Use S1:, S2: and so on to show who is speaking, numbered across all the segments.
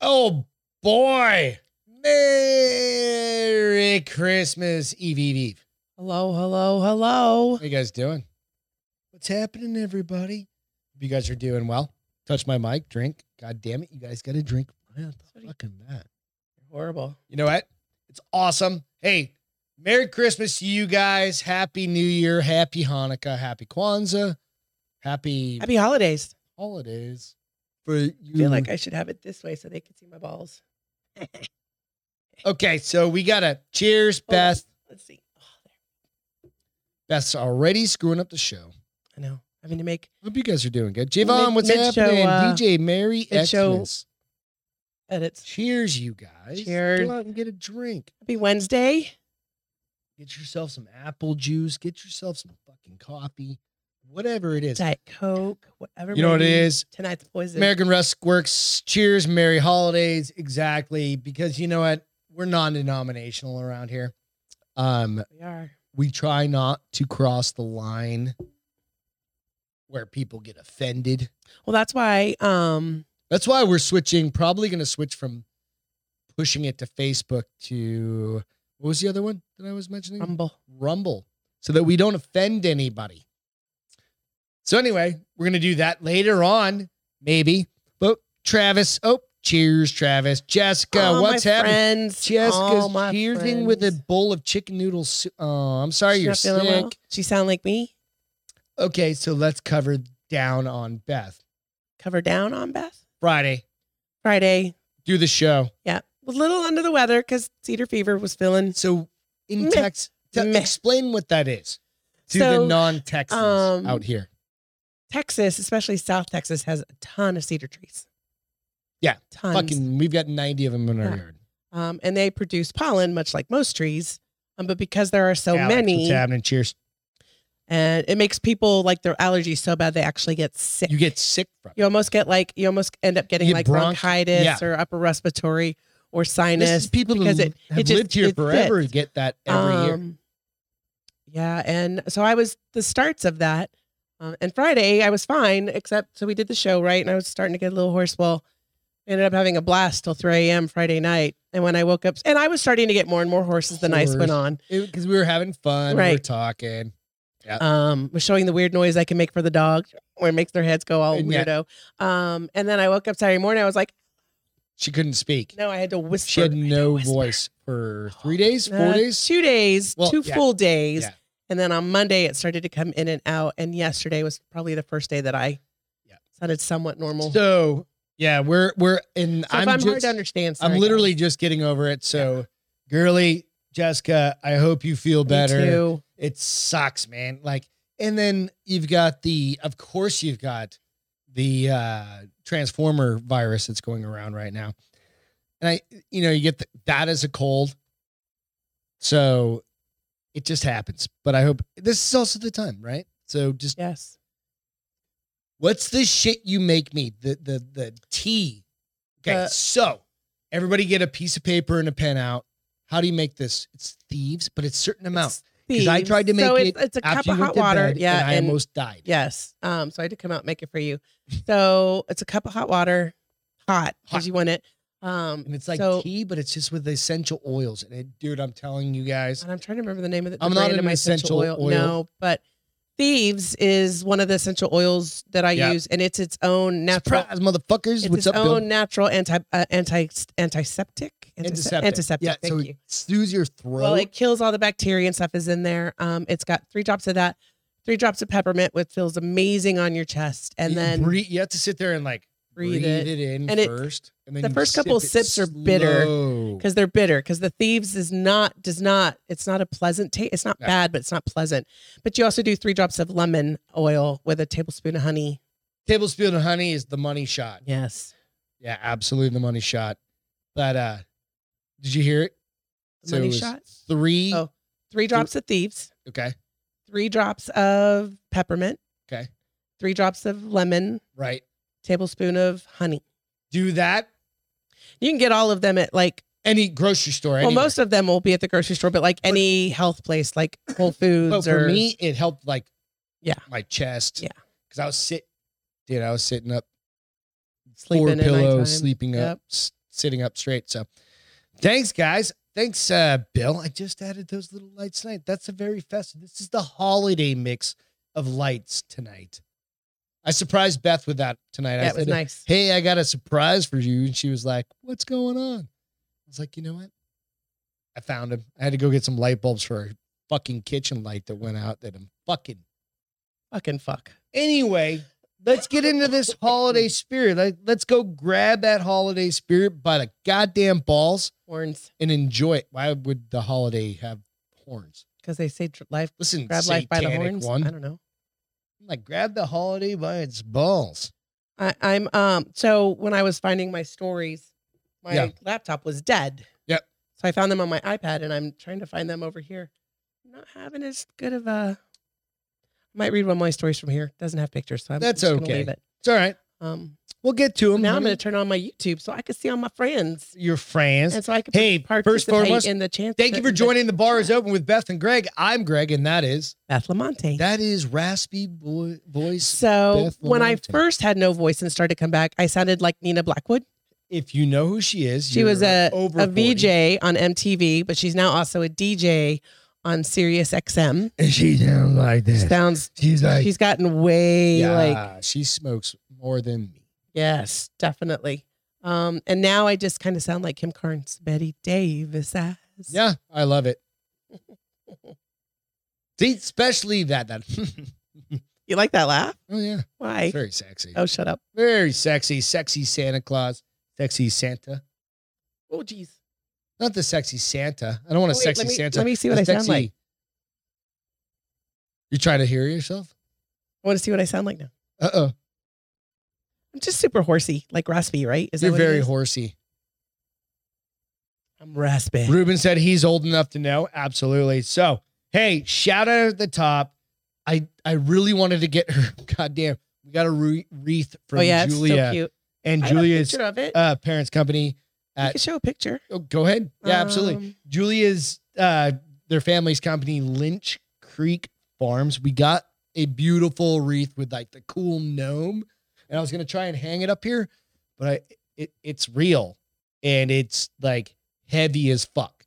S1: Oh boy. Merry Christmas, Eve Eve Eve.
S2: Hello, hello, hello.
S1: How you guys doing? What's happening, everybody? Hope you guys are doing well. Touch my mic, drink. God damn it, you guys gotta drink. Man,
S2: Sorry.
S1: fucking that.
S2: Horrible.
S1: You know what? It's awesome. Hey, Merry Christmas to you guys. Happy New Year. Happy Hanukkah. Happy Kwanzaa. Happy, Mm-hmm.
S2: Happy holidays.
S1: holidays. For you.
S2: I feel like I should have it this way so they can see my balls.
S1: okay, so we gotta cheers,
S2: Hold on.
S1: Beth.
S2: Let's see. Oh, there.
S1: Beth's already screwing up the show.
S2: I know. Having to make
S1: Hope you guys are doing good.
S2: Mid-
S1: Javon, what's
S2: mid-show,
S1: happening?
S2: uh,
S1: DJ Merry
S2: mid-show
S1: Xmas.
S2: edits.
S1: Cheers, you guys.
S2: Cheers.
S1: Go out and get a drink.
S2: Happy Wednesday.
S1: Get yourself some apple juice. Get yourself some fucking coffee. Whatever it is.
S2: Diet Coke, whatever.
S1: You know what it
S2: maybe.
S1: is?
S2: Tonight's poison.
S1: American Rust Works. Cheers, Merry Holidays. Exactly. Because you know what? We're non-denominational around here. Um,
S2: we are.
S1: we try not to cross the line where people get offended.
S2: Well, that's why um
S1: That's why we're switching, probably going to switch from pushing it to Facebook to what was the other one that I was mentioning?
S2: Rumble.
S1: Rumble, so that we don't offend anybody. So, anyway, we're going to do that later on, maybe. But Travis, oh, cheers, Travis. Jessica,
S2: All
S1: what's
S2: my
S1: happening?
S2: Friends, all
S1: Jessica's
S2: my
S1: cheering with a
S2: friends.
S1: bowl of chicken noodle soup. Oh, I'm sorry,
S2: She's
S1: you're
S2: not feeling
S1: sick.
S2: well? She sound like me?
S1: Okay, so let's cover down on Beth.
S2: Cover down on Beth.
S1: Friday,
S2: Friday.
S1: do the show.
S2: Yeah. A little under the weather because cedar fever was feeling
S1: So in
S2: Meh.
S1: Texas,
S2: Meh.
S1: explain what that is to the
S2: So,
S1: non-Texans
S2: um,
S1: out here.
S2: Texas, especially South Texas, has a ton of cedar trees.
S1: Yeah,
S2: tons.
S1: Fucking, we've got ninety of them in our
S2: Yeah.
S1: yard.
S2: Um, and they produce pollen, much like most trees. Um, but because there are so
S1: Alex, What's
S2: many,
S1: happening? Cheers.
S2: and it makes people like their allergies so bad they actually get sick.
S1: You get sick from it.
S2: You almost get like you almost end up getting
S1: You
S2: like
S1: bronch-
S2: bronchitis
S1: yeah.
S2: or upper respiratory or
S1: This is
S2: sinus.
S1: people
S2: because
S1: who
S2: it-
S1: have
S2: it just-
S1: lived here
S2: it
S1: forever
S2: fits.
S1: get that every year.
S2: Um, Yeah, and so I was the starts of that. Um, and Friday I was fine, except so we did the show right, and I was starting to get a little hoarse. Well, I ended up having a blast till 3 a.m. Friday night, and when I woke up, and I was starting to get more and more hoarse as the nights
S1: Hoarse.
S2: went on.
S1: Because we were having fun, we were
S2: Right.
S1: talking.
S2: Um, was showing the weird noise I can make for the dog, where it makes their heads go all
S1: Yeah.
S2: weirdo. Um, and then I woke up Saturday morning, I was like,
S1: She couldn't speak.
S2: no, I had to whisper.
S1: she had
S2: I
S1: no
S2: whisper.
S1: voice for three days, four
S2: Uh,
S1: days.
S2: two days,
S1: Well,
S2: two
S1: yeah.
S2: full days.
S1: Yeah.
S2: And then on Monday, it started to come in and out. And yesterday was probably the first day that I
S1: Yeah.
S2: sounded somewhat normal. So,
S1: So yeah, we're we're in.
S2: if I'm, hard
S1: just-
S2: to understand, sorry,
S1: I'm
S2: guys.
S1: literally just getting over it. So, girly Jessica, I hope you feel
S2: Me
S1: better.
S2: too.
S1: It sucks, man. Like, and then you've got the, of course, you've got the uh, transformer virus that's going around right now. And I, you know, you get the, that as a cold. So it just happens. But I hope this is also the time, right? So just
S2: Yes.
S1: What's the shit you make me? The the the tea. Okay,
S2: The-
S1: so everybody get a piece of paper and a pen out. How do you make this? It's thieves, but it's certain amount. Because I
S2: Thieves.
S1: tried to make
S2: so
S1: it
S2: It's, it's a cup
S1: After
S2: of
S1: you went
S2: hot
S1: to
S2: water.
S1: bed,
S2: yeah.
S1: and I
S2: and-
S1: almost died.
S2: yes. Um, so I had to come out and make it for you. So it's a cup of hot water, hot,
S1: Hot.
S2: because you want it. Um,
S1: and it's like
S2: so-
S1: tea, but it's just with essential oils. And it, dude, I'm telling you guys,
S2: and I'm trying to remember the name of it. the
S1: I'm not
S2: brand
S1: an
S2: of my
S1: essential oil.
S2: No, but Thieves is one of the essential oils that I
S1: Yeah.
S2: use, and it's its own natural
S1: surprise, motherfuckers!
S2: It's
S1: What's
S2: its
S1: up,
S2: own
S1: Bill?
S2: natural anti uh, anti antiseptic Antisep-
S1: Antiseptic.
S2: antiseptic.
S1: Yeah,
S2: thank
S1: so
S2: you.
S1: it soothes your throat.
S2: Well, it kills all the bacteria and stuff is in there. Um, it's got three drops of that, three drops of peppermint, which feels amazing on your chest, and
S1: You
S2: then
S1: breathe, you have to sit there and like breathe,
S2: breathe it
S1: it. in
S2: And it-
S1: first, and then
S2: the
S1: you
S2: first
S1: sip
S2: couple
S1: it
S2: sips are bitter,
S1: slow.
S2: because they're bitter. Because the thieves is not does not it's not a pleasant taste. It's not
S1: No.
S2: bad, but it's not pleasant. But you also do three drops of lemon oil with a tablespoon of honey.
S1: tablespoon of honey is the money shot.
S2: Yes,
S1: Yeah, absolutely the money shot. But uh did you hear it? So it
S2: money
S1: was
S2: shot.
S1: Three.
S2: Oh. Three drops of thieves.
S1: Okay.
S2: Three drops of peppermint.
S1: Okay.
S2: Three drops of lemon.
S1: Right.
S2: tablespoon of honey.
S1: Do that.
S2: You can get all of them at like
S1: Any grocery store.
S2: well,
S1: anywhere.
S2: most of them will be at the grocery store, but like any health place, like Whole
S1: But
S2: Foods
S1: for
S2: or
S1: me, it helped like.
S2: Yeah.
S1: My chest.
S2: Yeah.
S1: Because I was sit, dude. I was sitting up,
S2: sleeping
S1: four
S2: at nighttime.
S1: pillows, sleeping up,
S2: Yep.
S1: s- sitting up straight. So thanks, guys. Thanks, uh, Bill. I just added those little lights tonight. That's a very festive. This is the holiday mix of lights tonight. I surprised Beth with that tonight. I
S2: That was
S1: said,
S2: nice.
S1: Hey, I got a surprise for you. And she was like, What's going on? I was like, You know what? I found him. I had to go get some light bulbs for a fucking kitchen light that went out that I'm fucking
S2: Fucking fuck.
S1: anyway, let's get into this holiday spirit. Like, let's go grab that holiday spirit by the goddamn balls
S2: Horns.
S1: and enjoy it. Why would the holiday have horns?
S2: Because they say dr- life,
S1: Listen,
S2: grab life by the
S1: satanic
S2: horns.
S1: One.
S2: I don't know.
S1: like grab the holiday by its balls.
S2: I, I'm um so when I was finding my stories, my
S1: Yeah.
S2: laptop was dead.
S1: Yep.
S2: So I found them on my iPad and I'm trying to find them over here. I'm not having as good of a I might read one of my stories from here. Doesn't have pictures, so I'm
S1: That's
S2: just gonna
S1: okay.
S2: leave it.
S1: It's all right.
S2: Um
S1: We'll get to them.
S2: now I'm gonna turn on my YouTube so I can see all my friends.
S1: your friends.
S2: And so I can
S1: Hey, first
S2: participate
S1: foremost,
S2: in the chance.
S1: Thank you for
S2: that-
S1: joining. The bar is open with Beth and Greg. I'm Greg, and that is
S2: Beth Lamonte.
S1: that is raspy boy voice.
S2: So
S1: Beth
S2: when I
S1: Lamonte.
S2: first had no voice and started to come back, I sounded like Nina Blackwood.
S1: If you know who she is,
S2: She was
S1: you're
S2: a,
S1: over
S2: a
S1: 40.
S2: VJ on MTV, but she's now also a DJ on Sirius XM.
S1: and she sounds like this.
S2: Sounds
S1: She's like
S2: she's gotten way like
S1: she smokes more than me.
S2: yes, definitely. Um, and now I just kind of sound like Kim Carnes, Betty Davis. Eyes.
S1: Yeah, I love it. See, especially that that.
S2: you like that laugh?
S1: oh yeah,
S2: Why?
S1: it's very sexy.
S2: Oh, shut up.
S1: Very sexy, sexy Santa Claus, sexy Santa.
S2: Oh, jeez.
S1: Not the sexy Santa. I don't want a
S2: Oh, wait,
S1: sexy
S2: let me,
S1: Santa.
S2: Let me see what
S1: The
S2: I sound
S1: sexy-
S2: like.
S1: You trying to hear yourself?
S2: I want to see what I sound like now.
S1: Uh oh,
S2: I'm just super horsey, like raspy, right? Is
S1: you're
S2: that what it
S1: very
S2: is?
S1: horsey.
S2: I'm raspy.
S1: Ruben said he's old enough to know. Absolutely. So, hey, shout out at the top. I I really wanted to get her. Goddamn, we got a re- wreath from
S2: oh yeah, it's so
S1: Julia
S2: cute.
S1: and
S2: I have a
S1: Julia's
S2: picture of it.
S1: uh, parents' company.
S2: you
S1: at-
S2: can show a picture.
S1: Oh, go ahead. Yeah, absolutely.
S2: Um,
S1: Julia's uh, their family's company, Lynch Creek Farms. We got a beautiful wreath with like the cool gnome, and I was gonna try and hang it up here, but I, it it's real and it's like heavy as fuck.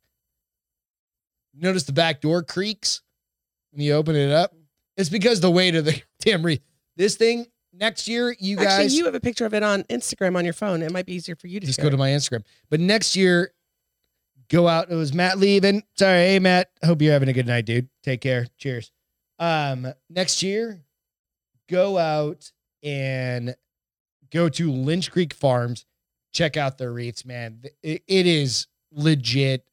S1: Notice the back door creaks when you open it up. It's because the weight of the damn wreath. This thing next year, you guys
S2: Actually, you have a picture of it on Instagram on your phone. It might be easier for you to
S1: just
S2: share
S1: go to
S2: it.
S1: my Instagram. But next year, go out. It was Matt leaving. Sorry, hey Matt. Hope you're having a good night, dude. Take care. Cheers. Um, next year, go out and go to Lynch Creek Farms. Check out their wreaths, man. It- it is legit.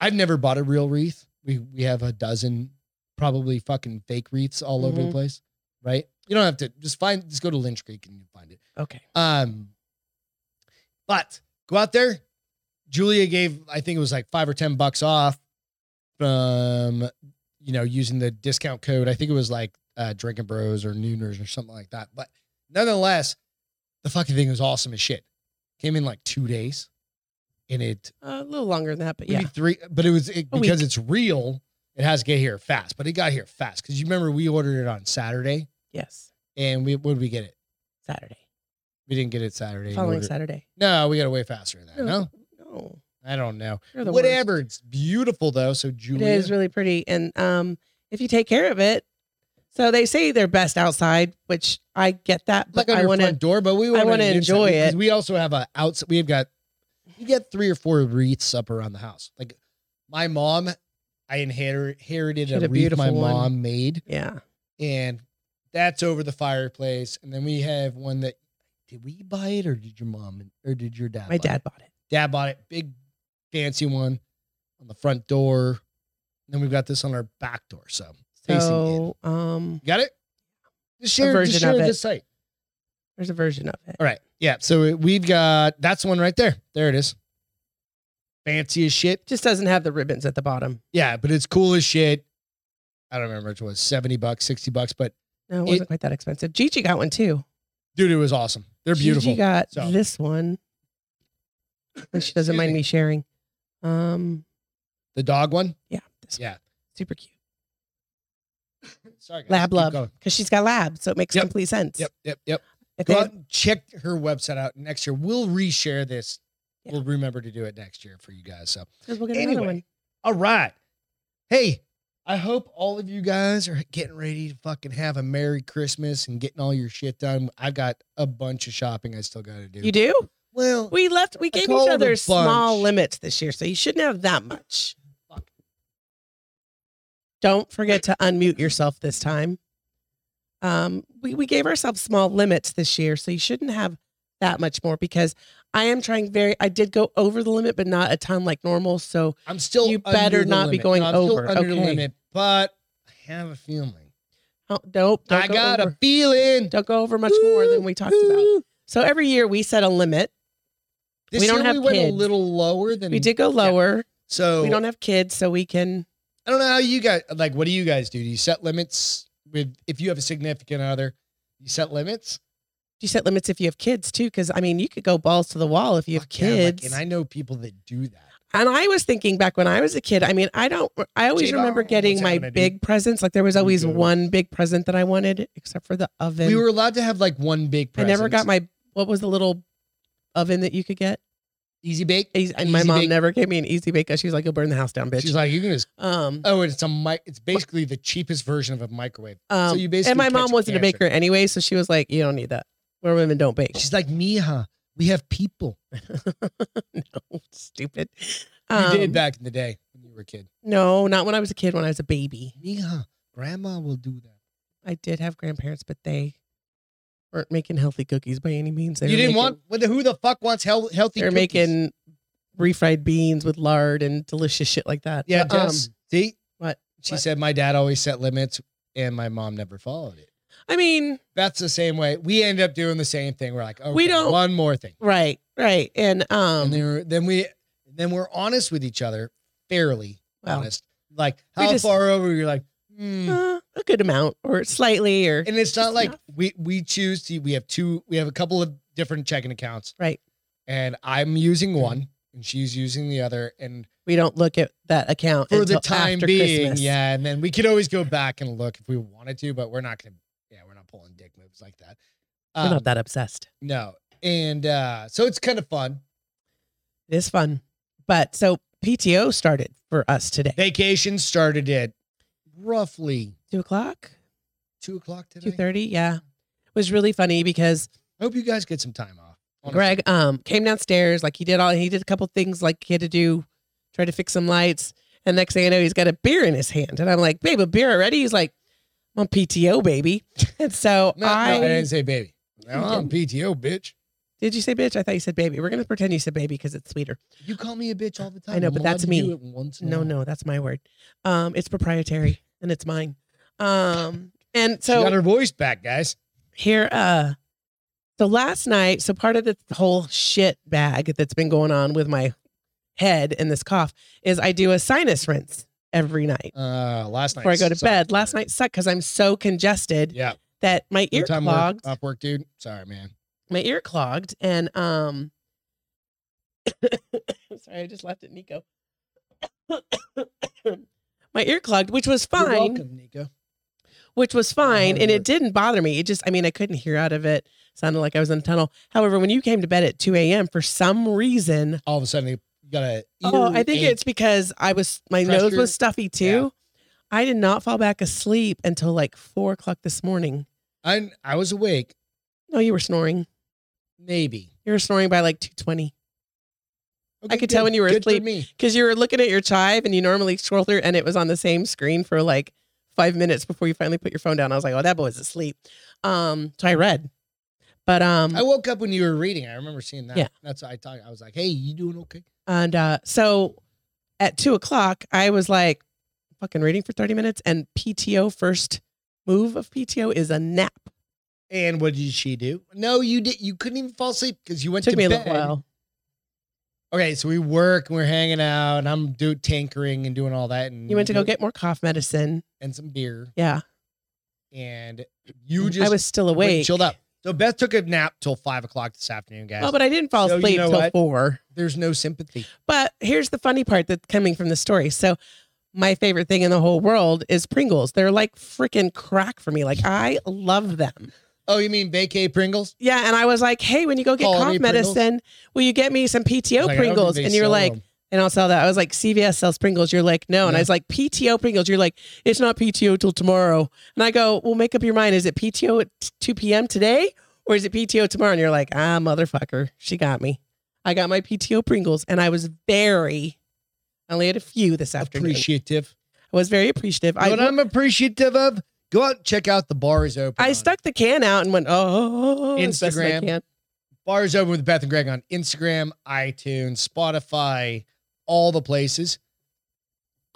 S1: I've never bought a real wreath. We we have a dozen, probably fucking fake wreaths all over the
S2: Mhm.
S1: place, right? You don't have to just find. Just go to Lynch Creek and you find it.
S2: Okay.
S1: Um, but go out there. Julia gave, I think it was like five or ten bucks off from, you know, using the discount code. I think it was like uh, Drinking Bros or Nooners or something like that. But nonetheless, the fucking thing was awesome as shit. Came in like two days, and it
S2: a little longer than that, but
S1: maybe
S2: yeah.
S1: three. But it was it,
S2: A
S1: because it's real. It has to get here fast, but it got here fast because you remember we ordered it on Saturday,
S2: Yes.
S1: and we when did we get it?
S2: Saturday.
S1: We didn't get it Saturday. We
S2: Following
S1: ordered-
S2: Saturday.
S1: No, we got to way faster than that. No,
S2: No.
S1: I don't know.
S2: You're the
S1: Whatever. It's beautiful though. So
S2: worst.
S1: Julia,
S2: It is really pretty. And um, if you take care of it, so they say they're best outside, which I get that,
S1: like
S2: but
S1: on
S2: I
S1: your
S2: want to
S1: front door, but we want
S2: wanna
S1: to
S2: enjoy it.
S1: We also have a outside. We've got you get three or four wreaths up around the house. Like my mom, I inherit- inherited
S2: She had
S1: a
S2: a
S1: wreath my
S2: beautiful one.
S1: mom made,
S2: Yeah.
S1: and that's over the fireplace. And then we have one that did we buy it or did your mom or did your dad? buy
S2: My
S1: it?
S2: dad bought it.
S1: Dad bought it, big fancy one on the front door. And then we've got this on our back door. So Facing
S2: So um
S1: got it. Just share,
S2: version
S1: just share
S2: of it.
S1: this site.
S2: there's a version of it.
S1: All right. Yeah. So we've got that's the one right there. There it is. Fancy as shit.
S2: Just doesn't have the ribbons at the bottom.
S1: Yeah, but it's cool as shit. I don't remember which it was seventy bucks, sixty bucks, but
S2: No, it
S1: It-
S2: wasn't quite that expensive. Gigi got one too.
S1: dude, it was awesome. They're beautiful.
S2: Gigi got
S1: So-
S2: this one. And she
S1: Excuse
S2: doesn't mind
S1: me.
S2: me sharing. Um,
S1: the dog one.
S2: yeah, this
S1: Yeah.
S2: one's super cute.
S1: Sorry, guys.
S2: Lab
S1: Keep
S2: love
S1: going.
S2: because she's got lab, so it makes
S1: Yep.
S2: complete sense.
S1: Yep. Yep. Yep.
S2: If
S1: Go
S2: they-
S1: out and check her website out next year. We'll reshare this.
S2: Yeah.
S1: We'll remember to do it next year for you guys. So,
S2: 'cause we'll get another one.
S1: anyway, all right. Hey, I hope all of you guys are getting ready to fucking have a Merry Christmas and getting all your shit done. I've got a bunch of shopping I still got to do.
S2: You do?
S1: Well,
S2: We left. We gave
S1: called
S2: each
S1: a
S2: other
S1: bunch.
S2: small limits this year, so you shouldn't have that much. Don't forget to unmute yourself this time. Um, we we gave ourselves small limits this year, so you shouldn't have that much more because I am trying very. I did go over the limit, but not a ton like normal. So
S1: I'm still
S2: you
S1: under
S2: better
S1: the
S2: not be
S1: limit.
S2: going
S1: No, I'm
S2: over.
S1: Still under the
S2: Okay.
S1: limit, but I have a feeling.
S2: don't nope, don't
S1: I
S2: go
S1: got
S2: over-
S1: a feeling.
S2: don't go over much more than we talked about.
S1: Woo!
S2: So every year we set a limit.
S1: This
S2: We don't
S1: year
S2: have
S1: we went
S2: kids.
S1: a little lower than
S2: We did go lower.
S1: So
S2: We don't have kids, so we can.
S1: I don't know how you guys like. What do you guys do? Do you set limits with if you have a significant other? You set limits.
S2: you set limits if you have kids too because i mean you could go balls to the wall if you have
S1: Fuck yeah, like,
S2: kids
S1: and I know people that do that.
S2: and, I, was thinking back when i was a kid i mean i don't i always
S1: J-Bone,
S2: remember getting
S1: what's
S2: my
S1: happening, dude?
S2: big presents like there was
S1: Me
S2: always
S1: too.
S2: one big present that i wanted except for the oven
S1: we were allowed to have like one big.
S2: i
S1: Present.
S2: never got my what was the little oven that you could get
S1: easy bake.
S2: Eas- and
S1: Easy
S2: my mom
S1: bake.
S2: never gave me an easy bake 'cause she was like you'll burn the house down bitch
S1: She's like, you can just
S2: um,
S1: oh, it's a mic. It's basically the cheapest version of a microwave.
S2: um
S1: so you basically
S2: and my
S1: catch
S2: mom wasn't
S1: cancer.
S2: a baker anyway so she was like you don't need that where women don't bake
S1: She's like, Mija, we have people.
S2: no stupid
S1: Oh. you
S2: Um,
S1: did back in the day when you were a kid.
S2: no not when i was a kid when i was a baby
S1: Mija, grandma will do that.
S2: I did have grandparents, but they weren't making healthy cookies by any means. They
S1: You
S2: were
S1: didn't
S2: making-
S1: want what the, who the fuck wants health, healthy?
S2: They were
S1: cookies?
S2: making refried beans with lard and delicious shit like that.
S1: yeah.
S2: But, um,
S1: Jess, see,
S2: what?
S1: she
S2: What?
S1: said, my dad always set limits, and my mom never followed it.
S2: I mean,
S1: That's the same way. We end up doing the same thing. We're like, okay,
S2: We don't-
S1: one more thing,
S2: right, right, and um,
S1: and then, we're, then we then we're honest with each other, fairly
S2: well,
S1: honest. Like
S2: We
S1: how
S2: just-
S1: far over you're like, hmm.
S2: uh, a good amount or slightly or
S1: and it's not
S2: Just
S1: like
S2: enough.
S1: we we choose to we have two we have a couple of different checking accounts
S2: Right.
S1: and i'm using one and she's using the other and
S2: we don't look at that account
S1: for
S2: until
S1: the time
S2: after
S1: being
S2: Christmas.
S1: yeah and then we could always go back and look if we wanted to but we're not gonna yeah we're not pulling dick moves like that
S2: we're
S1: Um,
S2: not that obsessed.
S1: no and uh so it's kind of fun
S2: It is fun, but so PTO started for us today.
S1: vacation started at roughly
S2: Two o'clock,
S1: two o'clock today
S2: two thirty. Yeah, it was really funny because
S1: i hope you guys get some time off honestly.
S2: Greg um came downstairs, like he did all he did a couple things like he had to do, try to fix some lights. And next thing I know, he's got a beer in his hand. And I'm like, babe, a beer already? He's like, I'm on PTO, baby. And so
S1: no,
S2: I, Um,
S1: no, I didn't say baby i'm on
S2: didn't.
S1: pto bitch
S2: did you say bitch? I thought you said baby. We're gonna pretend you said baby because it's sweeter.
S1: You call me a bitch all the time.
S2: I know,
S1: I'm
S2: but
S1: allowed
S2: that's
S1: to do
S2: me.
S1: it once in a
S2: No,
S1: while.
S2: no, that's my word. Um, it's proprietary and it's mine. Um, and
S1: she
S2: so
S1: got her voice back, guys.
S2: here uh so last night so part of the whole shit bag that's been going on with my head and this cough is i do a sinus rinse every night
S1: Uh, last night
S2: before i go to
S1: sucked.
S2: bed last night sucked because i'm so congested
S1: Yeah,
S2: that my ear
S1: time
S2: clogged
S1: work, off work, dude. Sorry, man.
S2: my ear clogged and um sorry i just left it nico my ear clogged which was
S1: You're
S2: fine
S1: welcome, Nico.
S2: which was fine
S1: hard
S2: and
S1: work.
S2: it didn't bother me it just i mean i couldn't hear out of it sounded like i was in a tunnel however when you came to bed at 2 a.m for some reason
S1: All of a sudden, you got a.
S2: oh
S1: ear
S2: i think
S1: ache.
S2: it's because i was my nose
S1: Pressure.
S2: was stuffy too
S1: Yeah.
S2: i did not fall back asleep until like four o'clock this morning
S1: I I was awake,
S2: no you were snoring
S1: maybe.
S2: you were snoring by like 2.20
S1: Okay,
S2: could tell
S1: good.
S2: when you were
S1: Good for
S2: asleep.
S1: me.
S2: because you were looking at your chive and you normally scroll through and it was on the same screen for like five minutes before you finally put your phone down i was like oh that boy's asleep um so i read but um
S1: I woke up when you were reading. I remember seeing that.
S2: Yeah.
S1: that's what I talked. I was like, "Hey, you doing okay?"
S2: And uh, so at two o'clock, I was like fucking reading for 30 minutes. And PTO, first move of PTO is a nap.
S1: And what did she do? No, you did. You couldn't even fall asleep because you went
S2: took
S1: to
S2: me a
S1: bed.
S2: little while.
S1: Okay, so we work and we're hanging out, and I'm do tinkering and doing all that. And
S2: You went to go
S1: do-
S2: get more cough medicine.
S1: and some beer.
S2: Yeah.
S1: and you just
S2: I was still
S1: went and
S2: awake.
S1: chilled out. So Beth took a nap till five o'clock this afternoon, guys.
S2: Oh, but I didn't fall
S1: So you
S2: asleep
S1: know
S2: till
S1: what?
S2: four.
S1: There's no sympathy.
S2: But here's the funny part that's coming from the story. So my favorite thing in the whole world is Pringles. They're like freaking crack for me. Like I love them.
S1: Oh, you mean vacay Pringles?
S2: Yeah, and I was like, hey, when you go get
S1: Call
S2: cough
S1: me Pringles?
S2: medicine, will you get me some PTO
S1: Like, I don't think
S2: Pringles?
S1: they
S2: And you're
S1: sell
S2: like,
S1: them.
S2: and I'll sell that. I was like, CVS sells Pringles. You're like, no. And
S1: Yeah.
S2: I was like, PTO Pringles. You're like, it's not PTO till tomorrow. And I go, well, make up your mind. Is it PTO at t- 2 p.m. today or is it PTO tomorrow? And you're like, ah, motherfucker. She got me. I got my PTO Pringles and I was very, I only had a few this afternoon.
S1: appreciative.
S2: I was very appreciative.
S1: I, what
S2: I,
S1: I'm appreciative of, go out and check out the bar is open.
S2: I
S1: on-
S2: stuck the can out and went, oh, as best I
S1: Instagram.
S2: can.
S1: Bar is open with Beth and Greg on Instagram, iTunes, Spotify, all the places.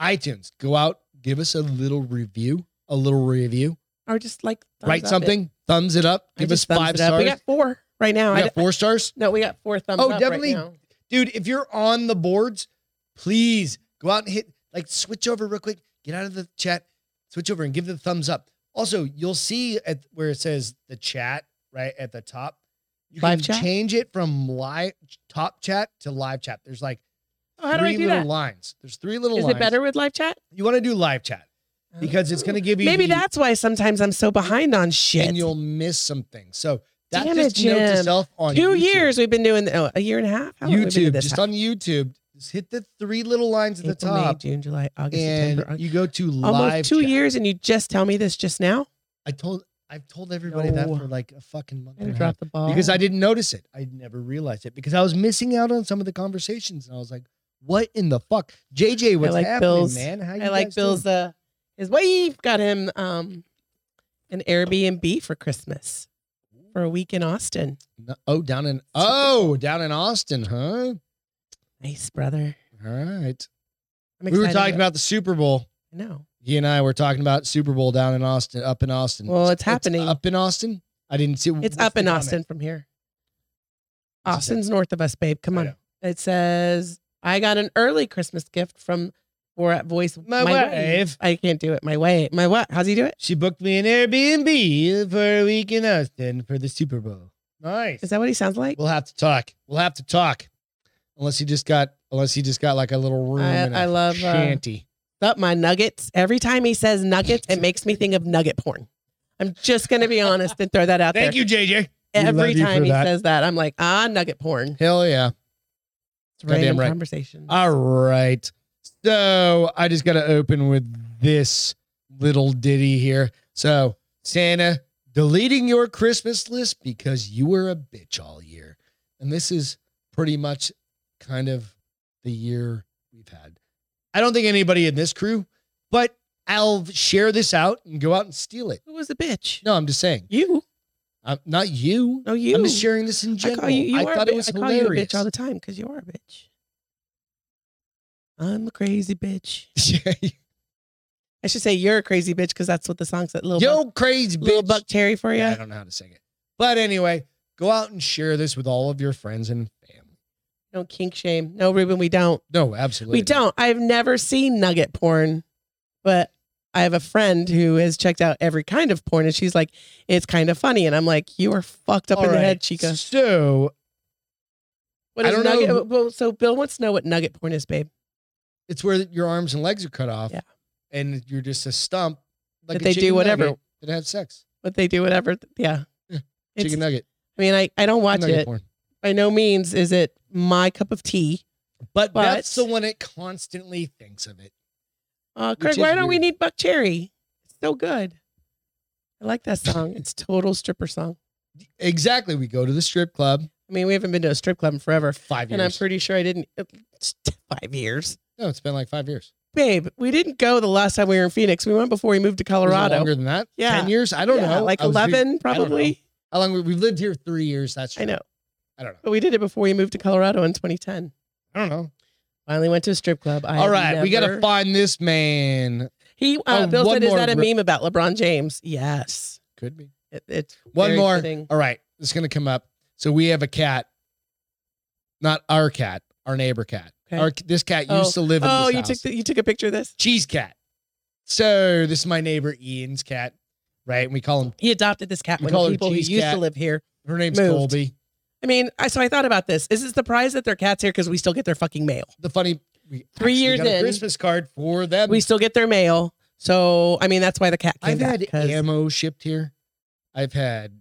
S1: iTunes, go out, give us a little review, a little review.
S2: Or just like thumbs
S1: Write
S2: up it.
S1: something, thumbs it up,
S2: I
S1: give us
S2: just thumbs
S1: five
S2: it up.
S1: stars.
S2: We got four right now.
S1: We
S2: I,
S1: got four stars.
S2: no, we got four thumbs
S1: Oh,
S2: up right
S1: definitely.
S2: now.
S1: dude, if you're on the boards, please go out and hit like switch over real quick, get out of the chat, switch over and give it a thumbs up. Also, you'll see at where it says the chat right at the top. You
S2: Live
S1: can
S2: chat?
S1: change it from live top chat to live chat. There's like
S2: Oh, how do
S1: three
S2: I do
S1: little
S2: that? Is
S1: lines. There's three little lines.
S2: it better with live chat?
S1: You want to do live chat because it's going to give you
S2: Maybe
S1: the-
S2: that's why sometimes I'm so behind on shit.
S1: and you'll miss some things. So that's
S2: Damn
S1: just
S2: it,
S1: note to
S2: Jim.
S1: self on
S2: Two
S1: YouTube.
S2: years we've been doing oh, a year and a half. How long have we been doing
S1: YouTube,
S2: this?
S1: just on YouTube, just hit the three little lines at the
S2: April, May,
S1: top.
S2: June, July, August,
S1: and
S2: September. Oc-
S1: you go to live
S2: Almost two
S1: chat.
S2: years, and you just tell me this just now.
S1: I told I've told everybody that
S2: No.
S1: for like a fucking month
S2: And
S1: and a half
S2: drop the ball
S1: because I didn't notice it. I never realized it because I was missing out on some of the conversations and I was like, "What in the fuck, JJ? What's
S2: like
S1: happening,
S2: Bill's-
S1: man? How you
S2: I like
S1: guys
S2: Bill's.
S1: doing?"
S2: Uh, his wife got him um, an Airbnb for Christmas for a week in Austin.
S1: No- oh, down in oh, down in Austin, huh?
S2: Nice brother.
S1: All right.
S2: I'm
S1: We were
S2: excited
S1: talking about the Super Bowl.
S2: No.
S1: He and I were talking about Super Bowl down in Austin, up in Austin.
S2: Well, it's happening.
S1: up in Austin. I didn't see.
S2: It's
S1: what's
S2: up
S1: the
S2: in
S1: comment?
S2: Austin from here.
S1: What's it Oh, say?
S2: Austin's north of us, babe. Come
S1: I
S2: on.
S1: know.
S2: It says, I got an early Christmas gift from Borat Voice.
S1: My wife.
S2: I can't do it. My way. My what? How's he do it?
S1: She booked me an Airbnb for a week in Austin for the Super Bowl. Nice.
S2: Is that what he sounds like?
S1: We'll have to talk. We'll have to talk. Unless he just got, unless he just got like a little room.
S2: I-
S1: in a
S2: I love, uh,
S1: shanty.
S2: Up my nuggets. Every time he says nuggets, it makes me think of nugget porn. I'm just going to be honest and throw that out
S1: Thank
S2: there.
S1: you, JJ.
S2: Every
S1: love you
S2: time
S1: for
S2: he
S1: that.
S2: says that, I'm like, ah, nugget porn.
S1: Hell yeah!
S2: It's
S1: Goddamn
S2: random
S1: right.
S2: conversation.
S1: All right. So I just got to open with this little ditty here. So Santa deleting your Christmas list because you were a bitch all year, and this is pretty much kind of the year we've had. I don't think anybody in this crew, but I'll share this out and go out and steal it.
S2: Who was the bitch?
S1: No, I'm just saying.
S2: You.
S1: I'm not you.
S2: No, you.
S1: I'm just sharing this in general. I,
S2: I, call you, you are
S1: thought
S2: a,
S1: it
S2: bi-
S1: was
S2: I call
S1: hilarious.
S2: you a bitch all the time because you are a bitch. I'm a crazy bitch. I should say you're a crazy bitch because that's what the song said. Little
S1: Yo,
S2: buck,
S1: crazy
S2: little
S1: bitch.
S2: buck Terry for you.
S1: Yeah, I don't know how to sing it. But anyway, go out and share this with all of your friends and family.
S2: no kink shame. No, Ruben, we don't.
S1: No, absolutely.
S2: We don't. I've never seen nugget porn, but I have a friend who has checked out every kind of porn, and she's like, "It's kind of funny," and I'm like, "You are fucked up
S1: All
S2: in the
S1: right,
S2: head, Chica."
S1: So
S2: What
S1: I
S2: is
S1: don't know
S2: nugget?
S1: who-
S2: Well, so Bill wants to know what nugget porn is, babe.
S1: it's where your arms and legs are cut off.
S2: Yeah.
S1: And you're just a stump. Like a
S2: That they do
S1: chicken
S2: whatever.
S1: nugget That had sex.
S2: But they do whatever. Yeah.
S1: Yeah.
S2: It's-
S1: chicken nugget.
S2: I mean, I, I don't watch
S1: nugget
S2: it.
S1: porn.
S2: by no means is it my cup of tea.
S1: But,
S2: But-
S1: that's the one that constantly thinks of it.
S2: Uh,
S1: Which
S2: Craig,
S1: is
S2: why don't we
S1: weird.
S2: need Buck Cherry? It's so good. I like that song. It's total stripper song.
S1: Exactly. We go to the strip club
S2: I mean, we haven't been to a strip club in forever,
S1: five years.
S2: and I'm pretty sure I didn't. uh, Five years,
S1: no, it's been like five years.
S2: babe. We didn't go the last time we were in Phoenix. We went before we moved to
S1: Was it
S2: Colorado.
S1: Longer than that?
S2: Yeah.
S1: Ten years? I don't
S2: Yeah,
S1: know.
S2: like
S1: I was re-
S2: eleven
S1: don't know.
S2: probably.
S1: How long? we- We've lived here three years. That's true.
S2: I know,
S1: I don't know.
S2: but we did it before we moved to Colorado in 2010.
S1: I don't know.
S2: Finally went to a strip club. I
S1: All
S2: have
S1: right, we gotta
S2: never-
S1: find this man.
S2: He uh,
S1: Oh,
S2: Bill
S1: one
S2: said, "Is
S1: more
S2: that a
S1: re-
S2: meme about LeBron James?" Yes,
S1: Could be
S2: it, it's
S1: one
S2: very
S1: more.
S2: fitting.
S1: All right, it's gonna come up. So we have a cat, not our cat, our neighbor cat.
S2: Okay.
S1: Our this cat
S2: Oh.
S1: used to live in
S2: Oh,
S1: this
S2: you
S1: house.
S2: took the, you took a picture of this.
S1: cheese cat. So this is my neighbor Ian's cat, right? And we call him.
S2: He adopted this cat
S1: We
S2: when
S1: call her
S2: people who
S1: Cheese
S2: used
S1: Cat.
S2: to live here.
S1: Her name's
S2: Moved.
S1: Colby.
S2: I mean, I, so I thought about this. Is it the prize that their cat's here because we still get their fucking mail?
S1: The funny. We actually
S2: Three years
S1: got a
S2: in.
S1: Christmas card for them.
S2: We still get their mail. So I mean, that's why the cat came
S1: Um, I've
S2: back.
S1: had
S2: 'cause-
S1: ammo shipped here. I've had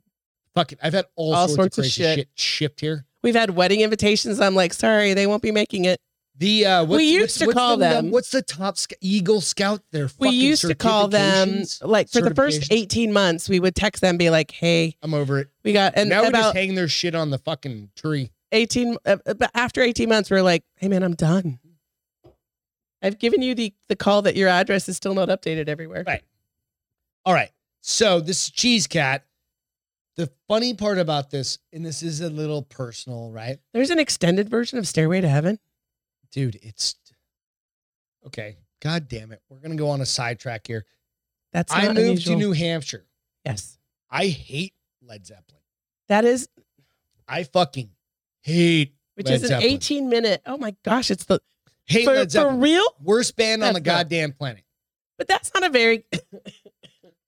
S1: Fuck it. I've had all,
S2: All
S1: sorts,
S2: sorts
S1: of
S2: of
S1: crazy
S2: shit.
S1: shit shipped here.
S2: We've had wedding invitations. I'm like, sorry, they won't be making it.
S1: The uh, what's,
S2: We used
S1: what's-
S2: to
S1: what's
S2: call
S1: the,
S2: them-
S1: What's the top sc- Eagle Scout? Their
S2: We
S1: fucking
S2: used to call them
S1: certifications?
S2: like for the first
S1: certifications.
S2: 18 months, we would text them, be like, hey,
S1: I'm over it.
S2: we got, and
S1: now we
S2: about
S1: just hang their shit on the fucking tree.
S2: 18, uh, but after 18 months, we're like, hey man, I'm done. I've given you the, the call that your address is still not updated everywhere.
S1: Right. All right. So this is Cheese Cat. The funny part about this, and this is a little personal, right?
S2: There's an extended version of Stairway to Heaven.
S1: Dude, it's okay. God damn it. We're gonna go on a sidetrack here.
S2: That's not
S1: I moved
S2: unusual.
S1: to New Hampshire.
S2: yes.
S1: I hate Led Zeppelin.
S2: That is,
S1: I fucking hate
S2: which
S1: Led
S2: is an
S1: Zeppelin.
S2: 18 minute. Oh my gosh, it's the
S1: hate
S2: for,
S1: Led
S2: for
S1: Zeppelin.
S2: real.
S1: Worst band on the
S2: That's not-
S1: goddamn planet.
S2: But that's not a very.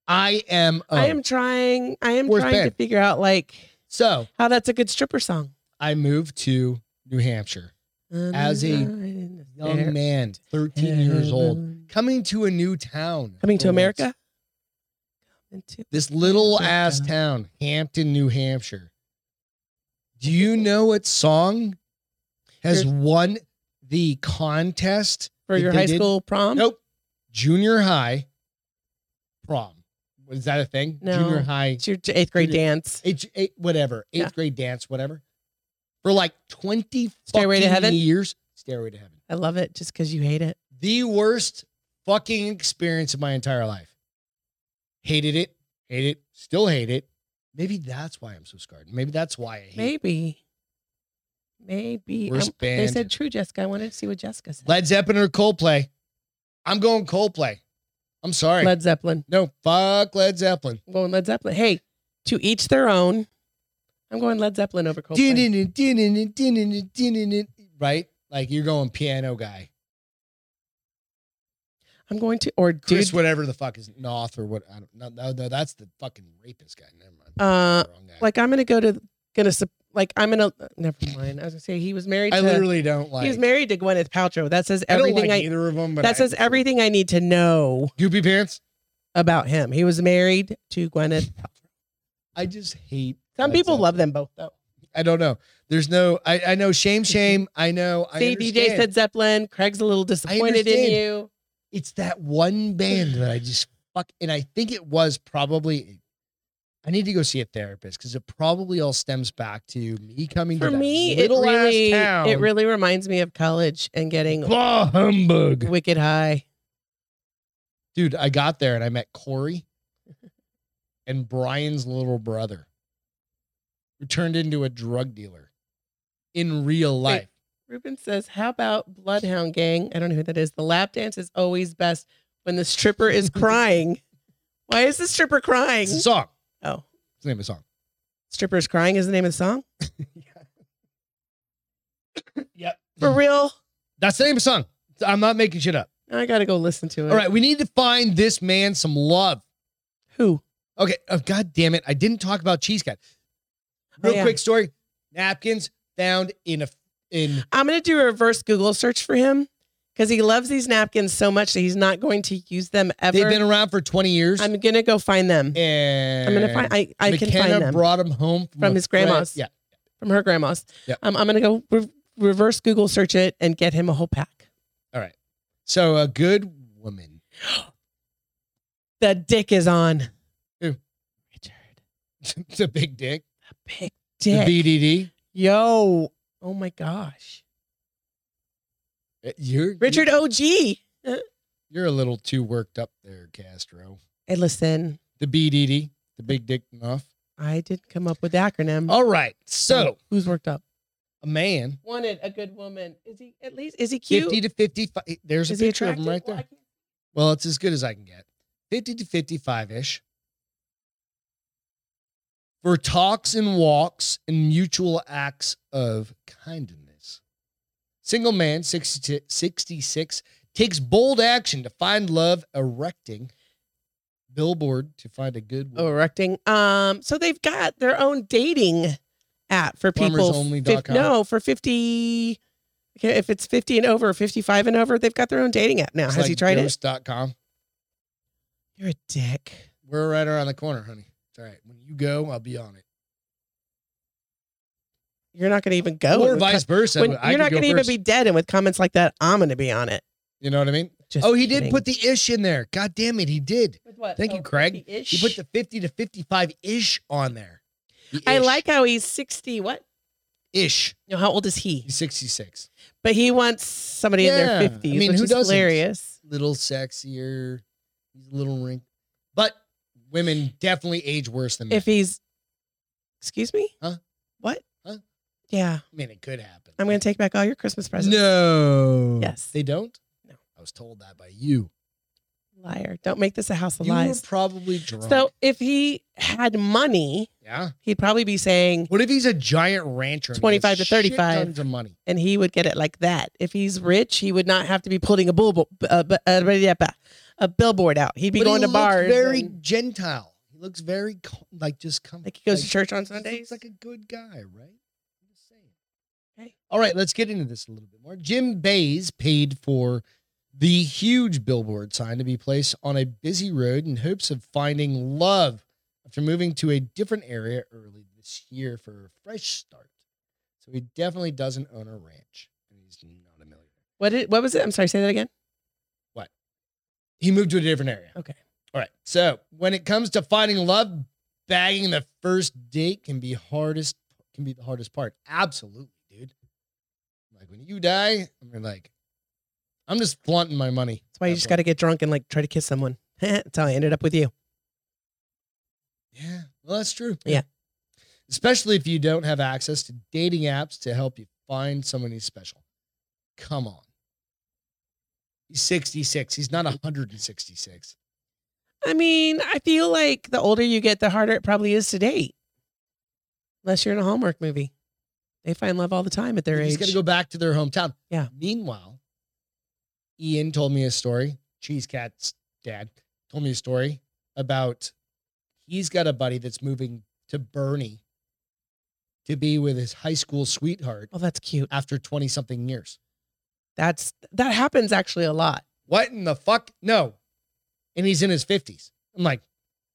S1: I am.
S2: I am trying. I am
S1: Worst
S2: trying to
S1: band.
S2: figure out like
S1: So
S2: how that's a good stripper song. Uh,
S1: I moved to New Hampshire. As a
S2: young
S1: Young man, 13 years old, coming to a new town.
S2: coming to
S1: for once.
S2: America. Coming to-
S1: This little
S2: America.
S1: ass town, Hampton, New Hampshire. Do you know what song has
S2: Your-
S1: won the contest?
S2: for
S1: Did
S2: your
S1: they
S2: high
S1: did-
S2: school prom.
S1: Nope. Junior high prom. Is that a thing?
S2: No.
S1: Junior high
S2: It's your j- eighth grade
S1: Did it-
S2: dance.
S1: Eight, eight, whatever, eighth
S2: Yeah.
S1: grade dance, whatever. For like 20
S2: Stairway to
S1: fucking
S2: Heaven?
S1: years. Stairway to Heaven.
S2: I love it just because you hate it.
S1: The worst fucking experience of my entire life. Hated it. Hate it. Still hate it. Maybe that's why I'm so scarred. Maybe that's why I hate
S2: Maybe. Maybe.
S1: Worst
S2: I'm- They
S1: band.
S2: said true, Jessica. I wanted to see what Jessica said.
S1: Led Zeppelin or Coldplay. I'm going Coldplay. I'm sorry.
S2: Led Zeppelin.
S1: no, fuck Led Zeppelin.
S2: I'm going Led Zeppelin. Hey, to each their own. I'm going Led Zeppelin over Coldplay.
S1: Din-din-din, din-din-din, din-din-din, din-din-din. Right? Like you're going piano guy.
S2: I'm going to or dude.
S1: Chris, whatever the fuck is Noth or what? I don't no, no, no, that's the fucking rapist guy. Never mind.
S2: Uh,
S1: Wrong guy.
S2: like I'm gonna go to gonna sup- like I'm gonna never mind. I was gonna say he was married.
S1: I
S2: to,
S1: literally don't like.
S2: he was married to Gwyneth Paltrow. That says
S1: I don't
S2: everything.
S1: like
S2: I,
S1: either of them. But
S2: that
S1: I-
S2: says everything I need to know
S1: Goopy pants.
S2: about him. He was married to Gwyneth. Paltrow.
S1: I just hate.
S2: Some
S1: Led
S2: people
S1: Zeppelin.
S2: love them both though.
S1: I don't know. There's no. I, I know. Shame. Shame. I know. I
S2: See, DJ
S1: understand.
S2: said Zeppelin. Craig's a little disappointed in
S1: understand.
S2: you.
S1: it's that one band that I just fuck. And I think it was probably. I need to go see a therapist because it probably all stems back to me coming
S2: For
S1: to that
S2: me, it
S1: little
S2: really
S1: ass town.
S2: it really reminds me of college and getting
S1: Bah, humbug.
S2: wicked high.
S1: dude, I got there and I met Corey and Brian's little brother, who turned into a drug dealer in real life.
S2: Ruben says, "How about Bloodhound Gang? I don't know who that is. The lap dance is always best when the stripper is crying. Why is the stripper crying?
S1: It's a song.
S2: Oh,
S1: It's the name of the song.
S2: strippers crying is the name of the song.
S1: Yep.
S2: For real?
S1: That's the name of the song. I'm not making shit up.
S2: I gotta go listen to it.
S1: All right, we need to find this man some love.
S2: who?
S1: Okay. Oh, God damn it. I didn't talk about Cheese Cat. Real
S2: Oh, yeah.
S1: quick story. Napkins found in a in
S2: I'm gonna do a reverse Google search for him because he loves these napkins so much that he's not going to use them ever.
S1: they've been around for 20 years.
S2: I'm gonna go find them.
S1: and
S2: I'm gonna find. I, I can
S1: McKenna
S2: find them
S1: brought him home from,
S2: From
S1: a
S2: his
S1: friend-
S2: grandma's.
S1: Yeah.
S2: from her grandma's.
S1: Yep.
S2: Um, I'm gonna go re- reverse Google search it and get him a whole pack.
S1: All right. So a good woman.
S2: The dick is on.
S1: Who?
S2: Richard.
S1: the big dick.
S2: Big dick.
S1: The BDD.
S2: Yo. Oh my gosh.
S1: Uh, You're
S2: Richard OG.
S1: You're a little too worked up there, Castro.
S2: Hey, listen,
S1: The BDD. The big dick enough.
S2: I didn't come up with the acronym.
S1: All right. Oh, So
S2: who's worked up?
S1: a man,
S2: Wanted a good woman. Is he at least? Is he cute?
S1: 50 to 55. There's
S2: is
S1: a
S2: he
S1: picture of him right
S2: attractive? Well, I
S1: there.
S2: can't-
S1: Well, it's as good as I can get. 50 to 55 ish. For talks and walks and mutual acts of kindness. Single man, 60 to 66, takes bold action to find love, erecting billboard to find a good
S2: Oh,
S1: woman.
S2: erecting. Um, so they've got their own dating app for people.
S1: Plumbersonly.com.
S2: Fif- no, for fifty. Okay, if it's fifty and over, fifty-five and over, they've got their own dating app now.
S1: It's
S2: Has
S1: like
S2: he tried it?
S1: ghost.com.
S2: You're a dick.
S1: We're right around the corner, honey. It's all right. When you go, I'll be on it.
S2: you're not going to even go.
S1: or
S2: With
S1: vice
S2: com-
S1: versa.
S2: Oh, when-
S1: I
S2: you're
S1: could
S2: not
S1: go
S2: going to even
S1: first.
S2: be dead, and with comments like that, I'm going to be on it.
S1: You know what I mean?
S2: Just
S1: Oh, he did
S2: kidding.
S1: put the ish in there. God damn it, he did.
S2: With what? Oh,
S1: Thank you, Craig. He put the fifty to fifty-five ish on there. The
S2: I
S1: ish.
S2: like how he's 60. What?
S1: ish.
S2: No, how old is he?
S1: He's sixty-six.
S2: But he wants somebody
S1: Yeah. I
S2: in their 50s. I
S1: mean,
S2: mean, which
S1: who
S2: is
S1: doesn't?
S2: hilarious.
S1: Little sexier. He's a little rink, but women definitely age worse than men.
S2: If he's, excuse me?
S1: Hmm. Huh?
S2: What?
S1: Huh?
S2: Yeah.
S1: I mean, it could happen.
S2: I'm going to take back all your Christmas presents.
S1: No.
S2: Yes.
S1: They don't.
S2: No.
S1: I was told that by you.
S2: Liar. Don't make this a house of
S1: you
S2: lies.
S1: were probably drunk.
S2: So if he had money,
S1: yeah.
S2: he'd probably be saying,
S1: What if he's a giant rancher? and he
S2: 25 to
S1: gets shit
S2: 35.
S1: Tons of money.
S2: and he would get it like that. If he's rich, he would not have to be putting a bull, uh, bu- uh, a billboard out. He'd be
S1: But
S2: going
S1: he
S2: to
S1: looks
S2: bars.
S1: Very
S2: and-
S1: gentile. He looks very co- like just comfortable.
S2: like he goes to church on Sundays.
S1: He's like a good guy, right? I'm just saying.
S2: Okay.
S1: All right, let's get into this a little bit more. Jim Bays paid for the huge billboard sign to be placed on a busy road in hopes of finding love after moving to a different area early this year for a fresh start. So he definitely doesn't own a ranch, and he's not a millionaire.
S2: What did, what was it? I'm sorry, say that again.
S1: He moved to a different area.
S2: Okay.
S1: All right. So when it comes to finding love, bagging the first date can be hardest can be the hardest part. Absolutely, dude. Like when you die, I'm like, I'm just flaunting my money.
S2: That's why you just got to get drunk and like try to kiss someone. That's how I ended up with you.
S1: Yeah. Well, that's true.
S2: Yeah.
S1: Especially if you don't have access to dating apps to help you find somebody special. Come on. He's 66. He's not 166.
S2: I mean, I feel like the older you get, the harder it probably is to date. Unless you're in a Hallmark movie, they find love all the time at their
S1: He's
S2: age.
S1: going to go back to their hometown.
S2: Yeah.
S1: Meanwhile, Ian told me a story. Cheese Cat's dad told me a story about he's got a buddy that's moving to Bernie to be with his high school sweetheart
S2: oh, that's cute.
S1: after 20 something years.
S2: That's that happens actually a lot.
S1: What in the fuck? No. And he's in his 50s. I'm like,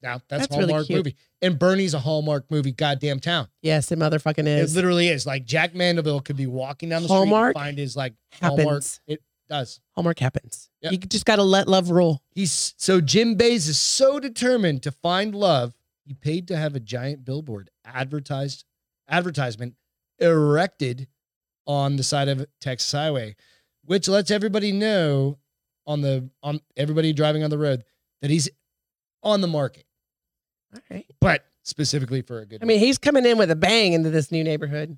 S1: now that's,
S2: That's really
S1: Hallmark
S2: cute.
S1: movie. And Bernie's a Hallmark movie, goddamn town.
S2: Yes, it motherfucking
S1: it
S2: is.
S1: literally is. Like Jack Mandeville could be walking down the
S2: Hallmark
S1: street and find his like Hallmark.
S2: happens.
S1: It does.
S2: Hallmark happens.
S1: Yeah.
S2: You just got to let love roll.
S1: He's so Jim Bays is so determined to find love, he paid to have a giant billboard advertised advertisement erected on the side of Texas highway, which lets everybody know on the on everybody driving on the road that he's on the market,
S2: All right.
S1: but specifically for a good.
S2: I mean, he's coming in with a bang into this new neighborhood.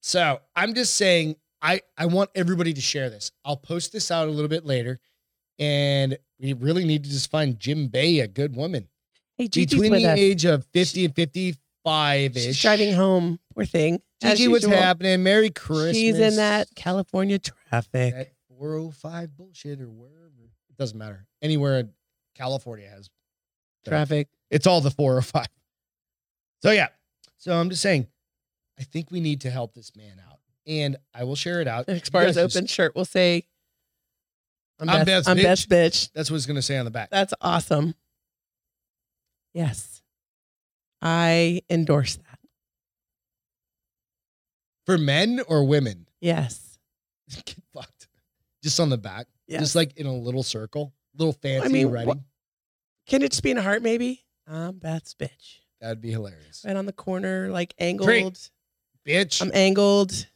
S1: So I'm just saying, I I want everybody to share this. I'll post this out a little bit later, and we really need to just find Jim Bay a good woman.
S2: Hey, Gigi's
S1: between
S2: with
S1: the
S2: us.
S1: age of 50 and 55
S2: She's
S1: ish.
S2: driving home. Poor thing. As
S1: Gigi, what's
S2: usual.
S1: happening? Merry Christmas.
S2: She's in that California traffic.
S1: That 405 bullshit or wherever. It doesn't matter. Anywhere in California has.
S2: traffic.
S1: It's all the 405. So, yeah. So I'm just saying, I think we need to help this man out. And I will share it out.
S2: Expire's
S1: You guys
S2: open
S1: just-
S2: shirt will say, I'm,
S1: I'm
S2: best,
S1: best
S2: I'm
S1: bitch."
S2: best bitch.
S1: That's what it's going to say on the back.
S2: That's awesome. Yes. I endorse that.
S1: For men or women,
S2: Yes.
S1: get fucked. Just on the back.
S2: Yes.
S1: Just like in a little circle, little fancy
S2: mean, wh-
S1: writing.
S2: Can it just be in a heart, maybe? I'm Beth's bitch.
S1: That'd be hilarious.
S2: Right on the corner, like angled.
S1: Bitch.
S2: I'm angled.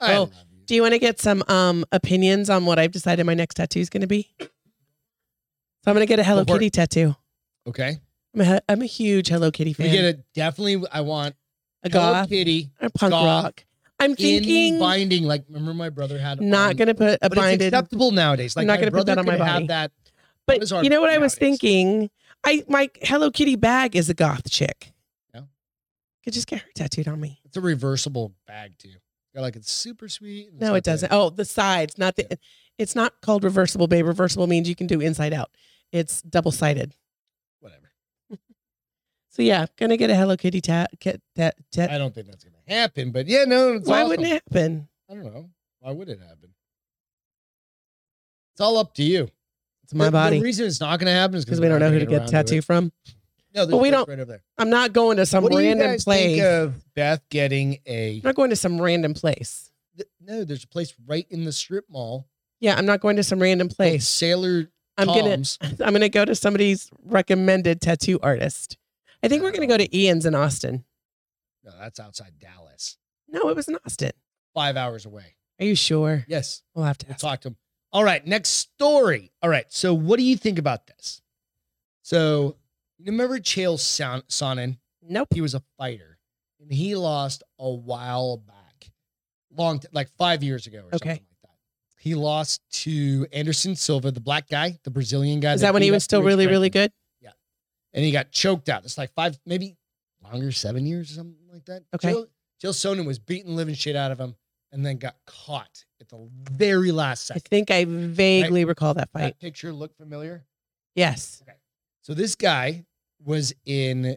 S1: I
S2: Oh,
S1: love you.
S2: Do you want to get some um opinions on what I've decided my next tattoo is going to be? So I'm going to get a Hello
S1: Go for it.
S2: Kitty tattoo.
S1: Okay.
S2: I'm a, I'm a huge Hello Kitty fan.
S1: We get it. Definitely, I want
S2: a
S1: Hello
S2: goth,
S1: Kitty
S2: a punk
S1: goth
S2: rock. I'm
S1: in
S2: thinking
S1: binding. Like, remember my brother had
S2: not
S1: on-
S2: going to put a
S1: but it's
S2: binded.
S1: acceptable nowadays. Like,
S2: I'm not
S1: my
S2: gonna put
S1: brother
S2: that on my
S1: could
S2: body.
S1: Have that.
S2: But
S1: is our
S2: you know what I was
S1: nowadays?
S2: thinking? I my Hello Kitty bag is a goth chick.
S1: Yeah.
S2: Could just get her tattooed on me.
S1: It's a reversible bag too. Got like it's super sweet. and it's
S2: No,
S1: not
S2: it doesn't.
S1: bad.
S2: Oh, the sides, not the. It's not called reversible, babe. Reversible means you can do inside out. It's double sided.
S1: Whatever.
S2: So yeah, gonna get a Hello Kitty tat. Cat, tat, tat.
S1: I don't think that's gonna happen. But yeah, no. It's
S2: Why
S1: awesome.
S2: wouldn't it happen?
S1: I don't know. Why would it happen? It's all up to you.
S2: It's my
S1: The-
S2: body
S1: The reason it's not gonna happen is
S2: because we don't know who to get a tattoo from.
S1: No,
S2: Well, we
S1: there's
S2: don't-
S1: right over there.
S2: I'm not going to some
S1: what do you
S2: random
S1: guys
S2: place.
S1: think uh, of Beth getting a
S2: I'm not going to some random place.
S1: th- no? There's a place right in the strip mall.
S2: Yeah, I'm not going to some random
S1: called
S2: place.
S1: Sailor
S2: I'm gonna
S1: Tom's.
S2: I'm gonna go to somebody's recommended tattoo artist. I think we're gonna go to Ian's in Austin.
S1: No, that's outside Dallas.
S2: No, it was in Austin.
S1: Five hours away.
S2: Are you sure?
S1: Yes.
S2: We'll have to
S1: We'll
S2: ask.
S1: talk to him. All right, next story. All right, so what do you think about this? So, you remember Chael Son- Sonnen?
S2: Nope.
S1: He was a fighter, and he lost a while back, long t- like five years ago or
S2: Okay.
S1: something like that. He lost to Anderson Silva, the black guy, the Brazilian guy.
S2: Is that when
S1: beat
S2: he
S1: up
S2: was still
S1: Bruce
S2: really, really
S1: Jenner,
S2: good?
S1: And he got choked out. It's like five, maybe longer, seven years or something like that.
S2: Okay.
S1: Chael, Chael Sonnen was beating living shit out of him, and then got caught at the very last
S2: I
S1: second.
S2: think I vaguely recall that fight.
S1: That picture look familiar?
S2: Yes.
S1: So this guy was in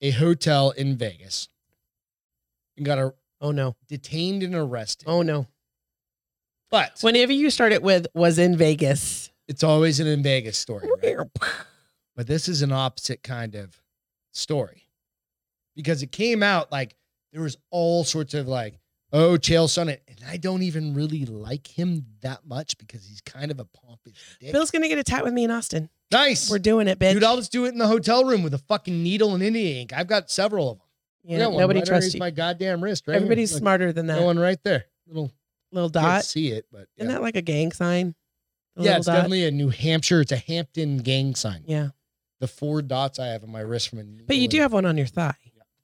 S1: a hotel in Vegas and got a,
S2: Oh no.
S1: detained and arrested.
S2: Oh no.
S1: But
S2: Whenever you start it with was in Vegas.
S1: it's always an in Vegas story, right? But this is an opposite kind of story because it came out like there was all sorts of like, oh, Chael Sonnen, and I don't even really like him that much because he's kind of a pompous dick.
S2: Bill's gonna get a tat with me in Austin.
S1: nice,
S2: We're doing it, bitch.
S1: dude. I'll just do it in the hotel room with a fucking needle and India ink. I've got several of them.
S2: yeah,
S1: Yeah, one
S2: nobody
S1: right
S2: trusts
S1: underneath
S2: you.
S1: My goddamn wrist, right?
S2: Everybody's
S1: here. Look,
S2: smarter than that.
S1: That one right there. Little
S2: little
S1: can't
S2: dot.
S1: see it, but yeah,
S2: Isn't that like a gang sign?
S1: yeah
S2: The little
S1: it's
S2: dot?
S1: definitely a New Hampshire. It's a Hampton gang sign.
S2: Yeah.
S1: The four dots I have on my wrist from. A
S2: But you do have one on your thigh.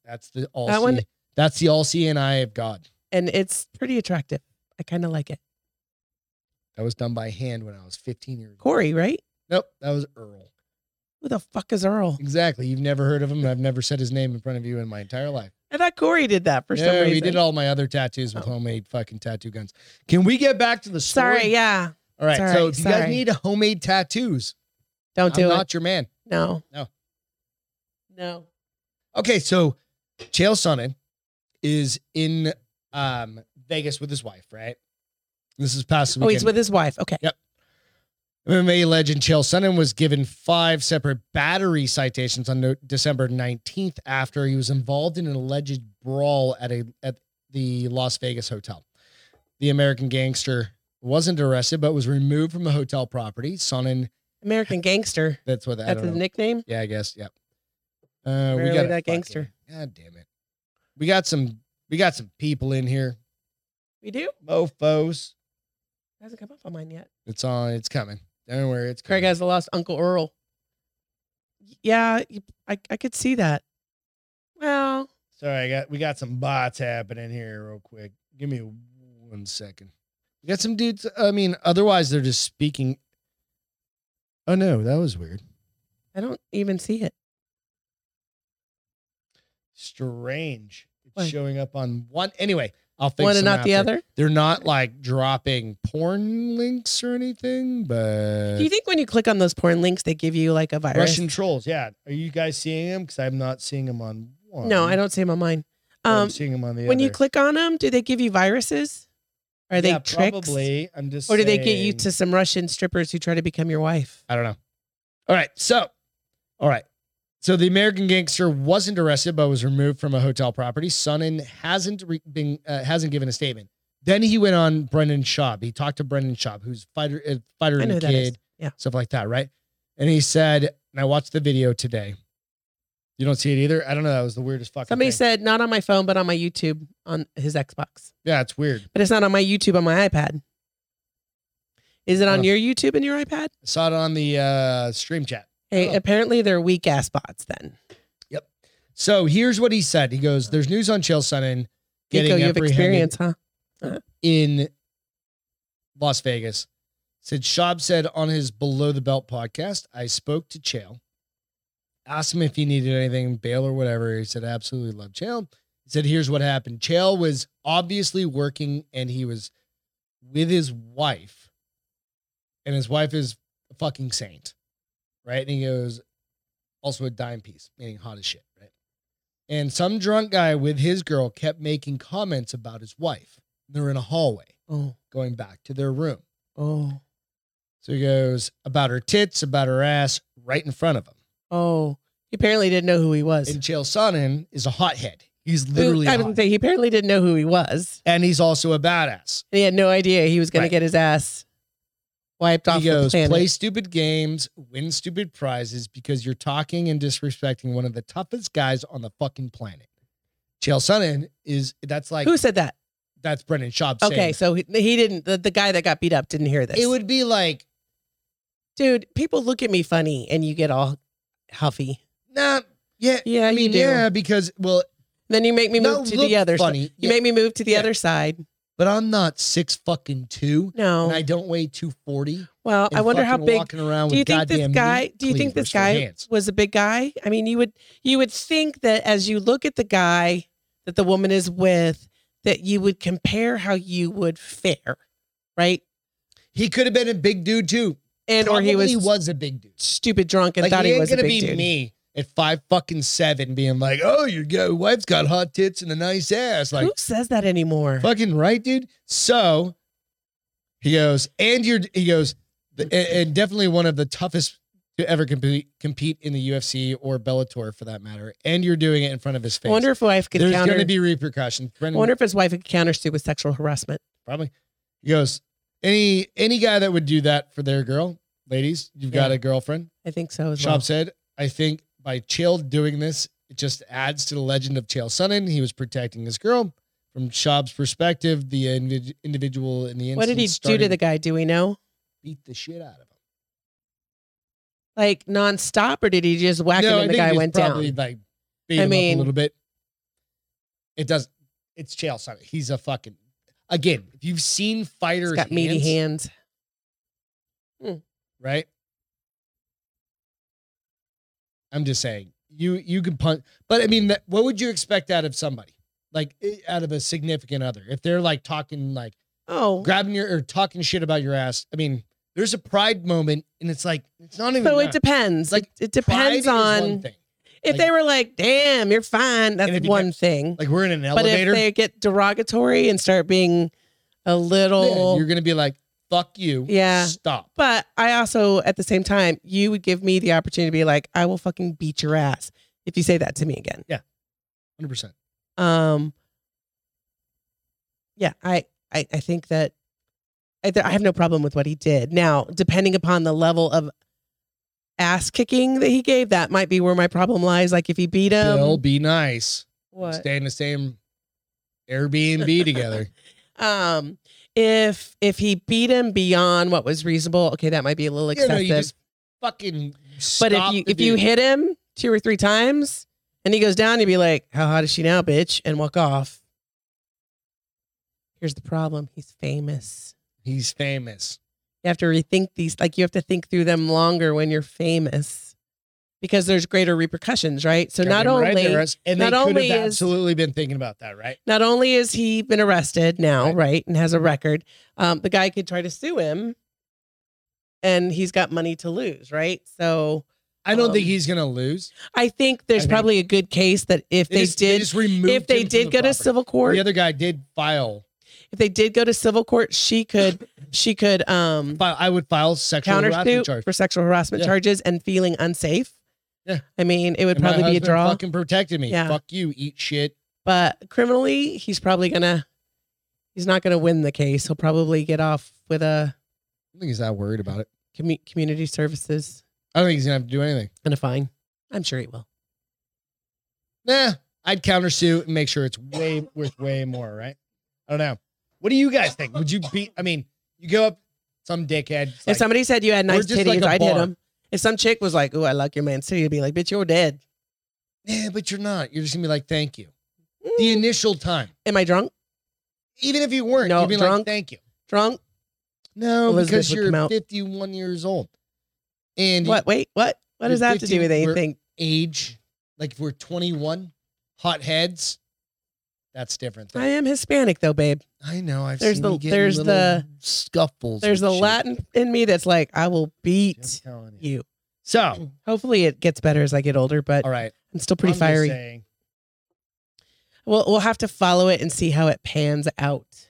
S1: That's the all.
S2: That one-
S1: see- That's the all seeing eye of God.
S2: And it's pretty attractive. I kinda like it.
S1: That was done by hand when I was 15 years old.
S2: Corey, right?
S1: Nope, that was Earl.
S2: Who the fuck is Earl?
S1: Exactly. You've never heard of him. and I've never said his name in front of you in my entire life.
S2: I thought Corey did that for some
S1: no,
S2: reason.
S1: he did all my other tattoos with
S2: Oh.
S1: homemade fucking tattoo guns. Can we get back to the story?
S2: Sorry, yeah.
S1: All right.
S2: Sorry,
S1: so if you guys
S2: sorry.
S1: need homemade tattoos,
S2: Don't
S1: I'm
S2: do it.
S1: not your man.
S2: No.
S1: No.
S2: No.
S1: Okay, so Chael Sonnen is in um, Vegas with his wife, right? This is past
S2: Oh,
S1: weekend.
S2: he's with his wife. Okay.
S1: MMA legend Chael Sonnen was given five separate battery citations on no- December 19th after he was involved in an alleged brawl at a at the Las Vegas hotel. The American gangster wasn't arrested but was removed from the hotel property. Sonnen,
S2: American gangster.
S1: that's what I
S2: That's
S1: don't
S2: his
S1: know.
S2: nickname.
S1: Yeah, I guess. Yep. Uh, we
S2: Rarely
S1: got a
S2: that
S1: fucking-
S2: gangster.
S1: God damn it. We got some. We got some people in here.
S2: We do?
S1: Mofos.
S2: Hasn't come up on mine yet.
S1: It's on. It's coming. Don't worry. It's
S2: Craig
S1: coming.
S2: has the lost Uncle Earl. Yeah, you- I, I could see that. Well,
S1: Sorry, I got. We got some bots happening here real quick. Give me one second. We got some dudes. I mean, otherwise they're just speaking. Oh no, that was weird.
S2: I don't even see it.
S1: Strange. It's
S2: What?
S1: showing up on one. Anyway, I'll fix
S2: One
S1: them
S2: and not the
S1: after.
S2: other.
S1: They're not like dropping porn links or anything, but
S2: Do you think when you click on those porn links, they give you like a virus?
S1: Russian trolls. Yeah. Are you guys seeing them? Because I'm not seeing them on one.
S2: No, I don't see them on mine.
S1: but I'm
S2: Um,
S1: seeing them on the
S2: when
S1: other.
S2: you click on them, do they give you viruses? Are they
S1: Yeah,
S2: tricks?
S1: Probably. I'm just.
S2: Or do they get you
S1: saying-
S2: to some Russian strippers who try to become your wife?
S1: I don't know. All right. So, all right. So the American gangster wasn't arrested, but was removed from a hotel property. Sonnen hasn't re- been uh, hasn't given a statement. Then he went on Brendan Schaub. He talked to Brendan Schaub, who's fighter uh, fighter
S2: I
S1: and
S2: know
S1: a
S2: who that is.
S1: kid,
S2: Yeah.
S1: stuff like that, right? And he said, and I watched the video today. You don't see it either. I don't know. That was the weirdest fucking.
S2: Somebody
S1: thing.
S2: said not on my phone, but on my YouTube on his Xbox.
S1: yeah, it's weird.
S2: But it's not on my YouTube on my iPad. Is it on
S1: Huh.
S2: your YouTube and your iPad?
S1: I saw it on the uh, stream chat.
S2: Hey,
S1: Oh.
S2: apparently they're weak ass bots then.
S1: So here's what he said. He goes, "There's news on Chael Sonnen getting
S2: Nico, you have
S1: apprehended
S2: experience, huh?
S1: in Las Vegas." Said Schaub said on his Below the Belt podcast, "I spoke to Chael, asked him if he needed anything, bail or whatever." He said, "Absolutely love Chael." He said, "Here's what happened. Chael was obviously working, and he was with his wife, and his wife is a fucking saint, right?" And he goes, "Also a dime piece, meaning hot as shit, right?" And some drunk guy with his girl kept making comments about his wife. They're in a hallway
S2: Oh,
S1: going back to their room.
S2: oh.
S1: So he goes about her tits, about her ass, right in front of him.
S2: Oh, he apparently didn't know who he was.
S1: And Chael Sonnen is a hothead. He's literally, a
S2: I would
S1: hot-
S2: say he apparently didn't know who he was,
S1: and he's also a badass.
S2: and he had no idea he was going
S1: Right.
S2: to get his ass wiped off
S1: He goes,
S2: the planet.
S1: play stupid games, win stupid prizes because you're talking and disrespecting one of the toughest guys on the fucking planet. Chael Sonnen is that's like
S2: who said that?
S1: that's Brendan Schaub. saying
S2: Okay,
S1: that.
S2: so he, he didn't. The, the guy that got beat up didn't hear this.
S1: it would be like,
S2: dude. People look at me funny, and you get all huffy.
S1: nah, yeah,
S2: Yeah,
S1: I mean,
S2: you do.
S1: yeah, because well,
S2: Then you make me
S1: not
S2: move to
S1: look
S2: the other. side.
S1: funny.
S2: You
S1: yeah,
S2: make me move to the
S1: Yeah.
S2: other side.
S1: but I'm not six fucking two,
S2: No.
S1: and I don't weigh two forty.
S2: well, I wonder how big
S1: Walking around
S2: do
S1: with
S2: you think
S1: goddamn
S2: this
S1: meat
S2: guy do you think
S1: cleavers
S2: this
S1: for
S2: guy
S1: hands.
S2: was a big guy i mean you would you would think that as you look at the guy that the woman is with that you would compare how you would fare right
S1: He could have been a big dude too,
S2: and or he was,
S1: Probably was a big dude.
S2: stupid drunk and
S1: like
S2: thought
S1: he
S2: he,
S1: ain't
S2: was a
S1: gonna
S2: big
S1: be
S2: dude
S1: me at five fucking seven, being like, "Oh, your go- wife's got hot tits and a nice ass." Like,
S2: who says that anymore
S1: fucking right, dude. So he goes, and you're he goes, the- and, and definitely one of the toughest to ever compete compete in the UFC or Bellator for that matter. And you're doing it in front of his
S2: I
S1: face.
S2: wonder if wife could
S1: There's
S2: counter
S1: going to be repercussions.
S2: I
S1: Brendan,
S2: wonder if his wife could counter sue with sexual harassment
S1: probably. He goes, any any guy that would do that for their girl, ladies, you've got
S2: Yeah.
S1: a girlfriend.
S2: i think so as
S1: Shab
S2: well
S1: said, I think by Chael doing this, it just adds to the legend of Chael Sonnen. He was protecting his girl. From Shab's perspective, the invi- individual in the incident
S2: what did he do to
S1: started
S2: the guy do we know
S1: beat the shit out of him?
S2: like nonstop or did he just whack him and the guy
S1: was
S2: went down
S1: probably like beat
S2: I
S1: him up
S2: mean-
S1: a little bit. It does. It's Chael Sonnen. He's a fucking again. If you've seen fighters,
S2: he's got meaty hands
S1: right? I'm just saying, you you can punch, but I mean, that, what would you expect out of somebody like i- out of a significant other if they're like talking like
S2: oh
S1: grabbing your or talking shit about your ass? I mean, there's a pride moment, and it's like it's not even.
S2: So it
S1: that.
S2: depends.
S1: Like,
S2: Like it
S1: Pride
S2: depends
S1: is one
S2: on
S1: thing.
S2: if they were like, "Damn, you're fine."
S1: And if
S2: That's
S1: you
S2: one thing.
S1: Like we're in an
S2: but if
S1: elevator,
S2: they get derogatory and start being a
S1: yeah,
S2: little,
S1: you're gonna be like, "Fuck you,
S2: Yeah.
S1: stop."
S2: but I also at the same time, you would give me the opportunity to be like, "I will fucking beat your ass if you say that to me again."
S1: Hundred percent.
S2: Um. Yeah, I I, I think that I, th- I have no problem with what he did. Now, depending upon the level of ass kicking that he gave, that might be where my problem lies. Like if he beat him,
S1: Bill, be nice.
S2: Um, what?
S1: Stay in the same Airbnb together.
S2: Um, if if he beat him beyond what was reasonable, okay, that might be a little
S1: Yeah,
S2: excessive.
S1: no, you just fucking.
S2: but if
S1: stop
S2: you
S1: the
S2: if you
S1: dude.
S2: hit him two or three times and he goes down, you'd be like, "How hot is she now, bitch?" and walk off. Here's the problem: he's famous.
S1: he's famous.
S2: You have to rethink these. Like you have to think through them longer when you're famous, because there's greater repercussions, right? So not
S1: Goddamn
S2: only
S1: right there is. and they
S2: not
S1: could
S2: only
S1: have
S2: is-
S1: absolutely been thinking about that, right?
S2: not only is he been arrested now,
S1: Right. Mm-hmm.
S2: right, and has a record, um, the guy could try to sue him, and he's got money to lose, right? So
S1: I don't
S2: Um,
S1: think he's gonna lose.
S2: I think
S1: I
S2: there's
S1: think-
S2: probably a good case that if they,
S1: just,
S2: did,
S1: just removed
S2: if they
S1: him from
S2: did
S1: the
S2: go to
S1: property.
S2: civil court,
S1: the other guy did file.
S2: if they did go to civil court, she could she could um
S1: file I would file sexual harassment
S2: countersuit
S1: charge.
S2: for sexual harassment
S1: Yeah.
S2: charges and feeling unsafe.
S1: Yeah.
S2: I mean, it would
S1: And my
S2: probably be a
S1: husband
S2: draw,
S1: Fucking protected me.
S2: Yeah.
S1: Fuck you. Eat shit.
S2: but criminally, he's probably gonna he's not gonna win the case. He'll probably get off with
S1: I
S2: a
S1: don't think he's that worried about it.
S2: commu- community services
S1: I don't think he's gonna have to do anything.
S2: and a fine. I'm sure he will.
S1: Nah, I'd countersuit and make sure it's way worth way more. Right? I don't know. What do you guys think? Would you be? I mean, you go up some dickhead. it's
S2: if
S1: like,
S2: somebody said you had
S1: We're
S2: nice
S1: just like
S2: titties,
S1: a
S2: I'd hit
S1: bar.
S2: him. If some chick was like, "Ooh, I like your man too," you'd be like, "Bitch, you're dead."
S1: Yeah, but you're not. You're just gonna be like, thank you.
S2: Mm.
S1: The initial time,
S2: Am I drunk?
S1: even if you weren't,
S2: No,
S1: you'd be
S2: drunk.
S1: like, thank you.
S2: Drunk?
S1: No,
S2: Elizabeth
S1: because
S2: would come
S1: you're
S2: out.
S1: 51 years old, and
S2: What? Wait, what? What does
S1: You're
S2: that have to
S1: 50,
S2: do with
S1: we're-
S2: anything?
S1: age, like if we're 21, hot heads, that's different.
S2: I
S1: Thing.
S2: am Hispanic though, babe.
S1: I, know. I've
S2: There's
S1: seen
S2: the-
S1: you get in
S2: there's
S1: little
S2: the-
S1: scuffles.
S2: There's
S1: and
S2: a
S1: shit.
S2: Latin in me that's like, I will beat
S1: Just telling you.
S2: you.
S1: So,
S2: Hopefully, it gets better as I get older, but
S1: Oh. all right,
S2: I'm still pretty
S1: I'm just
S2: fiery.
S1: saying,
S2: We'll we'll have to follow it and see how it pans out.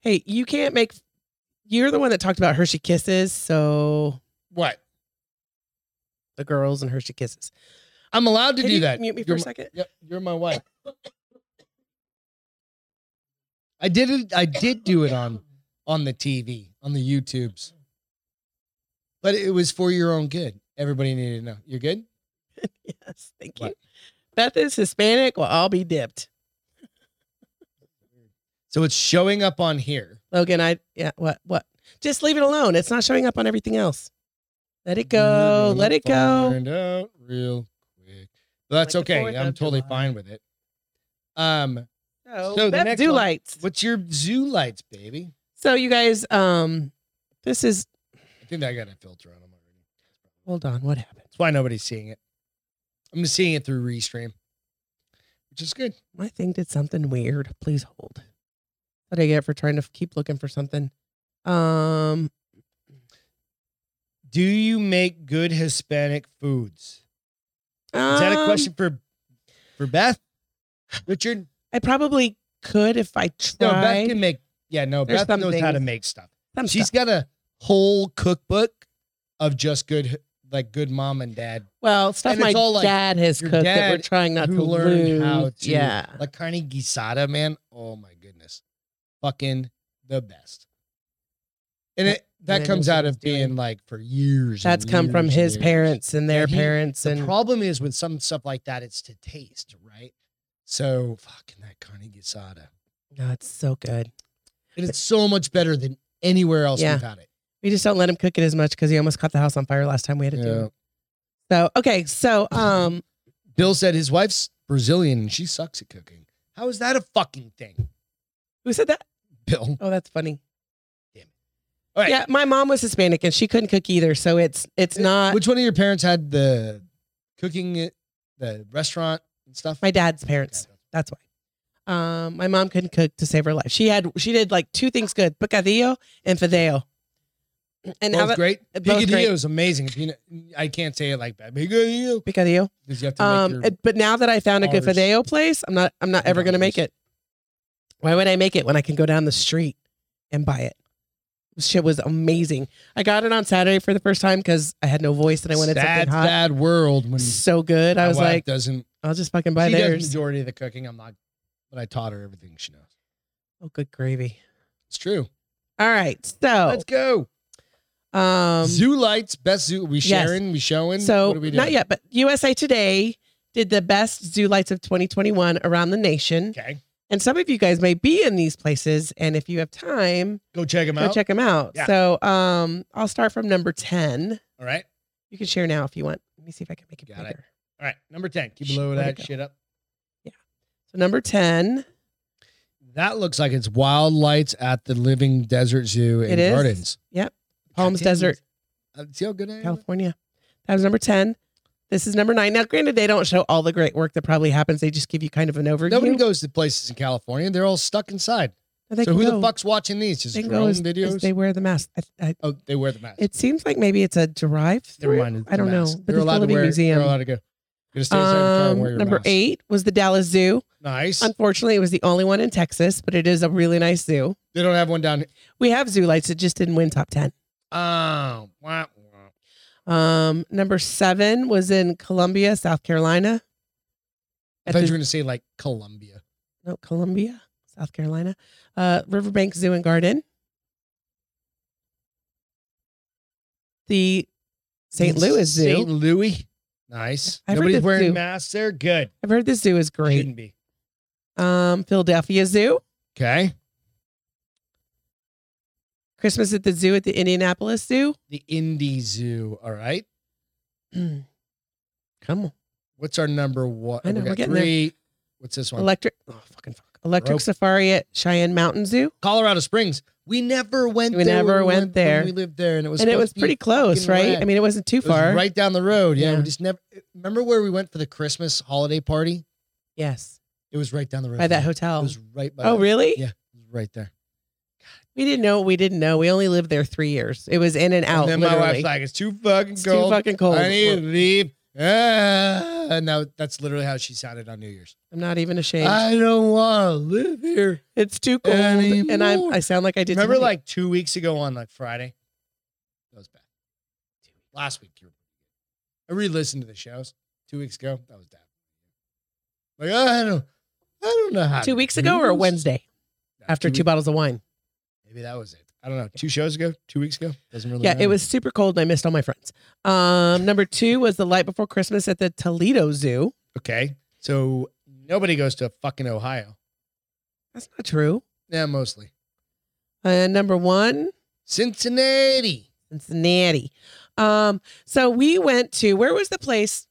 S2: Hey, you can't make. You're the one that talked about Hershey Kisses, so
S1: what?
S2: the girls and Hershey Kisses.
S1: I'm allowed to
S2: Can
S1: do
S2: you
S1: that.
S2: Mute me for
S1: You're
S2: a
S1: my-
S2: second.
S1: Yep, you're my wife. I did it. I did do it on on the TV on the YouTubes, but it was for your own good. Everybody needed to know. You're good.
S2: Yes, thank you.
S1: What?
S2: Beth is Hispanic. Well, I'll be dipped.
S1: So it's showing up on here.
S2: Logan, I yeah. What what? Just leave it alone. It's not showing up on everything else. Let it
S1: We're
S2: go.
S1: gonna
S2: Let it go.
S1: Find out real quick. But that's
S2: Like the
S1: okay.
S2: 4th
S1: I'm
S2: of
S1: totally
S2: July.
S1: fine with it. Um,
S2: So,
S1: So the
S2: Beth
S1: next
S2: do
S1: one-
S2: lights.
S1: what's your zoo lights, baby?
S2: So you guys, um, this is
S1: I think I got a filter on them already.
S2: hold on. What happened?
S1: That's why nobody's seeing it. I'm seeing it through Restream, which is good.
S2: My thing did something weird. Please hold. What I get for trying to f- keep looking for something. Um,
S1: Do you make good Hispanic foods? Is that a
S2: um,
S1: question for for Beth? Richard?
S2: I probably could if I tried.
S1: No, Beth can make. Yeah, no,
S2: There's
S1: Beth
S2: some
S1: knows how to
S2: things-
S1: make stuff.
S2: Some
S1: She's
S2: stuff.
S1: got a whole cookbook of just good, like good mom and dad,
S2: well stuff
S1: and it's
S2: my
S1: all, like,
S2: dad has
S1: your
S2: cooked that we're
S1: dad
S2: trying not
S1: who
S2: to
S1: learned
S2: lose.
S1: how to.
S2: yeah,
S1: like carne guisada, man. Oh my goodness, fucking the best. And it that
S2: I
S1: comes
S2: know
S1: out
S2: what
S1: of
S2: he's doing.
S1: being like for years. and
S2: that's come from
S1: years and
S2: his
S1: years.
S2: parents and their
S1: Yeah, he-
S2: parents
S1: The
S2: and
S1: problem is with some stuff like that, it's to taste, right? So fucking that carne guisada.
S2: no, it's so good.
S1: And it's so much better than anywhere else
S2: Yeah.
S1: we've had it.
S2: We just don't let him cook it as much because he almost caught the house on fire last time we had to do. it. So okay, so um,
S1: Bill said his wife's Brazilian and she sucks at cooking. How is that a fucking thing,
S2: who said that?
S1: Bill?
S2: Oh, that's funny.
S1: Damn it. All right.
S2: Yeah, my mom was Hispanic and she couldn't cook either, so it's it's not
S1: Which one of your parents had the cooking, at the restaurant and stuff?
S2: my dad's parents. That's why. Um, my mom couldn't cook to save her life. She had she did like two things good: picadillo and fideo. And how
S1: Both
S2: about uh,
S1: great.
S2: both great.
S1: Picadillo is amazing. If you know, I can't say it like that. Picadillo.
S2: picadillo?
S1: Because you have to make
S2: Um,
S1: your,
S2: it- but now that I found a good
S1: Ours.
S2: fideo place, I'm not I'm not ever gonna make
S1: Ours.
S2: it. Why would I make it when I can go down the street and buy it? This Shit was amazing. I got it on Saturday for the first time because I had no voice and I wanted
S1: sad,
S2: something hot.
S1: sad world when
S2: So good.
S1: my
S2: I was
S1: wife
S2: like,
S1: doesn't
S2: I'll just fucking buy
S1: she
S2: theirs.
S1: does majority of the cooking. I'm not, but I taught her everything she knows.
S2: oh, good gravy.
S1: It's true.
S2: All right. So,
S1: Let's go.
S2: Oh. um,
S1: zoo lights, best zoo. We
S2: yes.
S1: sharing? We showing?
S2: so
S1: what are we doing?
S2: not yet, but USA Today did the best zoo lights of 2021 around the nation.
S1: Okay,
S2: And some of you guys may be in these places. And if you have time,
S1: go check them
S2: go
S1: out.
S2: check them out.
S1: Yeah.
S2: So um, I'll start from number 10.
S1: All right,
S2: You can share now if you want. Let me see if I can make it
S1: Got it.
S2: bigger.
S1: all right. Number ten. Keep
S2: Shh,
S1: below
S2: where'd it
S1: that
S2: go?
S1: shit up.
S2: So number 10,
S1: That looks like it's wild lights at the Living Desert Zoo and
S2: It is.
S1: Gardens.
S2: Palms
S1: Goddamn,
S2: Desert,
S1: uh, See how good I am.
S2: California. That was number 10. This is number nine. Now, granted, they don't show all the great work that probably happens. They just give you kind of an overview.
S1: Nobody goes to places in California. They're all stuck inside.
S2: But they
S1: so
S2: can
S1: who
S2: go-
S1: the fuck's watching these? Just
S2: they can
S1: drone
S2: go as,
S1: videos?
S2: as they wear the mask. I, I,
S1: oh, they wear the mask.
S2: it seems like maybe it's a drive
S1: Never
S2: through.
S1: mind. it's
S2: I don't
S1: the mask.
S2: know. But
S1: They're
S2: it's the
S1: allowed to
S2: Living
S1: wear.
S2: Museum.
S1: They're allowed to go. You're gonna stay inside your car and
S2: Um,
S1: wear your
S2: number
S1: mask.
S2: eight was the Dallas Zoo.
S1: Nice.
S2: Unfortunately, it was the only one in Texas, but it is a really nice zoo.
S1: They don't have one down. here.
S2: We have zoo lights. It just didn't win top 10.
S1: Oh, wah, wah.
S2: Um, number seven was in Columbia, South Carolina.
S1: I
S2: At
S1: thought you
S2: the,
S1: were gonna say like Columbia.
S2: no, Columbia, South Carolina. Uh, Riverbank Zoo and Garden. The St. Louis Zoo.
S1: St. Louis. Nice.
S2: I've heard
S1: Nobody's
S2: the
S1: wearing
S2: zoo.
S1: masks there. Good.
S2: I've heard this zoo is great.
S1: Shouldn't be.
S2: Um, Philadelphia Zoo.
S1: Okay.
S2: Christmas at the Zoo at the Indianapolis Zoo.
S1: The Indy Zoo. All right.
S2: Come on.
S1: What's our number one?
S2: I
S1: we
S2: know, we're
S1: got
S2: getting there.
S1: three. What's this one?
S2: Electric. Oh, fucking fuck. Electric
S1: Rope.
S2: Safari at Cheyenne Mountain Zoo.
S1: Colorado Springs. We never went
S2: We
S1: there. when
S2: never went
S1: when
S2: there.
S1: We lived there and it was
S2: and it
S1: supposed
S2: was
S1: to be
S2: pretty close,
S1: fucking
S2: right?
S1: rad.
S2: I mean, it wasn't too
S1: It was
S2: far.
S1: right down the road. Yeah,
S2: Yeah.
S1: We just never remember where we went for the Christmas holiday party?
S2: Yes.
S1: It was right down the road.
S2: By that
S1: from there.
S2: hotel.
S1: It was right by
S2: Oh,
S1: that-
S2: really?
S1: Yeah. It was right there.
S2: We didn't know what we didn't know. We only lived there three years. It was in and out.
S1: and then
S2: literally.
S1: my wife's like, it's too fucking
S2: it's
S1: cold.
S2: too fucking cold.
S1: I need to leave. Ah. And now that's literally how she sounded on New Year's.
S2: I'm not even ashamed.
S1: I don't want to live here.
S2: it's too cold, and I
S1: anymore.
S2: I sound like I did.
S1: Remember,
S2: tonight.
S1: like two weeks ago on like Friday, that was bad. Last week, you were I re-listened to the shows two weeks ago. That was that. Like I don't, I don't know how.
S2: Two
S1: to
S2: weeks
S1: do
S2: ago or
S1: this.
S2: Wednesday
S1: No,
S2: after two
S1: weeks-
S2: bottles of wine?
S1: Maybe that was it. I don't know. Two shows ago, two weeks ago, doesn't really.
S2: Yeah, it
S1: matter.
S2: was super cold and I missed all my friends. Um, number two was the light before Christmas at the Toledo Zoo.
S1: okay. So nobody goes to fucking Ohio.
S2: That's not true.
S1: Yeah, mostly
S2: And number one,
S1: Cincinnati.
S2: Cincinnati. Um, so we went to where was the place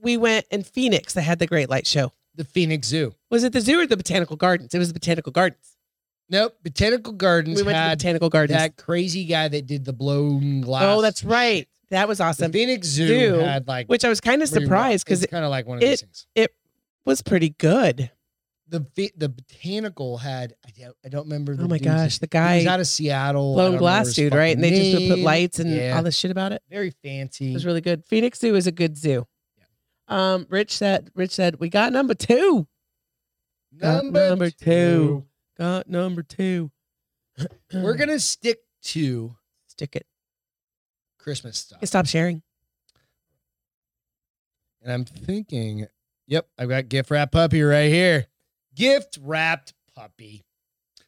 S2: we went in Phoenix that had the Great Light Show?
S1: the Phoenix Zoo.
S2: Was it the zoo or the Botanical Gardens? It was the Botanical Gardens.
S1: Nope, Botanical Gardens
S2: We went to the
S1: had
S2: Botanical Gardens.
S1: that crazy guy that did the blown glass.
S2: oh, that's right. That was
S1: The
S2: awesome.
S1: Phoenix Zoo,
S2: Zoo,
S1: had like
S2: Which I was kind of surprised because it
S1: kind of like one of these things.
S2: was pretty good.
S1: The Phi- the Botanical had I don't, I don't remember. The
S2: Oh my
S1: dude's name.
S2: gosh, the
S1: he was
S2: guy
S1: out of Seattle. I don't
S2: blown
S1: remember
S2: glass
S1: his
S2: dude, right? And they
S1: fucking
S2: just would put
S1: name.
S2: lights and
S1: Yeah.
S2: all this shit about it.
S1: Very
S2: It
S1: fancy.
S2: was really good. Phoenix Zoo is a good zoo. Um, Rich said, Rich said, we got number two. Uh, number two. Got number two.
S1: we We're gonna stick to
S2: stick it.
S1: Christmas stuff,
S2: Stop sharing.
S1: and I'm thinking, yep, I've got gift wrap puppy right here. Gift wrapped puppy.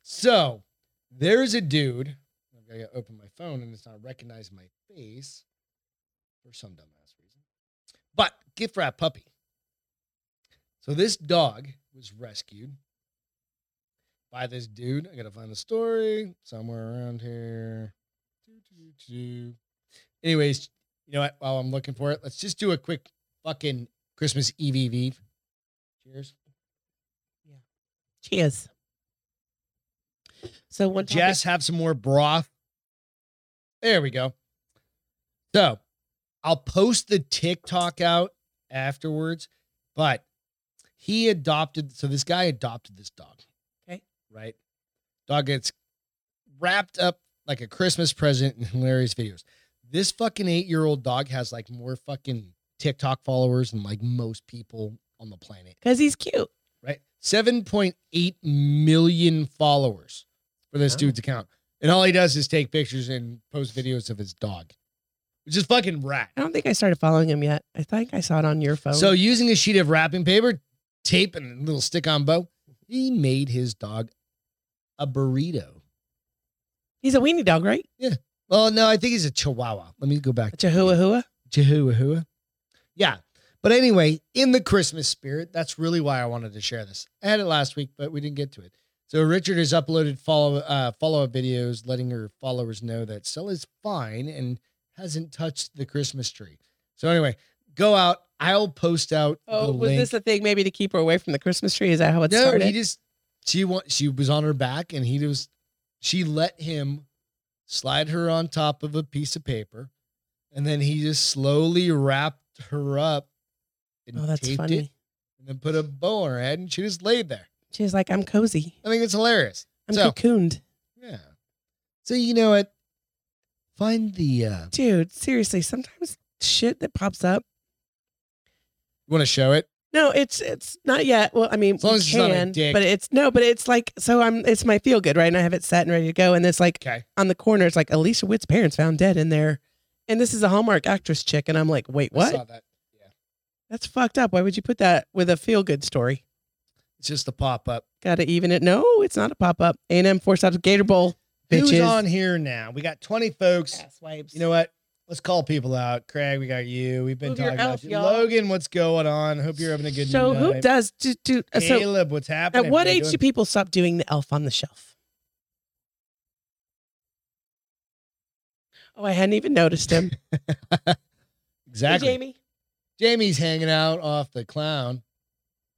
S1: So there's a dude. I've got to open my phone and it's not recognizing my face for some dumbass reason. But gift wrap puppy. So this dog was rescued by this dude. I gotta find the story somewhere around here. Doo-doo-doo. Anyways, you know what? While I'm looking for it, let's just do a quick fucking Christmas Eve Eve Eve. Cheers.
S2: Cheers. So one topic-
S1: Jess, have some more broth. There we go. So I'll post the TikTok out afterwards, but he adopted. So this guy adopted this dog.
S2: Okay.
S1: Right. Dog gets wrapped up like a Christmas present in hilarious videos. This fucking eight year old dog has like more fucking TikTok followers than like most people on the planet
S2: Cause he's cute.
S1: right? 7.8 million followers for this
S2: Wow.
S1: dude's account. And all he does is take pictures and post videos of his dog, which is fucking rat.
S2: I don't think I started following him yet. I think I saw it on your phone.
S1: So, using a sheet of wrapping paper, tape, and a little stick on bow, he made his dog a burrito.
S2: he's a weenie dog, right?
S1: Well, no, I think he's a chihuahua. Let me go back.
S2: A Chihuahua.
S1: Chihuahua. Yeah. But anyway, in the Christmas spirit, that's really why I wanted to share this. I had it last week, but we didn't get to it. So Richard has uploaded follow uh, follow up videos, letting her followers know that Stella's fine and hasn't touched the Christmas tree. So anyway, go out. I'll post out.
S2: Oh,
S1: the
S2: was
S1: link.
S2: this a thing maybe to keep her away from the Christmas tree? Is that how it
S1: no?
S2: started?
S1: He just she wa- she was on her back and he was she let him slide her on top of a piece of paper, and then he just slowly wrapped her up. And
S2: oh, that's
S1: taped
S2: funny.
S1: It and then put a bow on her head and she just laid there.
S2: She's like, I'm cozy.
S1: I think it's hilarious.
S2: I'm
S1: So-
S2: cocooned.
S1: Yeah. So you know what? Find the uh you
S2: Dude, seriously, sometimes shit that pops up.
S1: want to show it?
S2: No, it's it's not yet. Well, I mean,
S1: As long
S2: we
S1: as it's not a
S2: can,
S1: dick.
S2: but it's no, but it's like so. I'm it's my feel good, right? And I have it set and ready to go. And this like
S1: Okay.
S2: on the corner, it's like Alicia Witt's parents found dead in there, and this is a Hallmark actress chick, and I'm like, wait,
S1: I saw
S2: what?
S1: that.
S2: That's fucked up. Why would you put that with a feel good story?
S1: It's just a pop up.
S2: Got to even it. No, it's not a pop up. A and M four stops Gator Bowl.
S1: Who's
S2: Bitches.
S1: on here now? We got 20 folks.
S2: Asswipes.
S1: You know what? Let's call people out. Craig, we got you. We've been
S2: Move your
S1: talking about
S2: elf,
S1: you.
S2: y'all.
S1: Logan, what's going on? Hope you're having a good
S2: so
S1: night.
S2: who does do, do uh, so?
S1: Caleb, what's happening?
S2: At what
S1: How you
S2: age
S1: doing?
S2: do people stop doing the elf on the shelf? Oh, I hadn't even noticed him.
S1: Exactly.
S2: Hey, Jamie.
S1: Jamie's hanging out off the clown.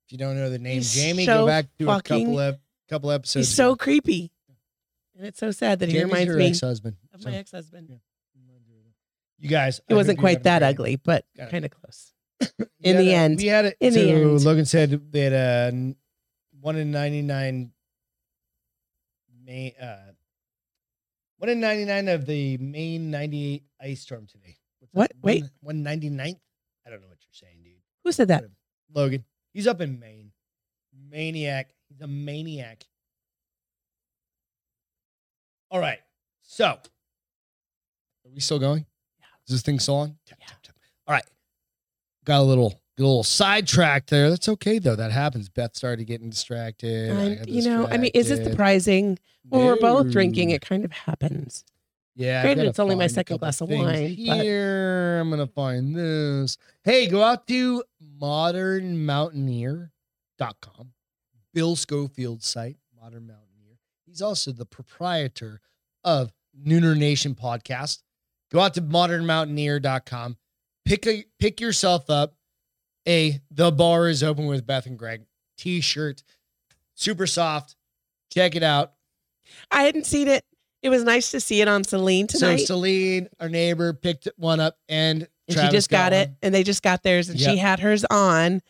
S1: If you don't know the name
S2: He's
S1: Jamie,
S2: so
S1: go back to a
S2: fucking-
S1: couple of couple episodes.
S2: He's
S1: ago.
S2: so creepy. And it's so sad that he
S1: Jamie's
S2: reminds
S1: her
S2: me
S1: ex-husband.
S2: of
S1: so-
S2: my ex husband.
S1: You guys,
S2: He
S1: I
S2: wasn't
S1: hope you
S2: quite
S1: had a
S2: that
S1: great-
S2: ugly, but
S1: Got it.
S2: kind of close.
S1: We
S2: in
S1: had
S2: the
S1: a-
S2: end.
S1: we had it.
S2: In the
S1: so
S2: end.
S1: Logan said that uh, n- one in ninety nine, May, uh, one in ninety nine of the main ninety eight ice storm today. What's
S2: What?
S1: that?
S2: Wait.
S1: one ninety ninth. I don't know what you're saying, dude.
S2: Who said that?
S1: Logan, he's up in Maine. Maniac. He's a maniac. All right. So, are we still going?
S2: Yeah.
S1: Is this thing still on? Tap,
S2: Yeah.
S1: tap, tap. All right. got a little got a little sidetracked there. That's okay though. That happens. Beth started getting distracted. I
S2: I'm-
S1: got
S2: you know, I mean, is this the
S1: distracted.
S2: prizing? When we're both
S1: No.
S2: drinking, it kind of happens.
S1: Yeah, I've
S2: Granted,
S1: gotta
S2: it's only my
S1: find a
S2: second
S1: couple
S2: glass of
S1: things
S2: wine, but-
S1: Here, I'm gonna find this. Hey, go out to modernmountaineer.com, Bill Schofield's site, Modern Mountaineer. He's also the proprietor of Nooner Nation podcast. Go out to modernmountaineer.com, pick a pick yourself up a The Bar is Open with Beth and Greg t-shirt, super soft. Check it out.
S2: I hadn't seen it. It was nice to see it on Celine tonight.
S1: So Celine, our neighbor, picked one up, and,
S2: and
S1: Travis
S2: she just got, it
S1: one.
S2: and they just got theirs and
S1: Yep.
S2: she had hers on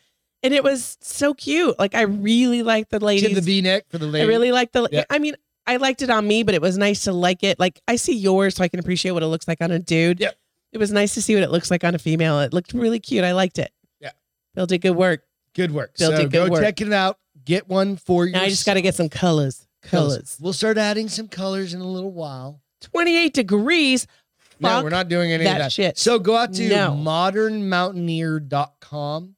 S2: and it was so cute like i really liked the
S1: She had
S2: ladies
S1: the V neck for the
S2: i
S1: lady.
S2: really liked the
S1: Yep.
S2: i mean i liked it on me but it was nice to like it like i see yours so i can appreciate what it looks like on a dude
S1: Yep.
S2: it was nice to see what it looks like on a female it looked really cute i liked it
S1: Yeah.
S2: bill did good work
S1: good work.
S2: Bill
S1: so
S2: did
S1: go
S2: good work.
S1: check it out. Get one for you.
S2: now i just got to get some colors colors
S1: We'll start adding some colors in a little while.
S2: 28 degrees
S1: no,
S2: Fuck
S1: we're not doing any
S2: that
S1: of that.
S2: shit.
S1: So go out to
S2: No.
S1: modernmountaineer.com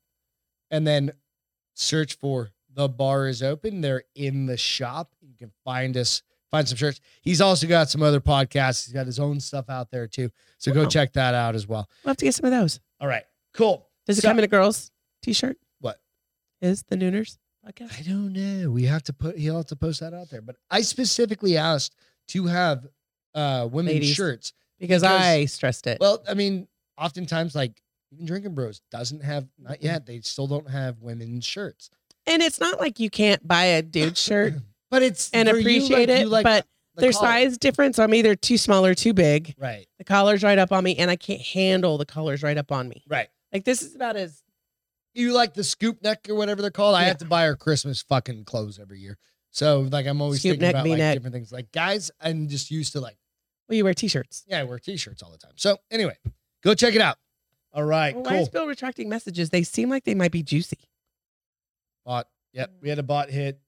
S1: and then search for the bar is open. They're in the shop. You can find us, find some shirts. He's also got some other podcasts. He's got his own stuff out there too. So go
S2: Wow.
S1: check that out as well.
S2: we'll have to get some of those
S1: All right. Cool.
S2: does it
S1: So-
S2: come in a girl's t-shirt
S1: What?
S2: is the nooners podcast
S1: I don't know. We have to put he'll have to post that out there. But I specifically asked to have uh women's
S2: Ladies.
S1: shirts.
S2: because, i stressed it
S1: Well, I mean, oftentimes like even drinking bros doesn't have not yet, they still don't have women's shirts.
S2: And it's not like you can't buy a dude shirt
S1: But it's
S2: and
S1: for you, like,
S2: appreciate it,
S1: you like
S2: but
S1: the
S2: there's
S1: collar.
S2: size difference. I'm either too small or too big.
S1: Right,
S2: The collar's right up on me, and I can't handle the collar's right up on me.
S1: right.
S2: Like this is about as
S1: You like the scoop neck or whatever they're called. I
S2: Yeah.
S1: have to buy her Christmas fucking clothes every year. So like I'm always
S2: Scoop
S1: thinking
S2: neck,
S1: about like
S2: V-neck.
S1: different things. Like guys, I'm just used to like,
S2: well, you wear t-shirts.
S1: yeah, I wear t-shirts all the time. So anyway, go check it out. All right,
S2: Well, Why
S1: cool.
S2: is Bill retracting messages? They seem like they might be juicy.
S1: Bot. Yep. We had a bot hit.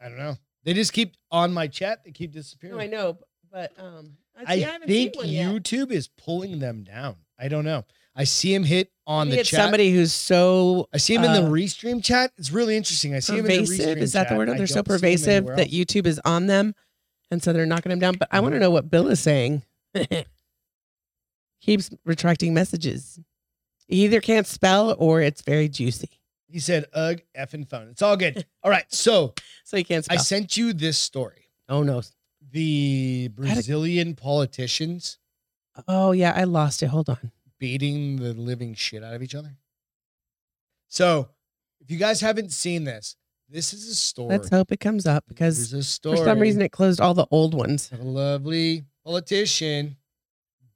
S1: I don't know. They just keep on my chat. They keep disappearing.
S2: No, I know, but um,
S1: I
S2: see, I haven't
S1: think
S2: seen one yet.
S1: YouTube is pulling them down. I don't know. I see him hit on
S2: Maybe
S1: the
S2: it's
S1: chat.
S2: somebody who's so
S1: I see him in
S2: uh,
S1: the restream chat. It's really interesting. I see him in
S2: pervasive.
S1: the restream
S2: Is that the
S1: chat.
S2: word?
S1: I
S2: They're so
S1: don't see him
S2: pervasive
S1: anywhere
S2: that
S1: else.
S2: YouTube is on them, and so they're knocking them down. But I want to know what Bill is saying. Keeps retracting messages. He either can't spell or it's very juicy,
S1: He said, "Ugh, effing phone." It's all good. all right. So
S2: so he can't
S1: I
S2: spell.
S1: sent you this story.
S2: oh no!
S1: The Brazilian politicians
S2: Oh yeah, I lost it. Hold on.
S1: beating the living shit out of each other. So, if you guys haven't seen this, this is a story.
S2: Let's hope it comes up because
S1: There's a story
S2: for some reason it closed all the old ones.
S1: of a lovely politician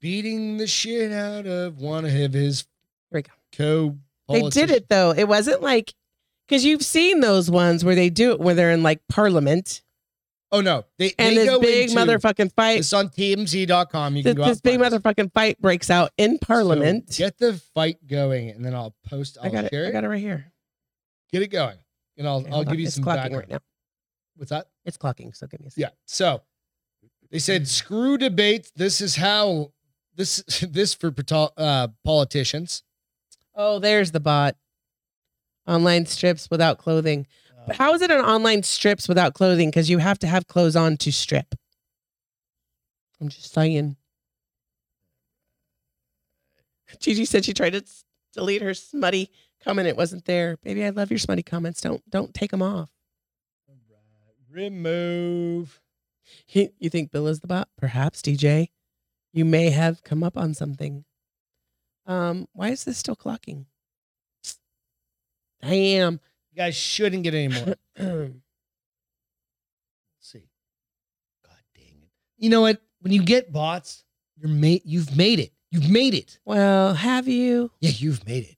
S1: beating the shit out of one of his
S2: Here we go.
S1: co
S2: They did it though. It wasn't like because you've seen those ones where they do it where they're in like parliament
S1: Oh no. They
S2: and
S1: they
S2: this
S1: go
S2: big
S1: into-
S2: motherfucking fight.
S1: It's on TMZ.com. You
S2: this,
S1: can go out
S2: this
S1: and
S2: big
S1: find it.
S2: motherfucking fight breaks out in
S1: So,
S2: Parliament.
S1: get the fight going and then I'll post I'll
S2: I got it.
S1: share
S2: I got it right here.
S1: Get it going. And I'll
S2: Okay,
S1: I'll
S2: hold
S1: give
S2: on.
S1: you
S2: it's
S1: some
S2: clocking
S1: background.
S2: right now.
S1: What's that?
S2: It's clocking. So give me a second.
S1: Yeah. So they said screw debates. This is how this this for pato- uh, politicians.
S2: Oh, there's the bot. Online strips without clothing.
S1: Uh,
S2: But Uh, how is it an online strips without clothing? Because you have to have clothes on to strip. I'm just saying. Gigi said she tried to s- delete her smutty comment. It wasn't there. Baby, I love your smutty comments. Don't don't take them off.
S1: remove?
S2: You you think Bill is the bot? Perhaps, DJ. You may have come up on something. Um, why is this still clocking? I am.
S1: You guys shouldn't get any more. Let's see. God dang it. You know what? When you get bots, you're made you've made it. You've made it.
S2: well, have you?
S1: Yeah, you've made it.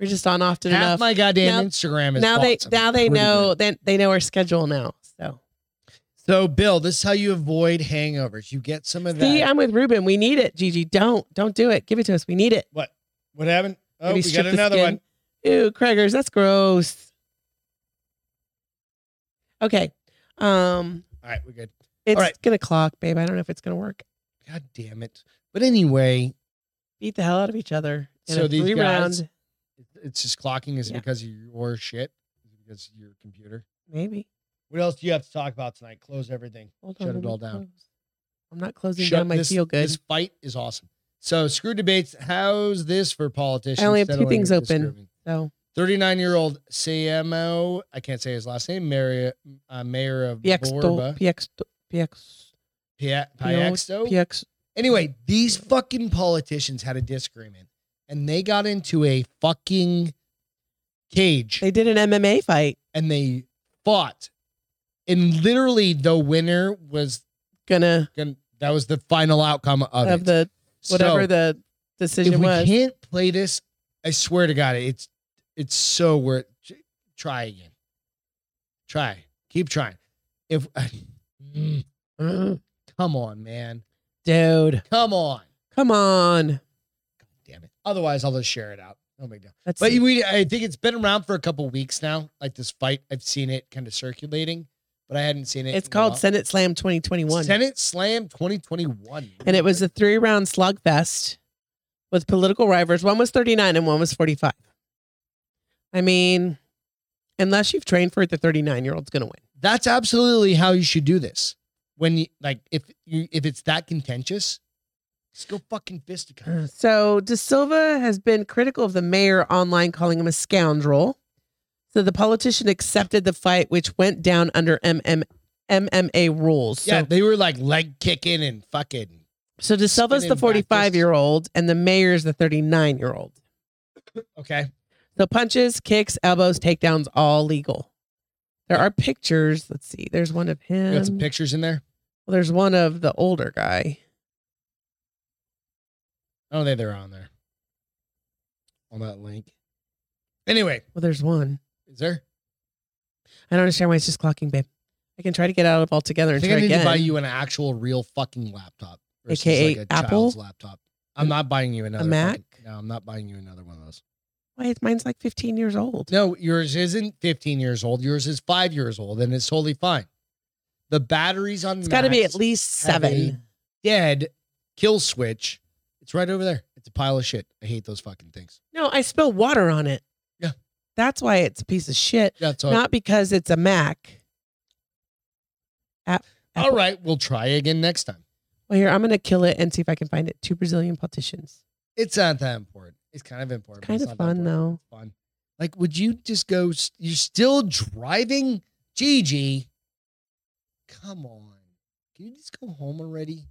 S2: We're just on often
S1: Half
S2: enough.
S1: my goddamn
S2: Now-
S1: Instagram is
S2: now they
S1: bots. I'm
S2: now they
S1: pretty
S2: know then they know our schedule now. So
S1: good. So Bill, this is how you avoid hangovers. You get some of that.
S2: see, I'm with Ruben. We need it, Gigi. Don't don't do it. Give it to us. We need it.
S1: what? What happened? Oh,
S2: Maybe
S1: we
S2: strip
S1: got
S2: the
S1: another
S2: skin.
S1: one.
S2: Ew, Craigers, that's gross. Okay. Um,
S1: All right, we're good.
S2: it's
S1: right.
S2: gonna clock, babe. I don't know if it's gonna work.
S1: God damn it. But anyway,
S2: beat the hell out of each other in
S1: So
S2: a
S1: these
S2: three
S1: guys-
S2: round
S1: It's just clocking. Is it
S2: Yeah.
S1: because of your shit? Is it because of your computer?
S2: Maybe.
S1: What else do you have to talk about tonight? Close everything.
S2: Hold
S1: Shut
S2: on, let
S1: it
S2: me
S1: all down.
S2: close. I'm not closing
S1: Shut
S2: down my
S1: this-
S2: feel good.
S1: This fight is awesome. So screw debates. How's this for politicians?
S2: I only have two
S1: settling
S2: things
S1: with
S2: open.
S1: disagreement?
S2: so
S1: 39 year old CMO, I can't say his last name, Mayor, uh, Mayor of
S2: PX
S1: Borba,
S2: PX PX
S1: Pia- Piaxto.
S2: PX.
S1: Anyway, these fucking politicians had a disagreement and they got into a fucking cage
S2: They did an MMA fight.
S1: and they fought. And literally, the winner was
S2: Gonna
S1: gonna, that was the final outcome of,
S2: of
S1: it.
S2: the whatever
S1: So,
S2: the
S1: if
S2: decision
S1: we
S2: was.
S1: can't play this, I swear to God, it's it's so worth. Try again. Try. Keep trying. If Mm. come on, man,
S2: Dude,
S1: come on.
S2: come on.
S1: Damn it. Otherwise, I'll just share it out. No big deal.
S2: That's
S1: But we, I think it's been around for a couple weeks now. Like this fight, I've seen it kind of circulating, but I hadn't seen it.
S2: it's
S1: in a
S2: called
S1: while.
S2: Senate Slam 2021.
S1: Senate Slam 2021,
S2: and it was a three round slugfest with political rivals. One was 39 and one was 45. I mean, unless you've trained for it, the 39 year old's going to win.
S1: that's absolutely how you should do this. When you, like if you if it's that contentious, just go fucking
S2: Mm.
S1: fisticuffs.
S2: So De Silva has been critical of the mayor online, calling him a scoundrel. So the politician accepted the fight, which went down under MM, MMA rules. So,
S1: yeah, they were like leg kicking and fucking.
S2: so De Silva's the
S1: Spinning backwards.
S2: 45 year old and the mayor's the 39 year old.
S1: Okay,
S2: So punches, kicks, elbows, takedowns, all legal. There are pictures. Let's see. There's one of
S1: we
S2: him.
S1: got some pictures in there.
S2: Well, there's one of the older guy.
S1: I don't think Oh, they're on there. On that link. Anyway,
S2: Well, there's one.
S1: is there?
S2: I don't understand why it's just clocking, babe. I can try to get out of altogether
S1: I
S2: and
S1: think I
S2: try
S1: need to buy
S2: again.
S1: you an actual real fucking laptop, versus,
S2: AKA
S1: like a
S2: Apple?
S1: child's laptop. I'm not buying you another
S2: Mac?
S1: fucking- no, I'm not buying you another one of those.
S2: Why it's mine's like 15 years old.
S1: No, yours isn't 15 years old. Yours is five years old, and it's totally fine. The batteries on
S2: It's got to be
S1: Macs
S2: at least
S1: have a
S2: seven.
S1: dead kill switch. It's right over there. It's a pile of shit. I hate those fucking things.
S2: No, I spilled water on it.
S1: Yeah.
S2: That's why it's a piece of shit.
S1: That's all.
S2: Not because it's a Mac.
S1: all right, we'll try again next time.
S2: Well, here, I'm going to kill it and see if I can find it. Two Brazilian politicians.
S1: It's not that important. It's kind of important. but
S2: Kind
S1: it's
S2: of
S1: not that
S2: fun,
S1: important.
S2: though.
S1: It's Fun. Like, would you just go? s- You're still driving, Gigi. Come on, can you just go home already?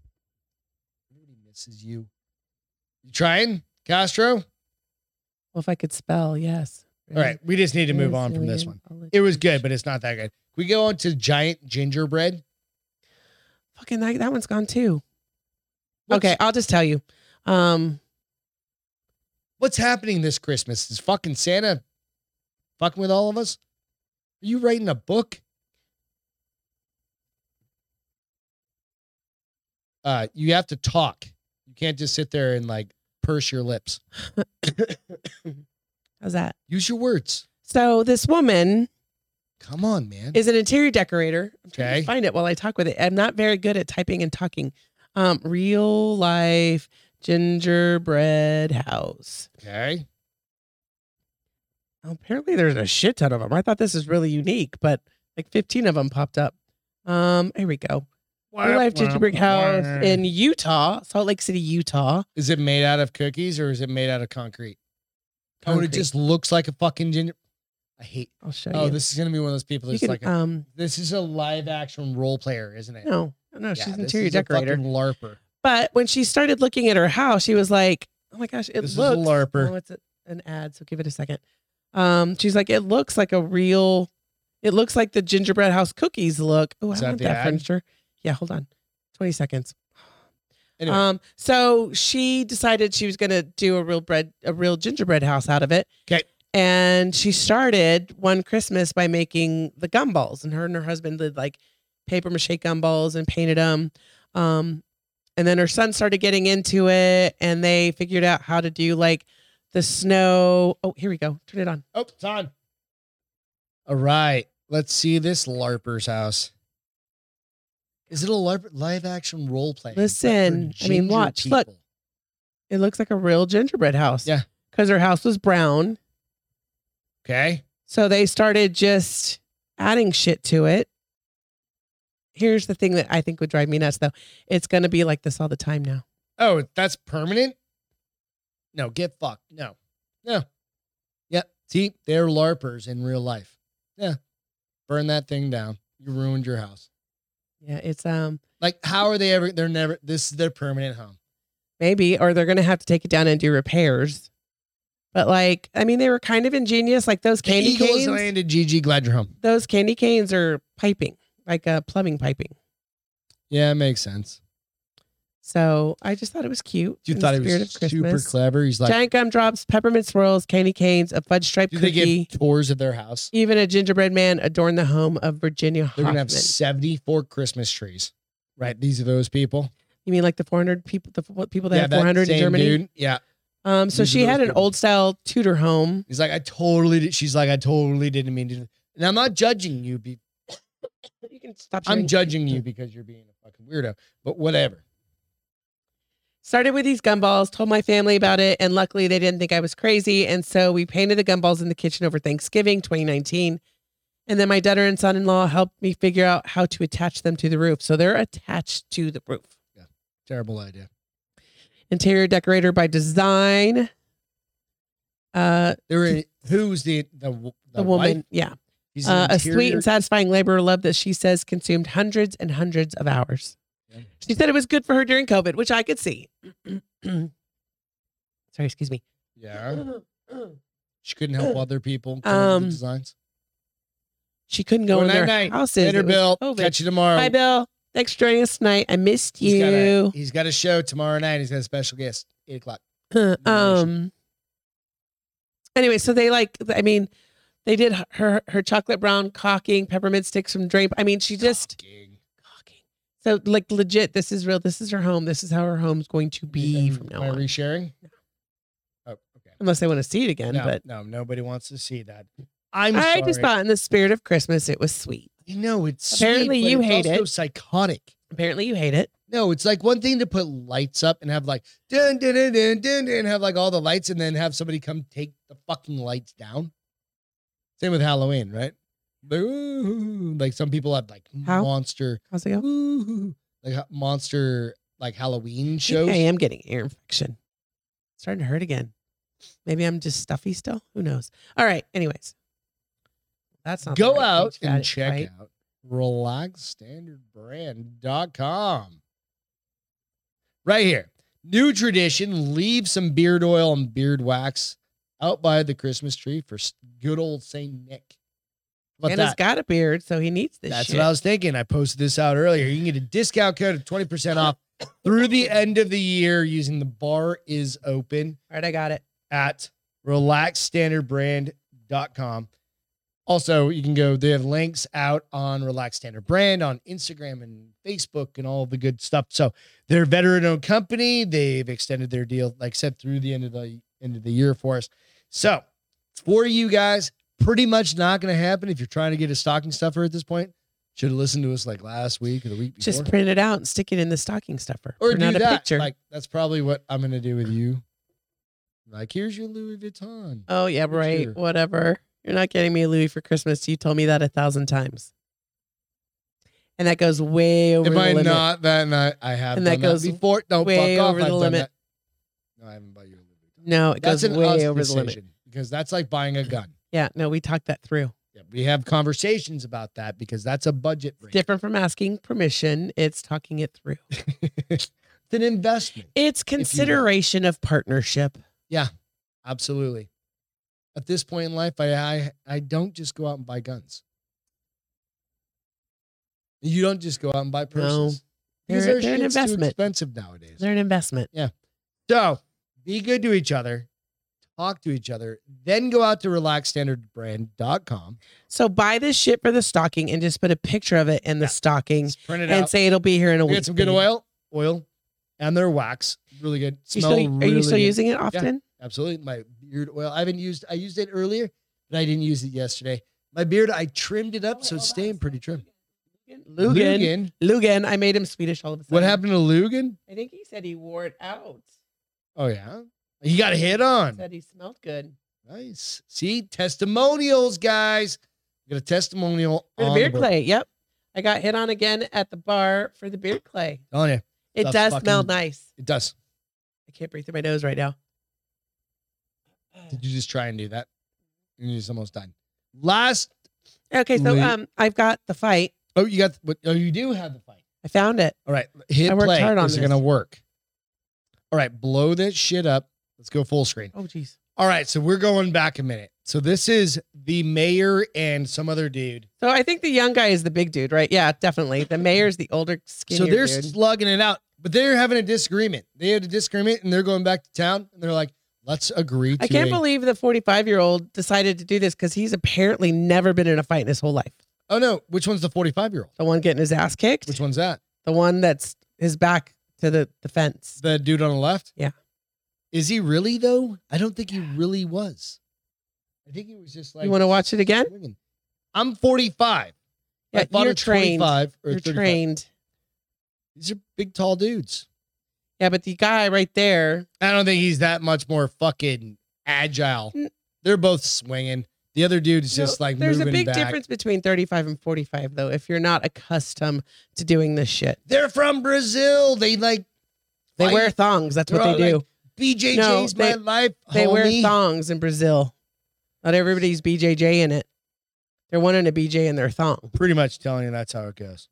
S1: Everybody misses you. You trying, Castro?
S2: Well, if I could spell, yes.
S1: All right, we just need to move on from this one. It was good, but it's not that good. We go on to giant gingerbread.
S2: Fucking that, that one's gone too.
S1: What's-
S2: Okay, I'll just tell you. Um,
S1: what's happening this Christmas? Is fucking Santa fucking with all of us? Are you writing a book? Uh, you have to talk. You can't just sit there and like purse your lips.
S2: how's that?
S1: Use your words.
S2: So this woman
S1: Come on, man.
S2: is an interior decorator. I'm trying to
S1: Okay.
S2: Find it while I talk with it. I'm not very good at typing and talking. Um, real life gingerbread house.
S1: okay.
S2: Apparently, there's a shit ton of them. I thought this is really unique, but like 15 of them popped up. Um, here we go. Real life gingerbread house in Utah, Salt Lake City, Utah.
S1: Is it made out of cookies or is it made out of concrete? Oh, and it
S2: Concrete.
S1: just looks like a fucking ginger. I hate.
S2: I'll show
S1: Oh,
S2: you.
S1: this is gonna be one of those people
S2: you
S1: that's
S2: can,
S1: like, a,
S2: um,
S1: this is a live action role player, isn't it?
S2: no, no, she's
S1: Yeah,
S2: an
S1: this
S2: interior
S1: is a
S2: decorator.
S1: fucking LARPer.
S2: But when she started looking at her house, she was like, "Oh my gosh, it
S1: This is
S2: looks."
S1: LARPer.
S2: Oh, it's a, an ad, so give it a second. Um, she's like, "It looks like a real. It looks like the gingerbread house cookies look. Oh, I
S1: Is that
S2: want
S1: the
S2: that
S1: ad?
S2: furniture. Yeah, hold on, twenty seconds.
S1: Anyway.
S2: Um, so she decided she was gonna do a real bread, a real gingerbread house out of it.
S1: 'Kay.
S2: And she started one Christmas by making the gumballs, and her and her husband did like paper mache gumballs and painted them. Um, and then her son started getting into it, and they figured out how to do like the snow. Oh, here we go. Turn it on.
S1: Oh, it's on. All right. Let's see this LARPer's house. Is it a LARP live action role play?
S2: Listen, I mean, watch, look. It looks like a real gingerbread house.
S1: Yeah.
S2: Because her house was brown
S1: Okay.
S2: So they started just adding shit to it. Here's the thing that I think would drive me nuts though. It's going to be like this all the time now.
S1: Oh, that's permanent? No, get fucked. No. No. Yeah. See, they're LARPers in real life. Yeah. Burn that thing down. You ruined your house.
S2: Yeah, it's um
S1: Like, how are they ever? They're never, this is their permanent home.
S2: maybe or they're going to have to take it down and do repairs. But like, I mean they were kind of ingenious like those
S1: The E
S2: candy
S1: Eagles
S2: canes.
S1: landed GG, glad you're home.
S2: Those candy canes are piping, like uh plumbing piping.
S1: Yeah, it makes sense.
S2: So I just thought it was cute.
S1: You
S2: in the
S1: thought he
S2: spirit
S1: was
S2: of
S1: super
S2: Christmas.
S1: clever. He's like,
S2: Giant gumdrops, peppermint swirls, candy canes, a fudge striped
S1: do
S2: cookie.
S1: they give tours of their house?
S2: Even a gingerbread man adorned the home of Virginia
S1: They're
S2: Hoffman.
S1: gonna have 74 Christmas trees. Right. These are those people.
S2: you mean like the 400 people, the f- people that have
S1: that
S2: 400 in
S1: same
S2: Germany?
S1: Dude. Yeah.
S2: Um,
S1: These
S2: so
S1: are
S2: she had
S1: those
S2: an
S1: people.
S2: old style Tudor home.
S1: He's like, I totally did. She's like, I totally didn't mean to. do-" And I'm not judging you. Be-
S2: You can stop.
S1: I'm
S2: sharing.
S1: judging you because you're being a fucking weirdo. But whatever.
S2: Started with these gumballs, told my family about it, and luckily they didn't think I was crazy. And so we painted the gumballs in the kitchen over Thanksgiving 2019. And then my daughter and son in law helped me figure out how to attach them to the roof. So they're attached to the roof.
S1: Terrible idea.
S2: Interior decorator by design. Uh,
S1: There. Is, who's the the the,
S2: the
S1: wife?
S2: woman, yeah.
S1: He's an
S2: Uh, a sweet
S1: interior-
S2: and satisfying labor of love that she says consumed hundreds and hundreds of hours.
S1: Yeah.
S2: She said it was good for her during COVID, which I could see. Sorry, excuse me.
S1: Yeah. She couldn't help other people. come up with
S2: Um,
S1: the designs.
S2: She couldn't go
S1: Well,
S2: in their
S1: night-night.
S2: houses.
S1: Later,
S2: It was
S1: Bill.
S2: COVID.
S1: Catch you tomorrow.
S2: Hi, Bill. Thanks for joining us tonight. I missed
S1: He's got a-
S2: you.
S1: he's got a show tomorrow night. He's got a special guest. Eight o'clock.
S2: um. Anyway, so they like. I mean, they did her her chocolate brown caulking, peppermint sticks from Drape. I mean, she just
S1: Fucking-
S2: Fucking. So like legit, this is real. This is her home. This is how her home's going to be
S1: Am-
S2: from now
S1: am I
S2: on.
S1: resharing? Oh, okay.
S2: Unless they want to see it again.
S1: no,
S2: but
S1: no, nobody wants to see that. I'm
S2: I
S1: sorry.
S2: just thought in the spirit of Christmas it was sweet.
S1: you know it's
S2: Apparently
S1: sweet, but
S2: you
S1: it's
S2: hate
S1: also
S2: it.
S1: Psychotic.
S2: Apparently you hate it.
S1: No, it's like one thing to put lights up and have like dun dun dun dun dun dun have like all the lights and then have somebody come take the fucking lights down. Same with Halloween, right? Like, "Ooh," like some people have like
S2: How?
S1: monster,
S2: How's it go?
S1: ooh, like ha- monster, like Halloween
S2: I think
S1: shows.
S2: I am getting ear infection. It's starting to hurt again. Maybe I'm just stuffy still. Who knows? All right. Anyways, that's not the
S1: Go
S2: right
S1: out
S2: page. Got
S1: and
S2: it,
S1: check
S2: right?
S1: out relaxstandardbrand.com. Right here. New tradition leave some beard oil and beard wax out by the Christmas tree for s- good old St. Nick. How about
S2: And he's
S1: that?
S2: got a beard, so he needs this.
S1: That's
S2: shit.
S1: what I was thinking. I posted this out earlier. You can get a discount code of 20% off through the end of the year using the bar is open
S2: All right, I got it.
S1: at relaxstandardbrand.com. Also, you can go, they have links out on Relax Standard Brand on Instagram and Facebook and all the good stuff. So they're a veteran owned company. They've extended their deal, like I said, through the end of the end of the year for us. So for you guys, pretty much not gonna happen if you're trying to get a stocking stuffer at this point. Should have listened to us like last week or the week before.
S2: Just print it out and stick it in the stocking stuffer.
S1: or
S2: Print
S1: do
S2: out a
S1: that.
S2: picture.
S1: Like that's probably what I'm gonna do with you. Like, here's your Louis Vuitton.
S2: Oh yeah,
S1: Look
S2: right.
S1: here.
S2: Whatever. You're not getting me a Louis for Christmas. You told me that a thousand times, and that goes way over
S1: Am
S2: the
S1: I
S2: limit.
S1: not that night? I have
S2: And
S1: done
S2: that goes
S1: before. No,
S2: way
S1: fuck off.
S2: over the
S1: I've done
S2: limit.
S1: That. No, I haven't bought you a Louis Vuitton.
S2: no, it
S1: That's
S2: goes
S1: an us
S2: way over the limit.
S1: decision because that's like buying a gun.
S2: Yeah, no, we talked that through.
S1: Yeah, we have conversations about that because that's a budget. rate.
S2: Different from asking permission. It's talking it through.
S1: it's an investment.
S2: It's
S1: will.
S2: consideration of partnership.
S1: Absolutely. At this point in life, I, I I don't just go out and buy guns. You don't just go out and buy purses. because
S2: They're-
S1: their
S2: they're an
S1: shit's Too
S2: investment.
S1: expensive nowadays.
S2: They're an investment.
S1: So be good to each other, talk to each other, then go out to relaxstandardbrand.com.
S2: So buy this shit for the stocking and just put a picture of it in the
S1: Yeah.
S2: stocking
S1: Just print it
S2: and
S1: out.
S2: say it'll be here in a
S1: we
S2: week.
S1: got some good
S2: baby.
S1: oil, oil, and their wax. Really good.
S2: You
S1: Smell
S2: still, are
S1: really
S2: you still
S1: good.
S2: using it often?
S1: Absolutely. My beard oil. I haven't used I used it earlier, but I didn't use it yesterday. My beard, I trimmed it up, so it's staying pretty trim.
S2: Lugan. Lugan. Lugan. I made him Swedish all of a sudden.
S1: What happened to Lugan?
S2: I think he said he wore it out.
S1: Oh yeah. He got a hit on.
S2: Said he smelled good.
S1: Nice. See, testimonials, guys. Got a testimonial
S2: For the
S1: on
S2: beard
S1: the
S2: clay. Yep. I got hit on again at the bar for the beard clay.
S1: Oh yeah,
S2: It
S1: The
S2: does smell
S1: fucking-
S2: nice.
S1: it does.
S2: I can't breathe through my nose right now.
S1: Did you just try and do that? You're just almost done. Last.
S2: Okay, so
S1: Wait.
S2: um I've got the fight.
S1: Oh, you got. what- Oh, you do have the fight.
S2: I found it.
S1: All right, hit
S2: I worked
S1: play.
S2: hard on
S1: is it
S2: this.
S1: gonna work? All right, blow that shit up. Let's go full screen.
S2: Oh jeez.
S1: All right, so we're going back a minute. So this is the mayor and some other dude.
S2: So I think the young guy is the big dude, right? Yeah, definitely. The mayor's the older skinnier
S1: so they're
S2: dude.
S1: slugging it out, but they're having a disagreement. They had a disagreement, and they're going back to town, and they're like, "Let's agree." To
S2: I can't
S1: a-
S2: believe the 45 year old decided to do this because he's apparently never been in a fight in his whole life.
S1: Oh no, which one's the forty-five year old?
S2: The one getting his ass kicked,
S1: Which one's that?
S2: the one that's his back to the, the fence.
S1: The dude on the left?
S2: Yeah.
S1: Is he really though? I don't think he really was. I think he was just like
S2: you want to watch it again?
S1: swinging. I'm 45.
S2: Yeah,
S1: My father's
S2: you're trained.
S1: 25 or
S2: You're
S1: 35.
S2: trained.
S1: These are big tall dudes.
S2: Yeah, but the guy right there,
S1: I don't think he's that much more fucking agile.
S2: N-
S1: They're both swinging. The other dude's
S2: No,
S1: just like
S2: there's a
S1: moving
S2: big
S1: back.
S2: difference between 35 and 45, though, if you're not accustomed to doing this shit.
S1: They're from Brazil. They like
S2: They
S1: fight.
S2: wear thongs. That's what
S1: Bro,
S2: they do.
S1: BJJ's
S2: No,
S1: my
S2: they-
S1: life.
S2: They wear
S1: homie.
S2: thongs in Brazil. Not everybody's BJJ in it. They're wanting a BJ in their thong.
S1: Pretty much telling you that's how it goes.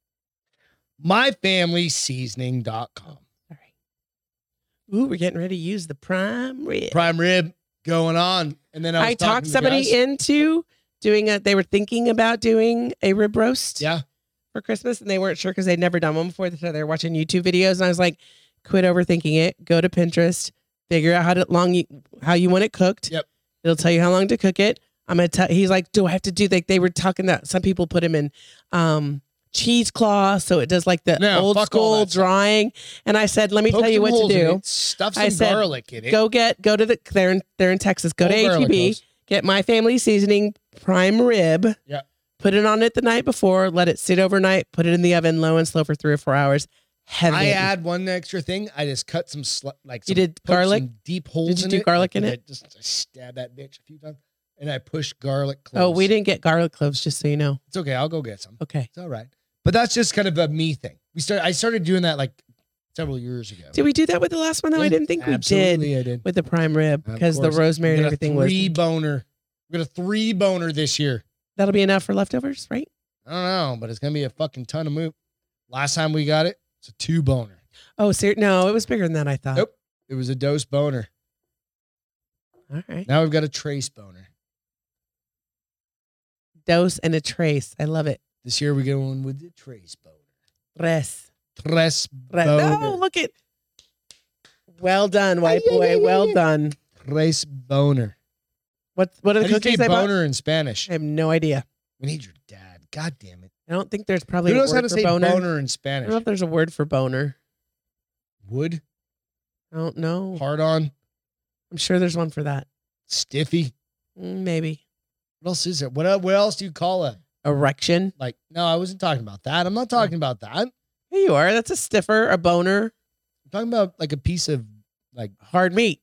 S1: Myfamilyseasoning.com.
S2: All right. Ooh, we're getting ready to use the prime rib.
S1: prime rib going on. And then I, was
S2: I
S1: talking
S2: talked
S1: to
S2: somebody
S1: Gus.
S2: into doing a. They were thinking about doing a rib roast
S1: Yeah,
S2: for Christmas, and they weren't sure because they'd never done one before. So they were watching YouTube videos, and I was like, "Quit overthinking it. Go to Pinterest. Figure out how to long you, how you want it cooked.
S1: Yep.
S2: It'll tell you how long to cook it. I'm gonna tell. He's like, "Do I have to do like they were talking that some people put him in." um cheesecloth so it does like the
S1: No,
S2: old
S1: fuck all
S2: school
S1: that stuff.
S2: drawing and i said let me
S1: Poke
S2: tell you
S1: some
S2: what to
S1: holes in
S2: do
S1: it, Stuff some
S2: I said,
S1: garlic in it.
S2: go get go to the they're in they're in Texas. Go
S1: Whole garlic
S2: to E HEB.
S1: cloves.
S2: Get my family seasoning prime rib.
S1: Yeah.
S2: Put it on it the night before. Let it sit overnight. Put it in the oven, low and slow for three or four hours. Heaven.
S1: I add one extra thing. I just cut some sli- like
S2: you
S1: some,
S2: did
S1: poke
S2: garlic.
S1: some deep holes.
S2: you
S1: in
S2: do
S1: it,
S2: garlic in
S1: and I
S2: it?
S1: Just I stab that bitch a few times, and I push garlic. Cloves.
S2: Oh, we didn't get garlic cloves, just so you know.
S1: It's okay. I'll go get some.
S2: Okay.
S1: It's all right. But that's just kind of a me thing. We started. I started doing that like several years ago.
S2: Did we do that with the last one though? I
S1: Yeah,
S2: didn't think we did
S1: Absolutely, I did.
S2: with the prime rib
S1: Of
S2: because the
S1: course.
S2: rosemary
S1: we
S2: and
S1: got a
S2: everything
S1: three
S2: was.
S1: boner. We got a three boner this year.
S2: That'll be enough for leftovers, right?
S1: I don't know, but it's gonna be a fucking ton of move. Last time we got it, it's a two boner.
S2: Oh, ser- no, it was bigger than that. I thought.
S1: Nope. It was a dose boner.
S2: All right.
S1: Now we've got a trace boner.
S2: Dose and a trace. I love it.
S1: This year we get one with the trace boner.
S2: Tres.
S1: Tres
S2: Right.
S1: boner.
S2: Oh, look at. Well done, white
S1: Ay, ay, ay,
S2: boy.
S1: ay,
S2: Well
S1: ay.
S2: done.
S1: Tres boner.
S2: What what are
S1: How
S2: the
S1: do you say
S2: cookies I bought?
S1: boner in Spanish?
S2: I have no idea.
S1: We need your dad. God damn it.
S2: I don't think there's probably
S1: Who
S2: a
S1: knows
S2: word
S1: how to
S2: for
S1: say boner,
S2: boner.
S1: in
S2: I don't know if
S1: Spanish?
S2: there's a word for boner.
S1: Wood,
S2: I don't know.
S1: hard on,
S2: I'm sure there's one for that.
S1: stiffy.
S2: Mm, Maybe
S1: What else is it? What, el- what else do you call a
S2: erection.
S1: like? No, I wasn't talking about that. I'm not talking about that. I'm
S2: Here you are. That's a stiffer, a boner,
S1: talking about like a piece of like
S2: hard meat.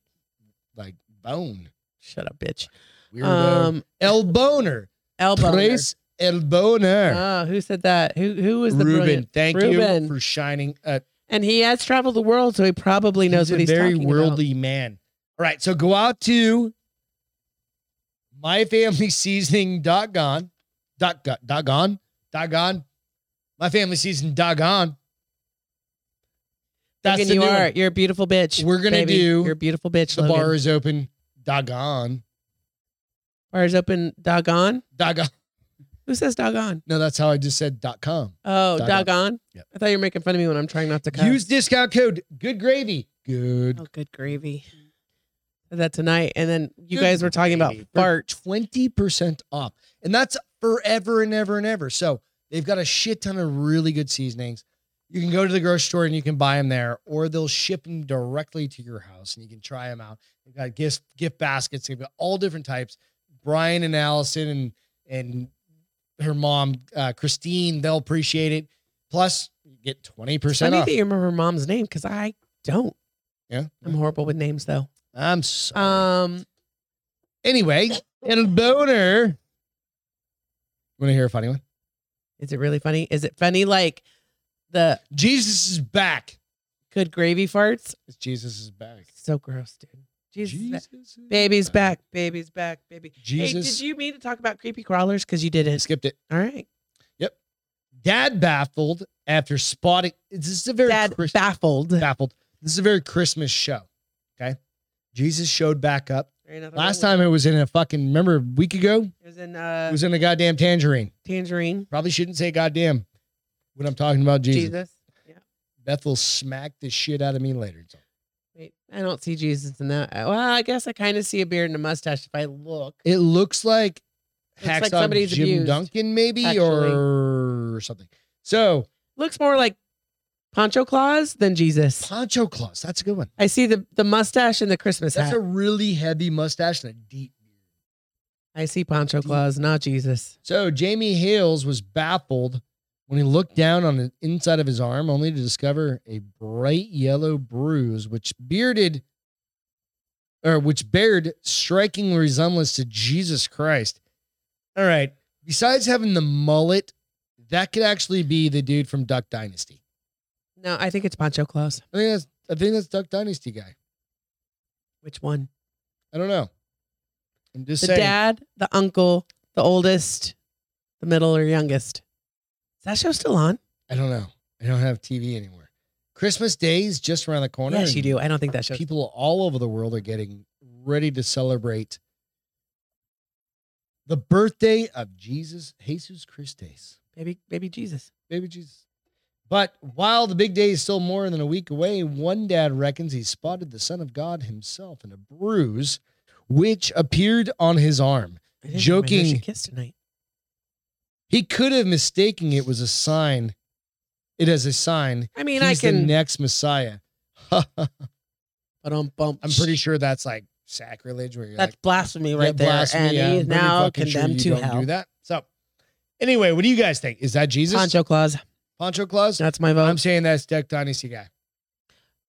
S1: like bone.
S2: Shut up, bitch.
S1: Weirdo.
S2: Um,
S1: el boner.
S2: elbow.
S1: Tres el boner.
S2: Oh, who said that? Who who was the
S1: Ruben,
S2: brilliant?
S1: thank
S2: Ruben.
S1: you for shining. Uh,
S2: And he has traveled the world, so he probably knows
S1: he's
S2: what
S1: a
S2: he's
S1: very
S2: talking
S1: worldly man. All right, so go out to myfamilyseasoning.com, dot go- dot gone, dot gone, myfamilyseason.com.
S2: about.
S1: That's
S2: Thinking
S1: the
S2: you
S1: new
S2: are.
S1: one.
S2: You're a beautiful bitch.
S1: We're gonna
S2: baby.
S1: do
S2: You're a beautiful bitch.
S1: The
S2: Logan.
S1: bar is open. Doggone.
S2: Bars open doggone.
S1: Doggone.
S2: Who says doggone?
S1: No, that's how I just said dot com.
S2: Oh,
S1: Doggone.
S2: doggone.
S1: Yep.
S2: I thought you were making fun of me when I'm trying not to cuss.
S1: Use discount code good gravy. Good.
S2: oh, good gravy. Did That tonight, and then you
S1: Good
S2: guys were talking about
S1: gravy.
S2: fart.
S1: twenty percent off, and that's forever and ever and ever. So they've got a shit ton of really good seasonings. You can go to the grocery store and you can buy them there, or they'll ship them directly to your house and you can try them out. They've got gift gift baskets. They've got all different types. Brian and Allison and and her mom uh, Christine, they'll appreciate it. Plus, you get twenty
S2: I
S1: percent
S2: need
S1: off.
S2: that you remember her mom's name because I don't.
S1: Yeah,
S2: I'm horrible with names though.
S1: I'm sorry.
S2: Um,
S1: Anyway, and boner. Want to hear a funny one?
S2: Is it really funny? Is it funny like the
S1: Jesus is back.
S2: good gravy farts?
S1: It's Jesus is back.
S2: So gross, dude. Jesus. is back.
S1: is
S2: Baby's back. Baby's back. Baby.
S1: Jesus.
S2: Hey, did you mean to talk about creepy crawlers? Because you didn't.
S1: skipped it.
S2: All right.
S1: Dad baffled after spotting. This is a very
S2: Dad
S1: Chris-
S2: baffled.
S1: baffled. This is a very Christmas show. Okay. Jesus showed back up.
S2: Ain't nothing
S1: Last
S2: wrong
S1: time it was in a fucking, remember a week ago?
S2: with it It was in uh,
S1: It was in a goddamn tangerine.
S2: Tangerine.
S1: Probably shouldn't say goddamn when I'm talking about Jesus.
S2: Jesus.
S1: Beth will smack the shit out of me later. It's all-
S2: Wait, I don't see Jesus in that. Uh, Well, I guess I kind of see a beard and a mustache if I look.
S1: It looks like
S2: Looks like
S1: Hacksaw
S2: somebody's
S1: Jim
S2: abused,
S1: Duncan, maybe, or something. So
S2: Looks more like Poncho Claus than Jesus.
S1: Poncho Claus, that's a good one.
S2: I see the the mustache and the Christmas
S1: That's
S2: hat.
S1: a really heavy mustache and a deep beard.
S2: I see Poncho Claus, not Jesus.
S1: So Jamie Hales was baffled when he looked down on the inside of his arm, only to discover a bright yellow bruise, which bearded or which bared striking resemblance to Jesus Christ. All right. Besides having the mullet, that could actually be the dude from Duck Dynasty.
S2: No, I think it's Poncho Claus.
S1: I think that's I think that's Duck Dynasty guy.
S2: Which one?
S1: I don't know. I'm just
S2: The
S1: saying.
S2: dad, the uncle, the oldest, the middle or youngest. Is that show still on?
S1: I don't know. I don't have TV anymore. Christmas Day's just around the corner.
S2: yes, you
S1: and
S2: do. I don't think that show.
S1: People all over the world are getting ready to celebrate the birthday of Jesus, Jesus Christes,
S2: Baby, baby Jesus.
S1: baby Jesus. But while the big day is still more than a week away, one dad reckons he spotted the Son of God himself in a bruise, which appeared on his arm.
S2: I didn't remember
S1: Joking.
S2: she kissed tonight.
S1: He could have mistaken it was a sign. It as a sign.
S2: I mean,
S1: he's
S2: I
S1: the
S2: can.
S1: next Messiah.
S2: but I'm bump.
S1: I'm pretty sure that's like sacrilege. Where you're
S2: That's
S1: like,
S2: blasphemy right
S1: yeah,
S2: there.
S1: blasphemy,
S2: and
S1: yeah,
S2: he
S1: I'm
S2: is
S1: pretty
S2: now
S1: fucking sure
S2: condemned
S1: you
S2: to
S1: don't
S2: hell.
S1: Do that. So, anyway, what do you guys think? Is that Jesus?
S2: Poncho Claus.
S1: Poncho Claus?
S2: That's my vote.
S1: I'm saying that's Duck Dynasty guy.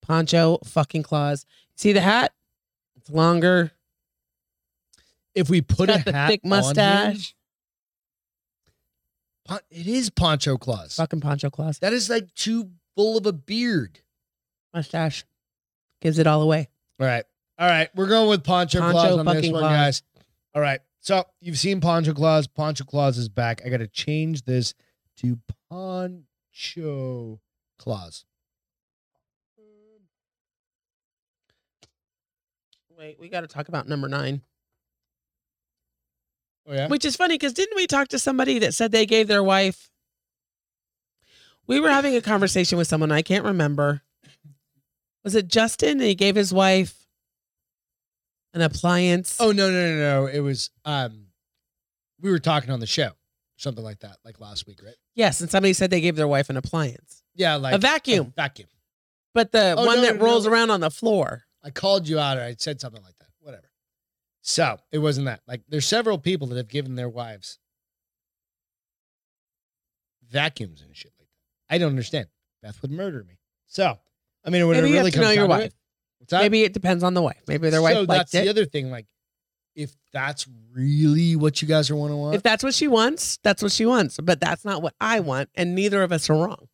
S2: Poncho fucking Claus. See the hat? It's longer.
S1: If we put a
S2: got the
S1: hat
S2: thick
S1: on
S2: mustache.
S1: him- Pon- it is Poncho Claus.
S2: Fucking Poncho Claus.
S1: That is like too full of a beard.
S2: Mustache gives it all away.
S1: All right. All right. We're going with Poncho,
S2: Poncho
S1: Claus on this
S2: fucking
S1: one,
S2: Claus.
S1: guys. All right. So you've seen Poncho Claus. Poncho Claus is back. I got to change this to Poncho Claus.
S2: Wait, we got to talk about number nine,
S1: Oh, yeah.
S2: which is funny because didn't we talk to somebody that said they gave their wife? We were having a conversation with someone I can't remember. Was it Justin? And he gave his wife an appliance.
S1: Oh, no, no, no, no. It was, um, we were talking on the show, something like that, like last week, right?
S2: yes, and somebody said they gave their wife an appliance,
S1: Yeah. Like
S2: a vacuum,
S1: vacuum.
S2: but the
S1: Oh,
S2: one
S1: no,
S2: that
S1: no,
S2: rolls
S1: no.
S2: around on the floor.
S1: I called you out or I said something like that. Whatever. So it wasn't that. Like there's several people that have given their wives vacuums and shit like that. I don't understand. Beth would murder me. So I mean, when
S2: Maybe
S1: it
S2: you have
S1: really
S2: to
S1: comes
S2: know your
S1: down to
S2: wife.
S1: it, what's that?
S2: Maybe it depends on the wife. Maybe their wife
S1: so
S2: liked
S1: that's
S2: it.
S1: the other thing. Like, if that's really what you guys are want to want,
S2: if that's what she wants, that's what she wants. But that's not what I want, and neither of us are wrong.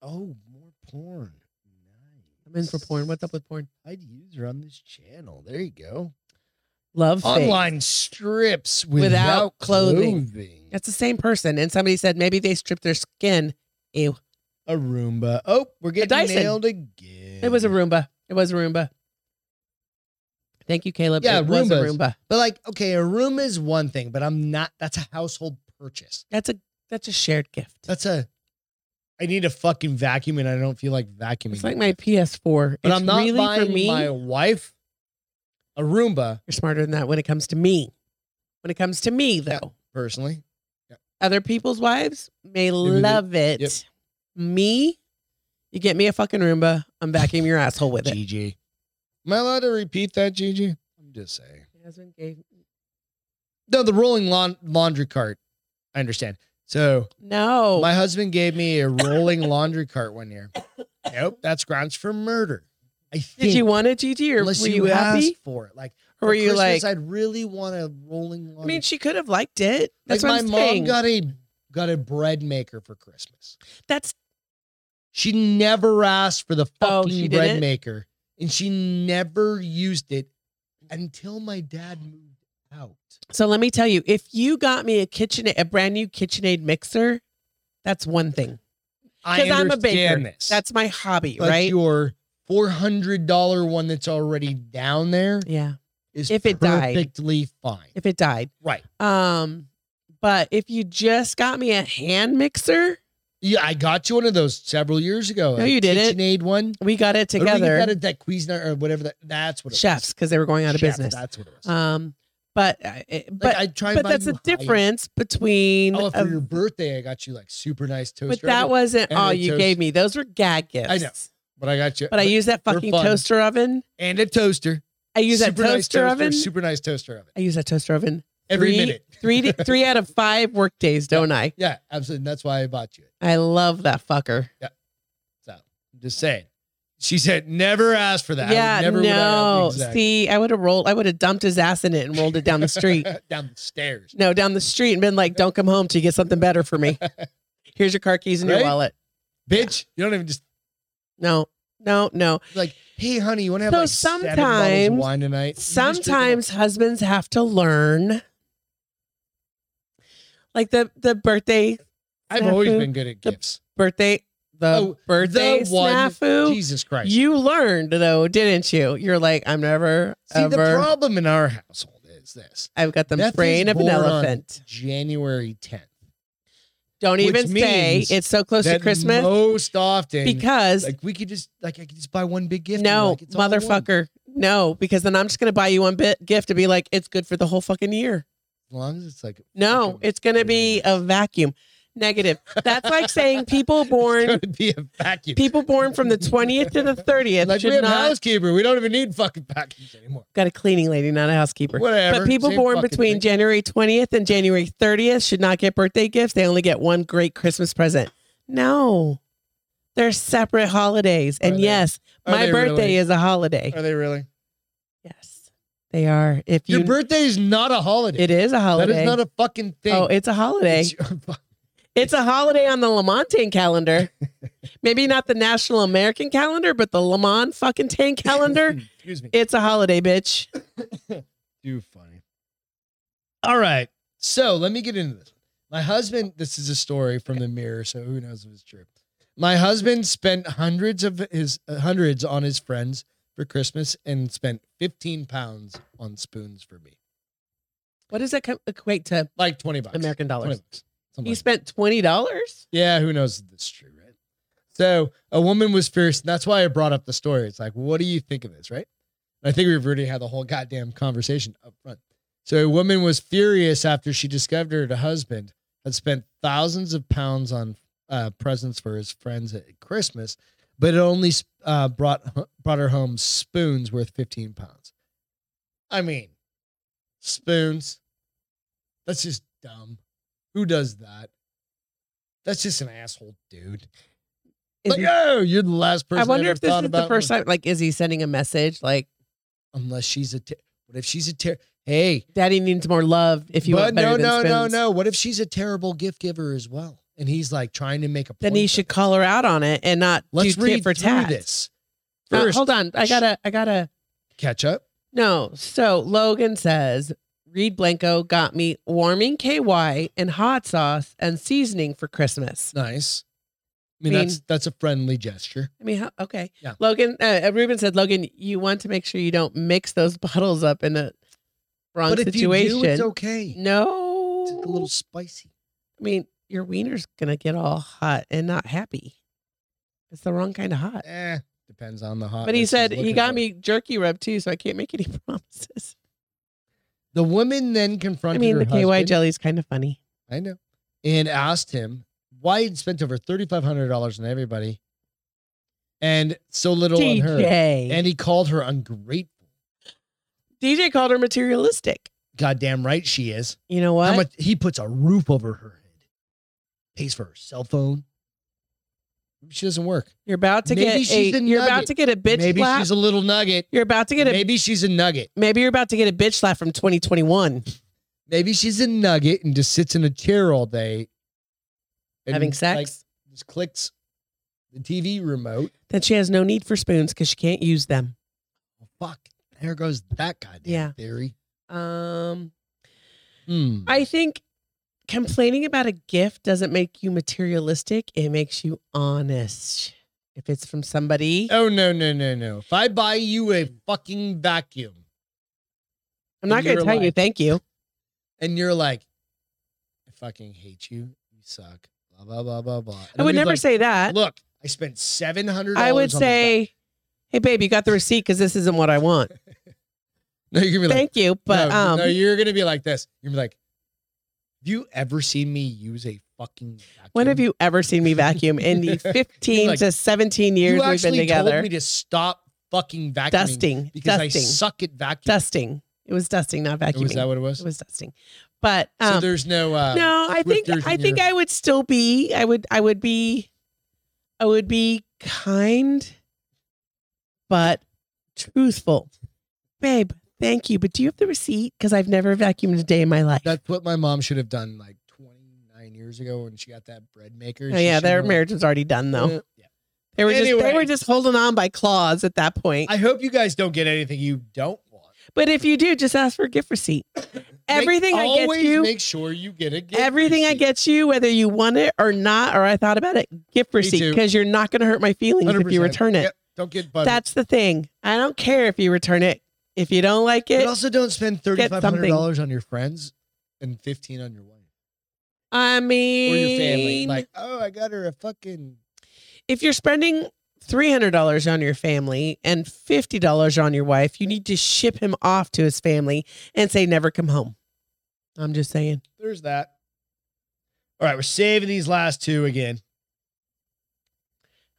S1: oh, more porn. Nice.
S2: I'm in for porn. What's up with porn?
S1: I'd use her on this channel. There you go.
S2: Love fake.
S1: Online strips without,
S2: Without clothing.
S1: clothing.
S2: That's the same person. And somebody said maybe they stripped their skin. Ew.
S1: A Roomba. Oh, we're getting
S2: Dyson.
S1: nailed again.
S2: It was a Roomba. It was a Roomba. Thank you, Caleb.
S1: Yeah,
S2: it was a
S1: Roombas.
S2: Roomba.
S1: But like, okay, a room is one thing, but I'm not. That's a household purchase.
S2: That's a that's a shared gift.
S1: That's a. I need a fucking vacuum, and I don't feel like vacuuming.
S2: it's like my PS4.
S1: But
S2: it's
S1: I'm not
S2: really for
S1: buying
S2: me.
S1: my wife a Roomba
S2: You're smarter than that when it comes to me. When it comes to me, though.
S1: personally.
S2: other people's wives may
S1: they-
S2: love it.
S1: yep.
S2: Me, you get me a fucking Roomba, I'm vacuuming your asshole with it.
S1: GG. Am I allowed to repeat that, GG? I'm just saying.
S2: Husband gave-
S1: No, the rolling laun- laundry cart. I understand. So
S2: No,
S1: My husband gave me a rolling laundry cart one year. Nope, that's grounds for murder. I think
S2: did you want it, Gigi, or
S1: unless
S2: were
S1: you,
S2: you happy?
S1: asked for it. Like,
S2: Or were you
S1: Christmas,
S2: like?
S1: I'd really want a rolling laundry.
S2: I mean, she could have liked it.
S1: like
S2: That's
S1: my
S2: what I'm
S1: mom
S2: saying.
S1: got a got a bread maker for Christmas.
S2: That's
S1: She never asked for the
S2: Oh,
S1: fucking
S2: she
S1: bread
S2: didn't?
S1: maker, and she never used it until my dad moved out.
S2: so. Let me tell you, if you got me a kitchen, a brand new KitchenAid mixer, that's one thing.
S1: I
S2: Because I'm a baker.
S1: understand this.
S2: That's my hobby,
S1: but
S2: right?
S1: your four hundred dollar one that's already down there
S2: Yeah.
S1: is
S2: If it died.
S1: perfectly fine.
S2: If it died,
S1: Right.
S2: um, but if you just got me a hand mixer,
S1: Yeah, I got you one of those several years ago.
S2: No,
S1: a
S2: you didn't.
S1: KitchenAid one.
S2: we got it
S1: Or did we get
S2: together,
S1: That, that Cuisinart or whatever. That, that's what it
S2: chefs, because they were going
S1: was.
S2: out of
S1: Chef,
S2: business.
S1: That's what it was.
S2: Um, but I- it-
S1: like,
S2: but
S1: I try and
S2: but
S1: buy
S2: that's
S1: you
S2: a
S1: high-
S2: difference between.
S1: Oh, for
S2: a-
S1: your birthday, I got you like super nice toaster.
S2: but that wasn't
S1: and
S2: all
S1: a
S2: you
S1: toast-
S2: gave me. Those were gag gifts.
S1: know. But I got you.
S2: But I use that
S1: they're
S2: fucking
S1: fun.
S2: toaster oven.
S1: and a toaster.
S2: I use that
S1: super nice
S2: toaster oven.
S1: Super nice toaster oven.
S2: I use that toaster oven
S1: Every
S2: Three-
S1: minute.
S2: three to- three out of five work days, don't I?
S1: Yeah, absolutely. And that's why I bought you it.
S2: I love that fucker.
S1: So I'm just saying. She said, never ask for that. I
S2: yeah,
S1: would never would I have the
S2: no.
S1: exact-
S2: See, I would have rolled. I would have dumped his ass in it and rolled it down the street.
S1: down the stairs.
S2: no, down the street and been like, "Don't come home till you get something better for me." Here's your car keys and
S1: Right?
S2: your wallet.
S1: Bitch, you don't even just
S2: No, no, no.
S1: like, hey, honey, you want to have
S2: So
S1: like seven bottles of
S2: sometimes-
S1: wine tonight? You just drink it all.
S2: sometimes husbands have to learn like the the birthday
S1: I've always
S2: snafu,
S1: been good at
S2: the
S1: gifts.
S2: birthday the
S1: Oh,
S2: birthday
S1: the one-
S2: snafu
S1: Jesus Christ.
S2: you learned though didn't you you're like i'm never
S1: See, the
S2: ever
S1: problem in our household is this
S2: i've got the
S1: Beth is
S2: brain of an
S1: born on
S2: elephant
S1: January 10th.
S2: don't
S1: which
S2: even say
S1: means
S2: it's so close to
S1: That
S2: christmas
S1: Most often.
S2: because
S1: like we could just like I could just buy one big gift. and,
S2: no
S1: like, it's all I want.
S2: motherfucker no because then i'm just gonna buy you one bit gift to be like it's good for the whole fucking year
S1: As long as it's like
S2: No,
S1: fucking
S2: it's going to be a vacuum. Negative. That's like saying people
S1: It's
S2: born
S1: gonna be a vacuum.
S2: people born from the 20th to the 30th
S1: like we
S2: should
S1: have a
S2: not
S1: housekeeper. We don't even need fucking vacuums anymore.
S2: got a cleaning lady, not a housekeeper.
S1: Whatever.
S2: But people
S1: same
S2: born
S1: fucking
S2: between
S1: thing.
S2: January 20th and January 30th should not get birthday gifts. They only get one great Christmas present. No. They're separate holidays.
S1: Are
S2: And
S1: they-
S2: yes,
S1: Are
S2: my
S1: they
S2: birthday
S1: really?
S2: is a holiday.
S1: Are they really?
S2: Yes. They are. If you
S1: Your birthday is not a holiday.
S2: it is a holiday.
S1: That is not a fucking thing.
S2: Oh, it's a holiday.
S1: It's your fu-
S2: It's a holiday on the Lamontagne calendar. Maybe not the National American calendar, but the Lamont fucking Tang calendar.
S1: Excuse me.
S2: It's a holiday, bitch.
S1: Too funny. All right. So let me get into this. My husband, this is a story from the mirror, so who knows if it's true. My husband spent hundreds of his uh, hundreds on his friends for Christmas and spent 15 pounds on spoons for me.
S2: What does that co- equate to
S1: Like 20 bucks. 20
S2: American dollars?
S1: bucks. Something
S2: You
S1: like
S2: spent twenty dollars.
S1: Yeah, who knows if this is true, right? So a woman was fierce. And that's why I brought up the story. It's like, what do you think of this, right? I think we've already had the whole goddamn conversation up front. So a woman was furious after she discovered her husband had spent thousands of pounds on uh, presents for his friends at Christmas, but it only uh, brought brought her home spoons worth fifteen pounds. I mean, spoons. That's just dumb. Who does that? That's just an asshole, dude. Like, oh, you're the last person.
S2: I wonder
S1: ever
S2: if this
S1: thought
S2: is the
S1: about
S2: first time. Like, is he sending a message like,
S1: Unless she's a, ter- what if she's a ter? Hey,
S2: "Daddy needs more love"? If you
S1: but
S2: want better
S1: no,
S2: than
S1: no, no,
S2: spoons?"
S1: no. What if she's a terrible gift giver as well? And he's like trying to make a.
S2: Then
S1: point
S2: he
S1: of
S2: should
S1: it.
S2: call her out on it and not
S1: Let's
S2: do
S1: read
S2: tit for
S1: through
S2: tat.
S1: this.
S2: Uh,
S1: First,
S2: hold on, I gotta, I gotta.
S1: catch up.
S2: No. So Logan says Reed Blanco got me warming KY and hot sauce and seasoning for Christmas.
S1: Nice. I mean,
S2: Mean-
S1: that's that's a friendly gesture.
S2: I mean, how, okay.
S1: Yeah.
S2: Logan, uh, Ruben said, Logan, you want to make sure you don't mix those bottles up in a wrong
S1: but if
S2: situation.
S1: you do, it's okay.
S2: No.
S1: It's a little spicy.
S2: I mean, your wiener's going to get all hot and not happy. It's the wrong kind of hot.
S1: Eh, depends on the hot.
S2: But he said he got me jerky rub too, so I can't make any promises.
S1: The woman then
S2: I
S1: confronted.
S2: mean,
S1: her
S2: the KY
S1: husband-
S2: jelly's kind of funny.
S1: I know. And asked him why he'd spent over thirty five hundred dollars on everybody, and so little on her.
S2: DJ.
S1: And he called her ungrateful.
S2: DJ called her materialistic.
S1: Goddamn right she is.
S2: You know what?
S1: How much he puts a roof over her head, pays for her cell phone. She doesn't work.
S2: You're about to
S1: Maybe
S2: get a,
S1: she's a
S2: you're about
S1: nugget.
S2: to get a bitch
S1: maybe
S2: slap.
S1: she's a little nugget.
S2: you're about to get a maybe,
S1: Maybe she's a nugget.
S2: you're about to get a bitch slap from 2021
S1: Maybe she's a nugget and just sits in a chair all day, and,
S2: having sex.
S1: like, just clicks the TV remote.
S2: that she has no need for spoons because she can't use them.
S1: Fuck. There goes that goddamn
S2: Yeah.
S1: theory.
S2: Um,
S1: Hmm.
S2: I think complaining about a gift doesn't make you materialistic. It makes you honest. If it's from somebody,
S1: Oh no no no no! If I buy you a fucking vacuum,
S2: I'm not
S1: and
S2: going to
S1: you're
S2: tell you
S1: like-
S2: thank you.
S1: and you're like, I fucking hate you. You suck. Blah blah blah blah blah. And
S2: I would
S1: I'm just
S2: never
S1: like,
S2: say that.
S1: Look, I spent seven hundred.
S2: I would say, "Hey, babe, you got the receipt because this isn't what I want.
S1: no. You're gonna be like,
S2: Thank you, but
S1: no,
S2: um,
S1: no, you're gonna be like this. You're gonna be like, have you ever seen me use a fucking? Vacuum?
S2: when have you ever seen me vacuum in the 15
S1: Like,
S2: to 17
S1: You
S2: years we've been
S1: actually
S2: together?
S1: told me to stop fucking vacuuming
S2: Dusting,
S1: because I
S2: dusting,
S1: suck at vacuuming.
S2: dusting. It was dusting, not vacuuming.
S1: Oh, Was that what it was?
S2: it was dusting, but um,
S1: so there's no. Uh,
S2: no i think
S1: Twifters
S2: i
S1: in
S2: think
S1: your-
S2: i would still be i would i would be i would be kind but truthful babe thank you but do you have the receipt because i've never vacuumed a day in my life
S1: That's what my mom should have done like 29 years ago when she got that bread maker.
S2: oh
S1: She
S2: yeah
S1: should
S2: their
S1: have-
S2: marriage was already done though
S1: Uh, yeah.
S2: they were just
S1: Anyway.
S2: they were just holding on by claws at that point
S1: I hope you guys don't get anything you don't want.
S2: but if you do just ask for a gift receipt everything
S1: make,
S2: i get
S1: always
S2: you
S1: make sure you get a gift.
S2: Everything I
S1: receipt.
S2: get you, whether you want it or not, or I thought about it, gift receipt
S1: too.
S2: because you're not going to hurt my feelings if you
S1: 100%.
S2: return it.
S1: Yep, don't get buttered.
S2: That's the thing. I don't care if you return it. If you don't like
S1: but
S2: it,
S1: also don't spend
S2: something.
S1: $3,500 on your friends and 15 on your wife
S2: I
S1: or
S2: mean,
S1: your family. Like, oh, I got her a fucking.
S2: if you're spending three hundred dollars on your family and fifty dollars on your wife, you need to ship him off to his family and say never come home. I'm just saying.
S1: There's that. All right, we're saving these last two again.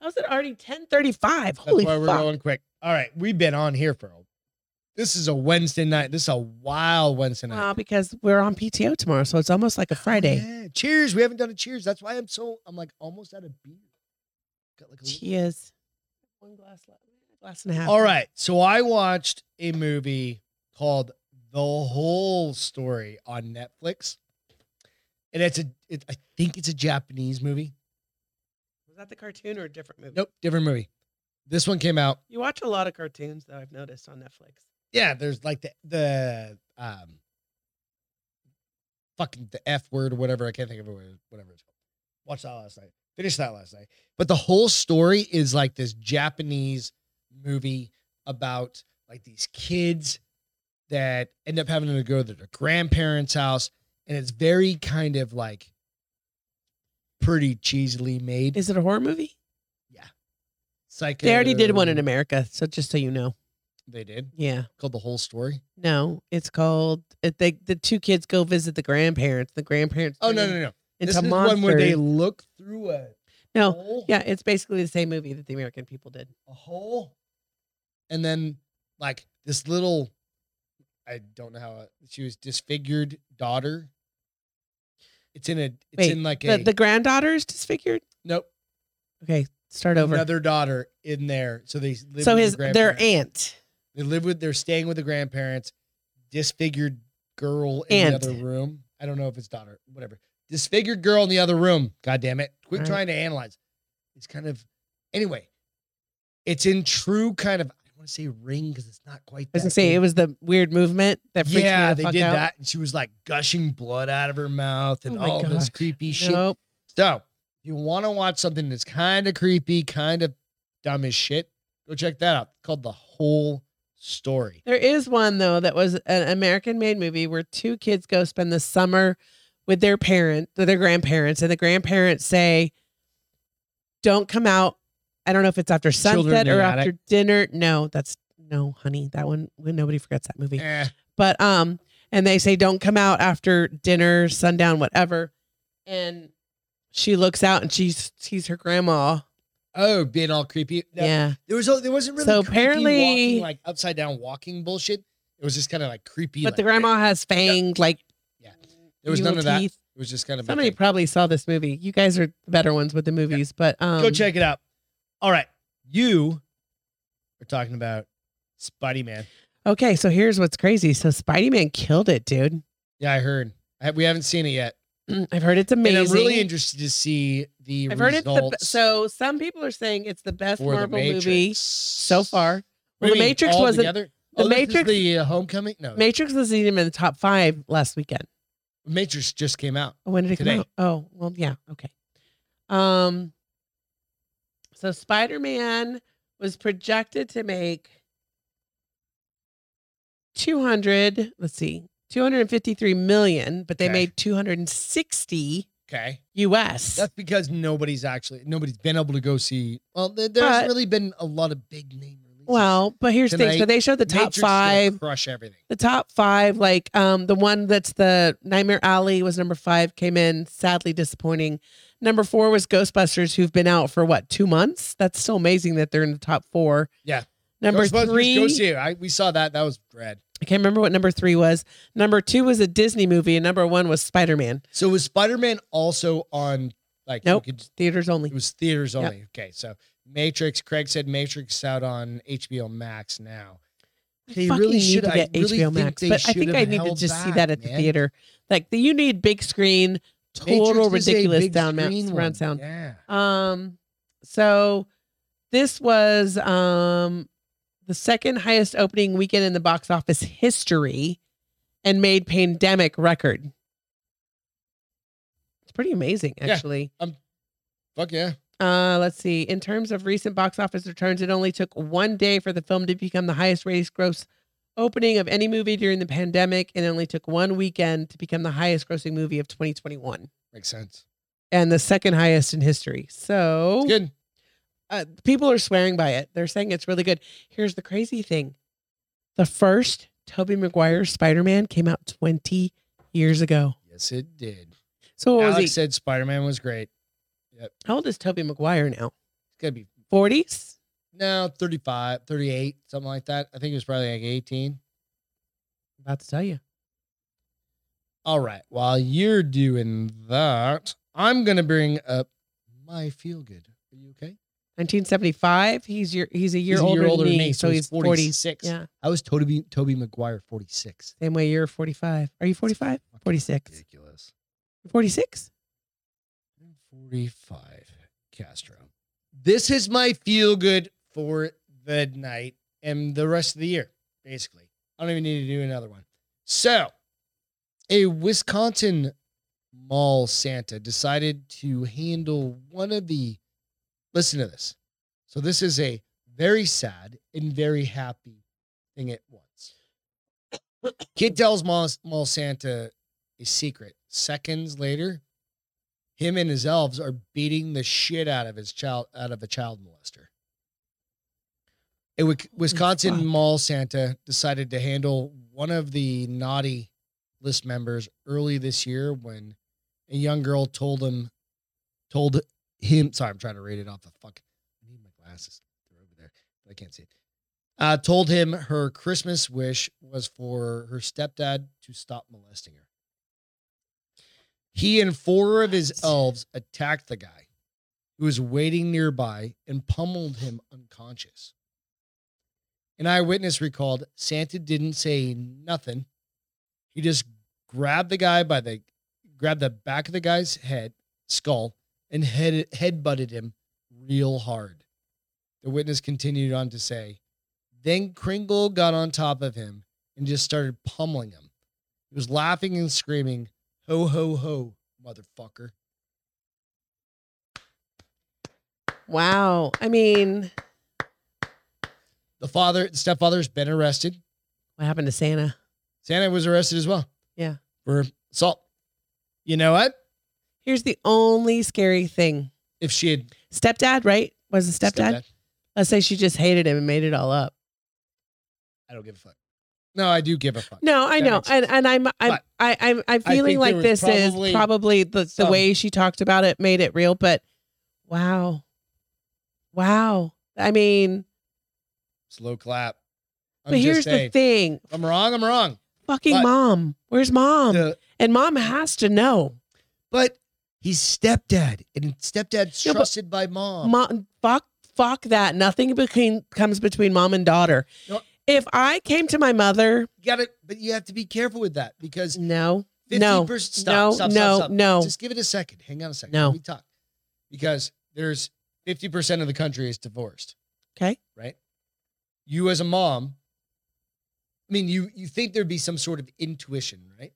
S2: I was at already ten thirty five.
S1: That's
S2: Holy
S1: why we're
S2: fuck!
S1: going quick. All right, we've been on here for. a- This is a Wednesday night. This is a wild Wednesday night.
S2: Wow, because we're on PTO tomorrow, so it's almost like a Um, Friday.
S1: Yeah. Cheers. We haven't done a cheers. That's why I'm so I'm like almost out of beer. Got like a little-
S2: Cheers. One glass, left. glass and a half.
S1: All right. So I watched a movie called The Whole Story on Netflix. And it's a it, I think it's a Japanese movie.
S2: Was that the cartoon or a different movie?
S1: Nope, different movie. This one came out.
S2: You watch a lot of cartoons, though. I've noticed on Netflix.
S1: Yeah, there's like the the um fucking the F word or whatever. I can't think of it whatever it's called. Watched that last night. Finished that last night. But the whole story is like this Japanese movie about like these kids that end up having to go to their grandparents' house. And it's very kind of like pretty cheesily made.
S2: Is it a horror movie?
S1: Psycho.
S2: They already did one in America, so just so you know.
S1: They did
S2: Yeah.
S1: called the whole story.
S2: No, it's called it, they, the two kids go visit the grandparents. The grandparents.
S1: Oh
S2: turn
S1: no
S2: in-
S1: no no!
S2: Into
S1: this is
S2: monsters.
S1: one where they look through a
S2: no.
S1: hole.
S2: Yeah, it's basically the same movie that the American people did.
S1: a hole, and then like this little, I don't know how she was disfigured daughter. It's in a. It's
S2: Wait,
S1: in like a
S2: The, the granddaughter is disfigured.
S1: nope
S2: Okay, start over.
S1: another daughter in there. So they live
S2: so
S1: with
S2: his
S1: their,
S2: their
S1: grandparents.
S2: aunt.
S1: They live with they're staying with the grandparents. Disfigured girl in
S2: Aunt.
S1: the other room. I don't know if it's daughter, whatever. Disfigured girl in the other room. God damn it. Quit
S2: Right.
S1: trying to analyze. It's kind of anyway. It's in true kind of I don't want to say ring because it's not quite.
S2: I was gonna
S1: that
S2: say
S1: ring.
S2: it was the weird movement that freaked
S1: Yeah,
S2: me the
S1: they
S2: fuck
S1: did
S2: out.
S1: that, and she was like gushing blood out of her mouth and
S2: Oh my
S1: all this
S2: God.
S1: creepy shit.
S2: Nope.
S1: So, you want to watch something that's kind of creepy, kind of dumb as shit? Go check that out. It's called the whole story.
S2: There is one though that was an American-made movie where two kids go spend the summer with their parent, with their grandparents, and the grandparents say, "Don't come out." I don't know if it's after
S1: Children
S2: sunset
S1: in
S2: or
S1: the
S2: after dinner. No, that's no, honey. That one nobody forgets that movie.
S1: Eh.
S2: But um, and they say, "Don't come out after dinner, sundown, whatever." And she looks out and she sees her grandma.
S1: Oh, being all creepy. No,
S2: Yeah,
S1: There was there wasn't really
S2: So
S1: creepy
S2: apparently-
S1: walking, like upside down walking bullshit. It was just kind of like creepy.
S2: but
S1: like,
S2: the grandma has fanged like
S1: There was
S2: evil
S1: none of that.
S2: teeth.
S1: It It was just kind of a
S2: Somebody
S1: thing.
S2: probably saw this movie. You guys are the better ones with the movies, but um,
S1: go check it out. All right, you are talking about Spidey Man.
S2: Okay, so here's what's crazy. So Spidey Man killed it, dude. Mm,
S1: Yeah, I heard. I, we haven't seen it yet,
S2: I've heard it's amazing.
S1: and I'm really interested to see the
S2: I've heard it's
S1: results
S2: the be- so some people are saying it's the best
S1: for the
S2: Marvel
S1: Matrix
S2: movie so far. Well,
S1: What do
S2: the
S1: you mean,
S2: Matrix
S1: all
S2: wasn't.
S1: together?
S2: the
S1: Oh, this is
S2: Matrix-
S1: the uh, Homecoming. No,
S2: Matrix wasn't even in the top five last weekend.
S1: Matrix just came out.
S2: When did it
S1: Today.
S2: come out? Oh, well, yeah, okay. Um, so Spider Man was projected to make two hundred. Let's see, two hundred and fifty three million, but they
S1: Okay.
S2: made two hundred and sixty
S1: Okay,
S2: U.S.
S1: that's because nobody's actually nobody's been able to go see. Well, there, there's
S2: But-
S1: really been a lot of big name releases.
S2: well, but here's the thing. So
S1: Tonight,
S2: they showed the top
S1: Matrix will
S2: five.
S1: crush everything.
S2: the top five, like um, the one that's the Nightmare Alley was number five, came in sadly disappointing. Number four was Ghostbusters, who've been out for what two months. That's still amazing that they're in the top four.
S1: Yeah.
S2: Number
S1: Ghostbusters,
S2: three,
S1: go see it. I, we saw that. That was rad.
S2: I can't remember what number three was. Number two was a Disney movie, and number one was Spider Man.
S1: So was Spider Man also on like you
S2: Nope.
S1: could-
S2: Theaters only.
S1: it was theaters
S2: Yep.
S1: only. Okay, so Matrix. Craig said Matrix is out on HBO Max now. They
S2: fucking
S1: really
S2: need
S1: should-
S2: to
S1: I
S2: get
S1: really
S2: HBO
S1: think
S2: Max,
S1: they
S2: but I
S1: should
S2: think I
S1: have
S2: need to
S1: held
S2: just see
S1: back,
S2: that at the
S1: man.
S2: theater. Like the, you need big screen, total
S1: Matrix is a
S2: ridiculous
S1: big
S2: down
S1: screen
S2: mount,
S1: one.
S2: surround sound.
S1: Yeah.
S2: Um, so this was um the second highest opening weekend in the box office history, and made pandemic record. It's pretty amazing,
S1: Yeah.
S2: actually.
S1: Fuck yeah.
S2: Uh, let's see. In terms of recent box office returns, it only took one day for the film to become the highest rated gross opening of any movie during the pandemic, and it only took one weekend to become the highest grossing movie of 2021
S1: Makes sense.
S2: and the second highest in history. So
S1: It's good.
S2: uh, people are swearing by it. They're saying it's really good. Here's the crazy thing: the first Tobey Maguire Spider-Man came out 20 years ago.
S1: Yes, it did.
S2: So what was he?
S1: Alex said Spider Man was great.
S2: How old is Tobey Maguire now?
S1: It's gonna be
S2: 40s.
S1: now 35, 38, something like that. I think it was probably like 18.
S2: I'm about to tell you.
S1: All right. While you're doing that, I'm gonna bring up my feel good. Are you okay?
S2: 1975. He's your. He's a year,
S1: He's a
S2: older,
S1: year older
S2: than
S1: than
S2: me,
S1: me,
S2: so,
S1: so
S2: he's
S1: he's
S2: 40.
S1: 46.
S2: Yeah,
S1: I was Toby Toby Maguire 46.
S2: same way you're 45. Are you 45? 46.
S1: Ridiculous.
S2: 46.
S1: I'm 45. Castro. This is my feel good for the night and the rest of the year, basically. I don't even need to do another one. So, a Wisconsin mall Santa decided to handle one of the. Listen to this. So, this is a very sad and very happy thing at once. Kid tells mall, mall Santa a secret. Seconds later, him and his elves are beating the shit out of his child out of a child molester. A Wic- Wisconsin
S2: fuck.
S1: mall Santa decided to handle one of the naughty list members early this year when a young girl told him told him sorry, I'm trying to read it off the fuck. I need my glasses. They're over there. I can't see it. Uh, told him her Christmas wish was for her stepdad to stop molesting her. He and four of his
S2: What?
S1: elves attacked the guy who was waiting nearby and pummeled him unconscious. An eyewitness recalled Santa didn't say nothing. He just grabbed the guy by the grabbed the back of the guy's head skull and head headbutted him real hard. The witness continued on to say, then Kringle got on top of him and just started pummeling him. He was laughing and screaming, "Ho ho ho, motherfucker!"
S2: Wow. I mean,
S1: The father, the stepfather's been arrested.
S2: what happened to Santa?
S1: Santa was arrested as well.
S2: Yeah.
S1: For assault. You know what?
S2: Here's the only scary thing:
S1: If she had
S2: stepdad, right? Was it stepdad? Let's say she just hated him and made it all up.
S1: I don't give a fuck. No, I do give a fuck.
S2: No, I
S1: That
S2: know,
S1: makes
S2: and and I'm I'm
S1: But
S2: I, I'm I'm
S1: I
S2: feeling
S1: think
S2: like
S1: there
S2: this
S1: was
S2: is
S1: probably
S2: probably the the
S1: some-
S2: way she talked about it made it real. But wow, wow. I mean,
S1: Slow clap. I'm
S2: but here's
S1: just
S2: the
S1: saying.
S2: thing:
S1: If I'm wrong. I'm wrong.
S2: fucking
S1: but-
S2: Um, mom. Where's mom?
S1: The-
S2: and mom has to know.
S1: But he's stepdad, and stepdad's
S2: Yeah, but-
S1: trusted by mom.
S2: Mom, fuck, fuck that. Nothing between comes between mom and daughter.
S1: No.
S2: If I came to my mother,
S1: You got it, but you have to be careful with that because
S2: no,
S1: 50%.
S2: No,
S1: stop,
S2: no,
S1: stop,
S2: no,
S1: stop, stop.
S2: no.
S1: Just give it a second. Hang on a second.
S2: No.
S1: Let me talk. Because there's 50% of the country is divorced,
S2: okay,
S1: right? You as a mom, I mean, you you think there'd be some sort of intuition, right?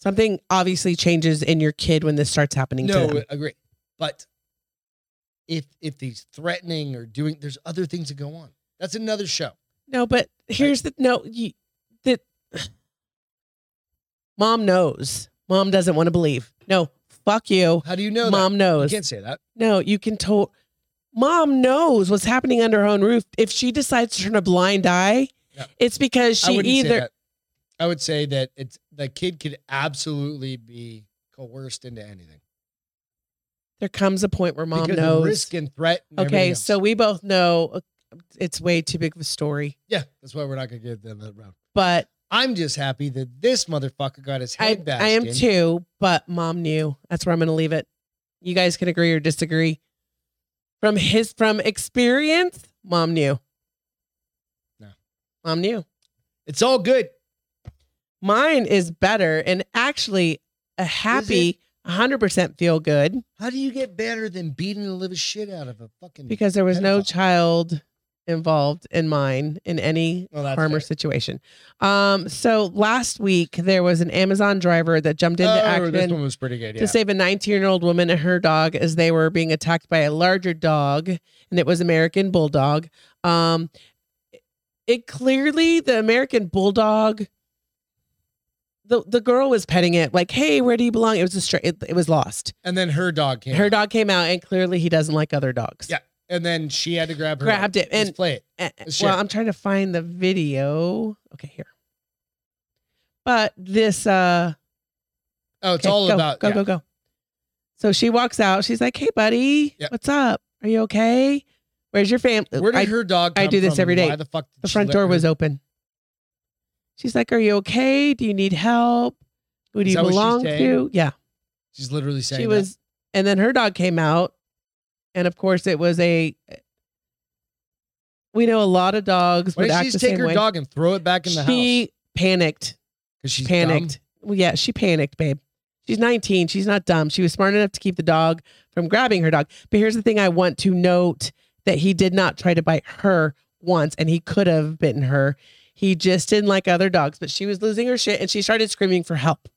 S2: something obviously changes in your kid when this starts happening
S1: No,
S2: to them.
S1: agree. But if if he's threatening or doing, there's other things that go on. That's another show.
S2: No, but here's the no, you, that mom knows. Mom doesn't want to believe. No, fuck you.
S1: How do you know that?
S2: mom
S1: You
S2: knows.
S1: can't say that.
S2: No, you can tell. Mom knows what's happening under her own roof. If she decides to turn a blind eye,
S1: No.
S2: it's because
S1: I
S2: she
S1: wouldn't say
S2: either
S1: that. I would say that it's the kid could absolutely be coerced into anything.
S2: there comes a point where mom
S1: because of
S2: knows.
S1: risk and threat. and everything
S2: okay,
S1: else.
S2: so we both know uh, it's way too big of a story,
S1: yeah, that's why we're not going to get them that round.
S2: but
S1: I'm just happy that this motherfucker got his
S2: I,
S1: head bashed
S2: I am
S1: in.
S2: too. But mom knew. That's where I'm going to leave it. You guys can agree or disagree. From his from experience, mom knew.
S1: No.
S2: mom knew.
S1: It's all good.
S2: Mine is better and actually a happy 100% feel good
S1: How do you get better than beating the living shit out of a fucking?
S2: because there was no
S1: Pedophile.
S2: child involved in mine in any
S1: well, that's
S2: harm or
S1: fair.
S2: situation. Um, so last week there was an Amazon driver that jumped into
S1: Oh, This
S2: action
S1: one was pretty good.
S2: to
S1: yeah.
S2: save a 19 year old woman and her dog as they were being attacked by a larger dog, and it was American Bulldog. Um, it clearly the American Bulldog. The the girl was petting it like, "Hey, where do you belong?" It was a stray. It, it was lost.
S1: and then her dog came.
S2: Her
S1: out,
S2: dog came out, and clearly he doesn't like other dogs.
S1: Yeah, and then she had to grab her.
S2: grabbed it
S1: Let's
S2: and
S1: play it.
S2: Eh, eh,
S1: Share.
S2: well, I'm trying to find the video. Okay, here. But this uh
S1: Oh, it's
S2: okay,
S1: all
S2: go,
S1: about
S2: go,
S1: yeah.
S2: go, go. So she walks out. She's like, Hey buddy,
S1: Yep.
S2: what's up? Are you okay? Where's your family?
S1: Where did
S2: I,
S1: her dog?
S2: I
S1: come
S2: do this
S1: from
S2: every
S1: and
S2: day.
S1: Why the fuck? did
S2: the
S1: she
S2: front
S1: let
S2: door
S1: her-
S2: was open. She's like, Are you okay? Do you need help? Who do
S1: Is
S2: you
S1: that what she's
S2: belong
S1: saying?
S2: to? Yeah.
S1: She's literally saying
S2: she
S1: that.
S2: was and then her dog came out and of course it was a we know a lot of dogs
S1: Why
S2: would
S1: didn't
S2: act
S1: she
S2: the
S1: just
S2: same
S1: take her
S2: way.
S1: dog and throw it back in the
S2: she
S1: house?
S2: panicked.
S1: Because she's
S2: panicked.
S1: dumb.
S2: Well, yeah, she panicked, babe. She's 19. She's not dumb. She was smart enough to keep the dog from grabbing her dog. But here's the thing I want to note that he did not try to bite her once and he could have bitten her. He just didn't like other dogs, but she was losing her shit and she started screaming for help.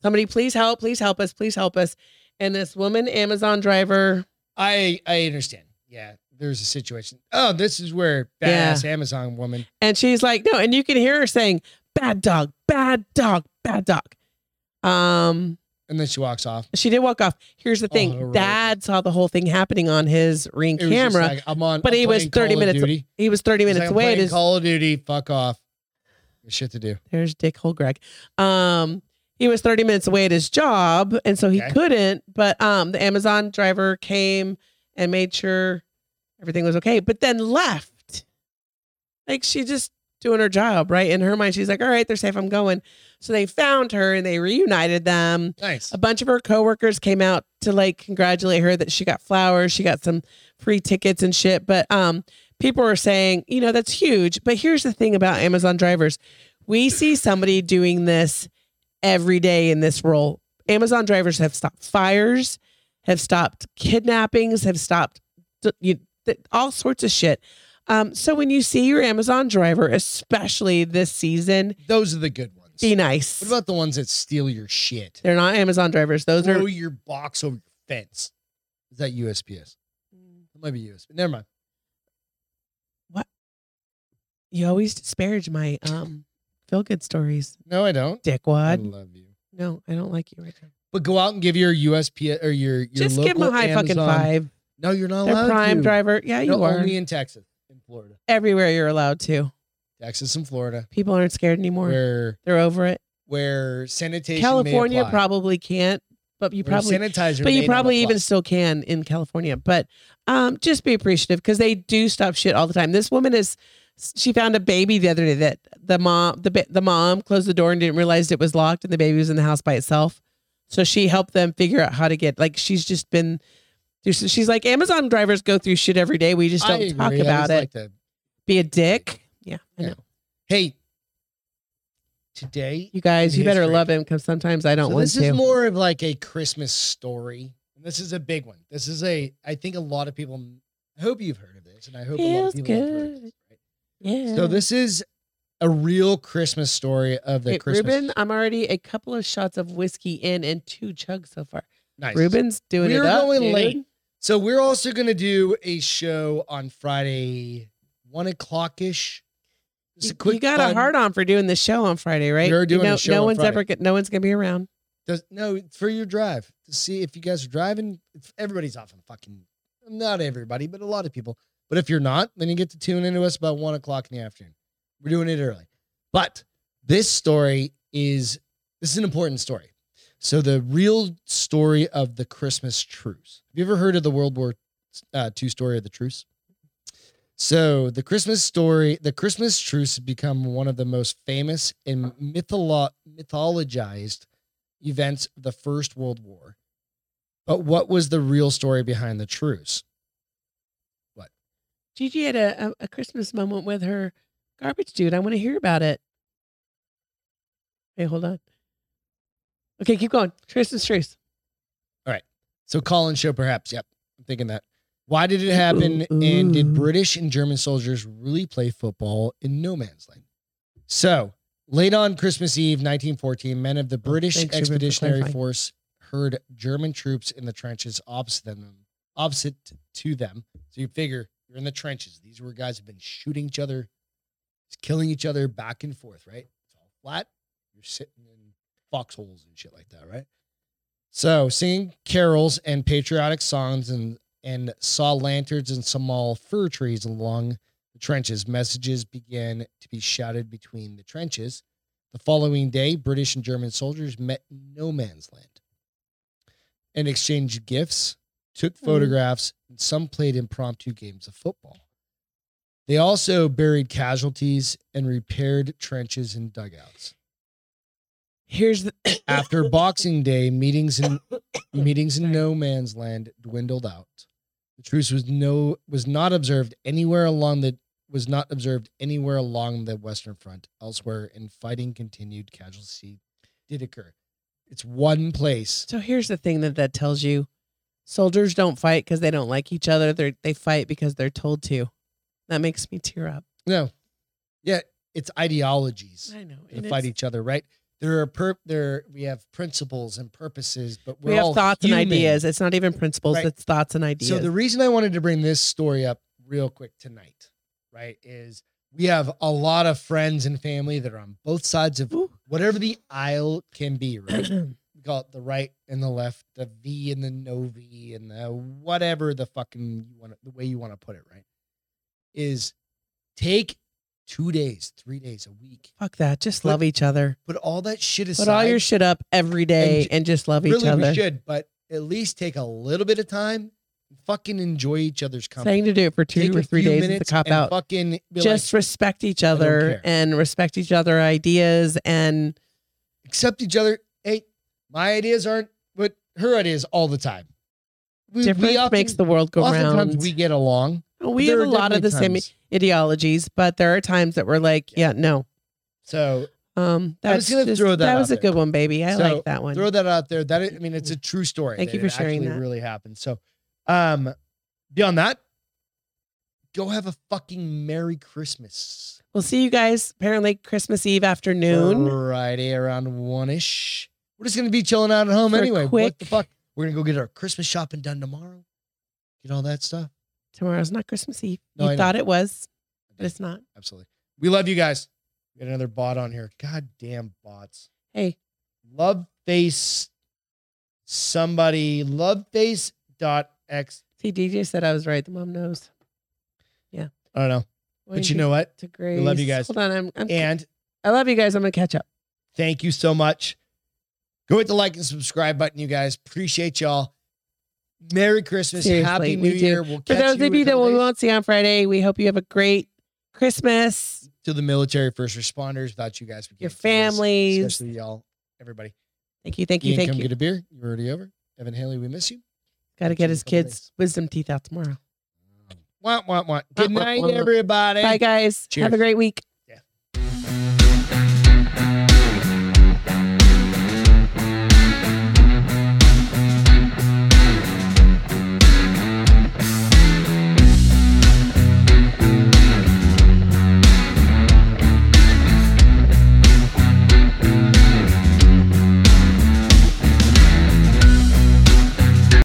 S2: Somebody, please help, please help us, please help us. And this woman, Amazon driver,
S1: I I understand. Yeah, there's a situation. Oh, this is where
S2: Yeah.
S1: badass Amazon woman.
S2: and she's like, no, and you can hear her saying, bad dog, bad dog, bad dog. Um,
S1: And then she walks off.
S2: She did walk off. Here's the thing:
S1: Oh, right.
S2: Dad saw the whole thing happening on his ring
S1: It was just
S2: camera.
S1: like, I'm on.
S2: but
S1: I'm
S2: he was
S1: playing
S2: 30
S1: Call of
S2: minutes
S1: Duty.
S2: he was 30
S1: He's
S2: minutes
S1: like, I'm
S2: away. It
S1: playing
S2: is
S1: Call of Duty. Fuck off. There's shit to do.
S2: there's dickhole Greg. Um, he was 30 minutes away at his job, and so he
S1: Okay.
S2: couldn't. But um, the Amazon driver came and made sure everything was okay, but then left. Like she just doing her job, right? In her mind, she's like, "All right, they're safe. I'm going." So they found her and they reunited them.
S1: Nice.
S2: A bunch of her coworkers came out to like congratulate her that she got flowers, she got some free tickets and shit. But um, people were saying, you know, that's huge. But here's the thing about Amazon drivers: we see somebody doing this every day in this role. Amazon drivers have stopped fires, have stopped kidnappings, have stopped th- you, th- all sorts of shit. Um, so when you see your Amazon driver, especially this season,
S1: Those are the good ones.
S2: be nice.
S1: What about the ones that steal your shit?
S2: They're not Amazon drivers. Those
S1: Throw
S2: are
S1: your box over your fence. Is that USPS? It might be USPS. Never mind.
S2: You always disparage my um feel good stories,
S1: No, I don't. I
S2: dickwad.
S1: love you.
S2: No, I don't like you right now.
S1: But go out and give your USPS or your your
S2: Just
S1: local
S2: give them a high fucking
S1: Amazon-
S2: five.
S1: No, you're not allowed.
S2: They're prime
S1: to.
S2: driver. Yeah, you
S1: No,
S2: are.
S1: only in Texas, in Florida,
S2: Everywhere you're allowed to.
S1: Texas and Florida,
S2: People aren't scared anymore.
S1: where
S2: They're over it.
S1: where sanitation. may
S2: California
S1: apply,
S2: probably can't, but you
S1: where
S2: probably
S1: sanitizer,
S2: but
S1: may
S2: you
S1: not
S2: probably
S1: apply.
S2: even still can in California. But um, just be appreciative because they do stop shit all the time. This woman is she found a baby the other day that the mom the ba- the mom closed the door and didn't realize it was locked and the baby was in the house by itself. So she helped them figure out how to get like she's just been. through- so She's like Amazon drivers go through shit every day. We just
S1: I
S2: don't
S1: agree.
S2: talk
S1: I just
S2: about it.
S1: like to-
S2: Be a dick. Yeah, I
S1: Yeah.
S2: know.
S1: hey, today
S2: You guys,
S1: In
S2: you better
S1: history.
S2: love him because sometimes I don't
S1: so
S2: want
S1: this
S2: to.
S1: is more of like a Christmas story. This is a big one. This is a I think a lot of people I hope you've heard of this and I hope a lot
S2: Feels
S1: of people have heard of
S2: good.
S1: this.
S2: yeah.
S1: right? So this is a real Christmas story of the
S2: Hey,
S1: Christmas
S2: Ruben, I'm already a couple of shots of whiskey in and two chugs so far.
S1: nice.
S2: Ruben's doing
S1: We're
S2: it up.
S1: going
S2: dude.
S1: late. So we're also gonna do a show on Friday, one o'clock ish.
S2: You, you got a hard on for doing the show on Friday, right?
S1: You're
S2: You
S1: doing
S2: know-
S1: the show
S2: No
S1: on
S2: one's
S1: Friday.
S2: ever. go- No one's gonna be around.
S1: Does, no, for your drive to see if you guys are driving. If everybody's off on fucking, not everybody, but a lot of people. But if you're not, then you get to tune into us about one o'clock in the afternoon. We're doing it early. But this story is this is an important story. So the real story of the Christmas truce. Have you ever heard of the World War uh, II story of the truce? So the Christmas story, the Christmas truce, has become one of the most famous and mytholo- mythologized events of the First World War. But what was the real story behind the truce?
S2: Gigi had a, a, a Christmas moment with her garbage dude. I want to hear about it. Hey, hold on. Okay, keep going. Christmas truce.
S1: So Colin Show, perhaps. Yep, I'm thinking that. Why did it happen?
S2: Ooh,
S1: And
S2: ooh.
S1: did British and German soldiers really play football in no man's land? So late on Christmas Eve, 1914, men of the British
S2: Oh, thanks, Ruben, for
S1: Expeditionary
S2: clarifying.
S1: Force heard German troops in the trenches opposite them, opposite to them. So you figure you're in the trenches. These were guys who've been shooting each other, killing each other back and forth. Right? It's all flat. You're sitting in foxholes and shit like that, right? So singing carols and patriotic songs and and saw lanterns and small fir trees along the trenches. Messages began to be shouted between the trenches. The following day, British and German soldiers met in no man's land and exchanged gifts, took
S2: Hmm.
S1: photographs, and some played impromptu games of football. They also buried casualties and repaired trenches and dugouts
S2: Here's the.
S1: after Boxing Day, meetings in meetings in no man's land dwindled out. The truce was no was not observed anywhere along the was not observed anywhere along the Western Front. Elsewhere, and fighting continued. Casualty did occur. It's one place.
S2: So here's the thing that that tells you: soldiers don't fight because they don't like each other. They they fight because they're told to. That makes me tear up.
S1: No, yeah, it's ideologies
S2: I know.
S1: that fight each other. Right there are per there we have principles and purposes, but we're
S2: we have
S1: all
S2: thoughts
S1: human.
S2: and ideas. It's not even principles.
S1: Right.
S2: It's thoughts and ideas.
S1: So the reason I wanted to bring this story up real quick tonight, right, is we have a lot of friends and family that are on both sides of
S2: Ooh.
S1: whatever the aisle can be, right? we call it the right and the left, the V and the no V and the whatever the fucking you want the way you want to put it, right? Is take two days, three days, a week,
S2: Fuck that. Just
S1: Put-
S2: love each other.
S1: put all that shit aside.
S2: Put all your shit up every day
S1: And
S2: and, just love each
S1: really
S2: other.
S1: we should, but at least take a little bit of time, and fucking enjoy each other's company.
S2: Saying to do it for
S1: Take
S2: two
S1: a
S2: or three
S1: few
S2: days is the
S1: minutes
S2: cop
S1: and
S2: out.
S1: Fucking be
S2: Just
S1: like,
S2: respect each
S1: don't care.
S2: other and respect each other ideas and
S1: accept each other. Hey, my ideas aren't what her ideas all the time. We, we
S2: difference
S1: often-
S2: makes the world go
S1: Oftentimes
S2: round.
S1: we get along.
S2: Oh, We,
S1: but
S2: have
S1: there
S2: a
S1: are
S2: lot of the
S1: definitely
S2: same
S1: times-
S2: ideologies, but there are times that we're like, yeah, no.
S1: So
S2: Um,
S1: I was
S2: that's
S1: gonna
S2: just-
S1: throw that out
S2: was a
S1: there.
S2: good one, baby. I
S1: So,
S2: like that one. Mm-hmm.
S1: throw that out there. That is, I mean, it's a true story.
S2: Thank
S1: that
S2: you for
S1: it
S2: sharing
S1: actually
S2: that.
S1: Really happened. So, um, beyond that, go have a fucking Merry Christmas.
S2: We'll see you guys apparently Christmas Eve
S1: Oh.
S2: afternoon.
S1: Friday around one ish. We're just gonna be chilling out at home
S2: For a
S1: anyway. What the
S2: quick-
S1: fuck? We're gonna go get our Christmas shopping done tomorrow. Get all that stuff.
S2: Tomorrow's not Christmas Eve.
S1: No,
S2: you
S1: I know.
S2: thought it was, but it's not.
S1: Absolutely. We love you guys. We got another bot on here. God damn bots.
S2: Hey,
S1: Love face somebody. Loveface dot x.
S2: see, DJ said I was right. The mom knows.
S1: I don't know. But you know what?
S2: to Grace.
S1: love you guys.
S2: Hold on, I'm. I'm
S1: And
S2: I love you guys. I'm gonna catch up.
S1: thank you so much. Go hit the like and subscribe button, you guys. Appreciate y'all. Merry Christmas.
S2: Seriously,
S1: Happy New
S2: we do.
S1: Year. We'll
S2: For
S1: catch
S2: those
S1: you
S2: of you
S1: in a
S2: that
S1: couple
S2: we
S1: days.
S2: won't see on Friday, we hope you have a great Christmas.
S1: to the military first responders. Without you guys, we can't
S2: Your
S1: do this,
S2: families.
S1: especially y'all, everybody.
S2: Thank you, thank you,
S1: Ian,
S2: thank
S1: come
S2: you.
S1: get a beer. You're already over. Evan Haley, we miss you.
S2: Got to
S1: you in
S2: get
S1: a
S2: his
S1: couple
S2: kids'
S1: days.
S2: wisdom teeth out tomorrow.
S1: Wah, wah, wah. Good
S2: wah,
S1: night,
S2: wah.
S1: everybody.
S2: Bye, guys.
S1: Cheers.
S2: Have a great week.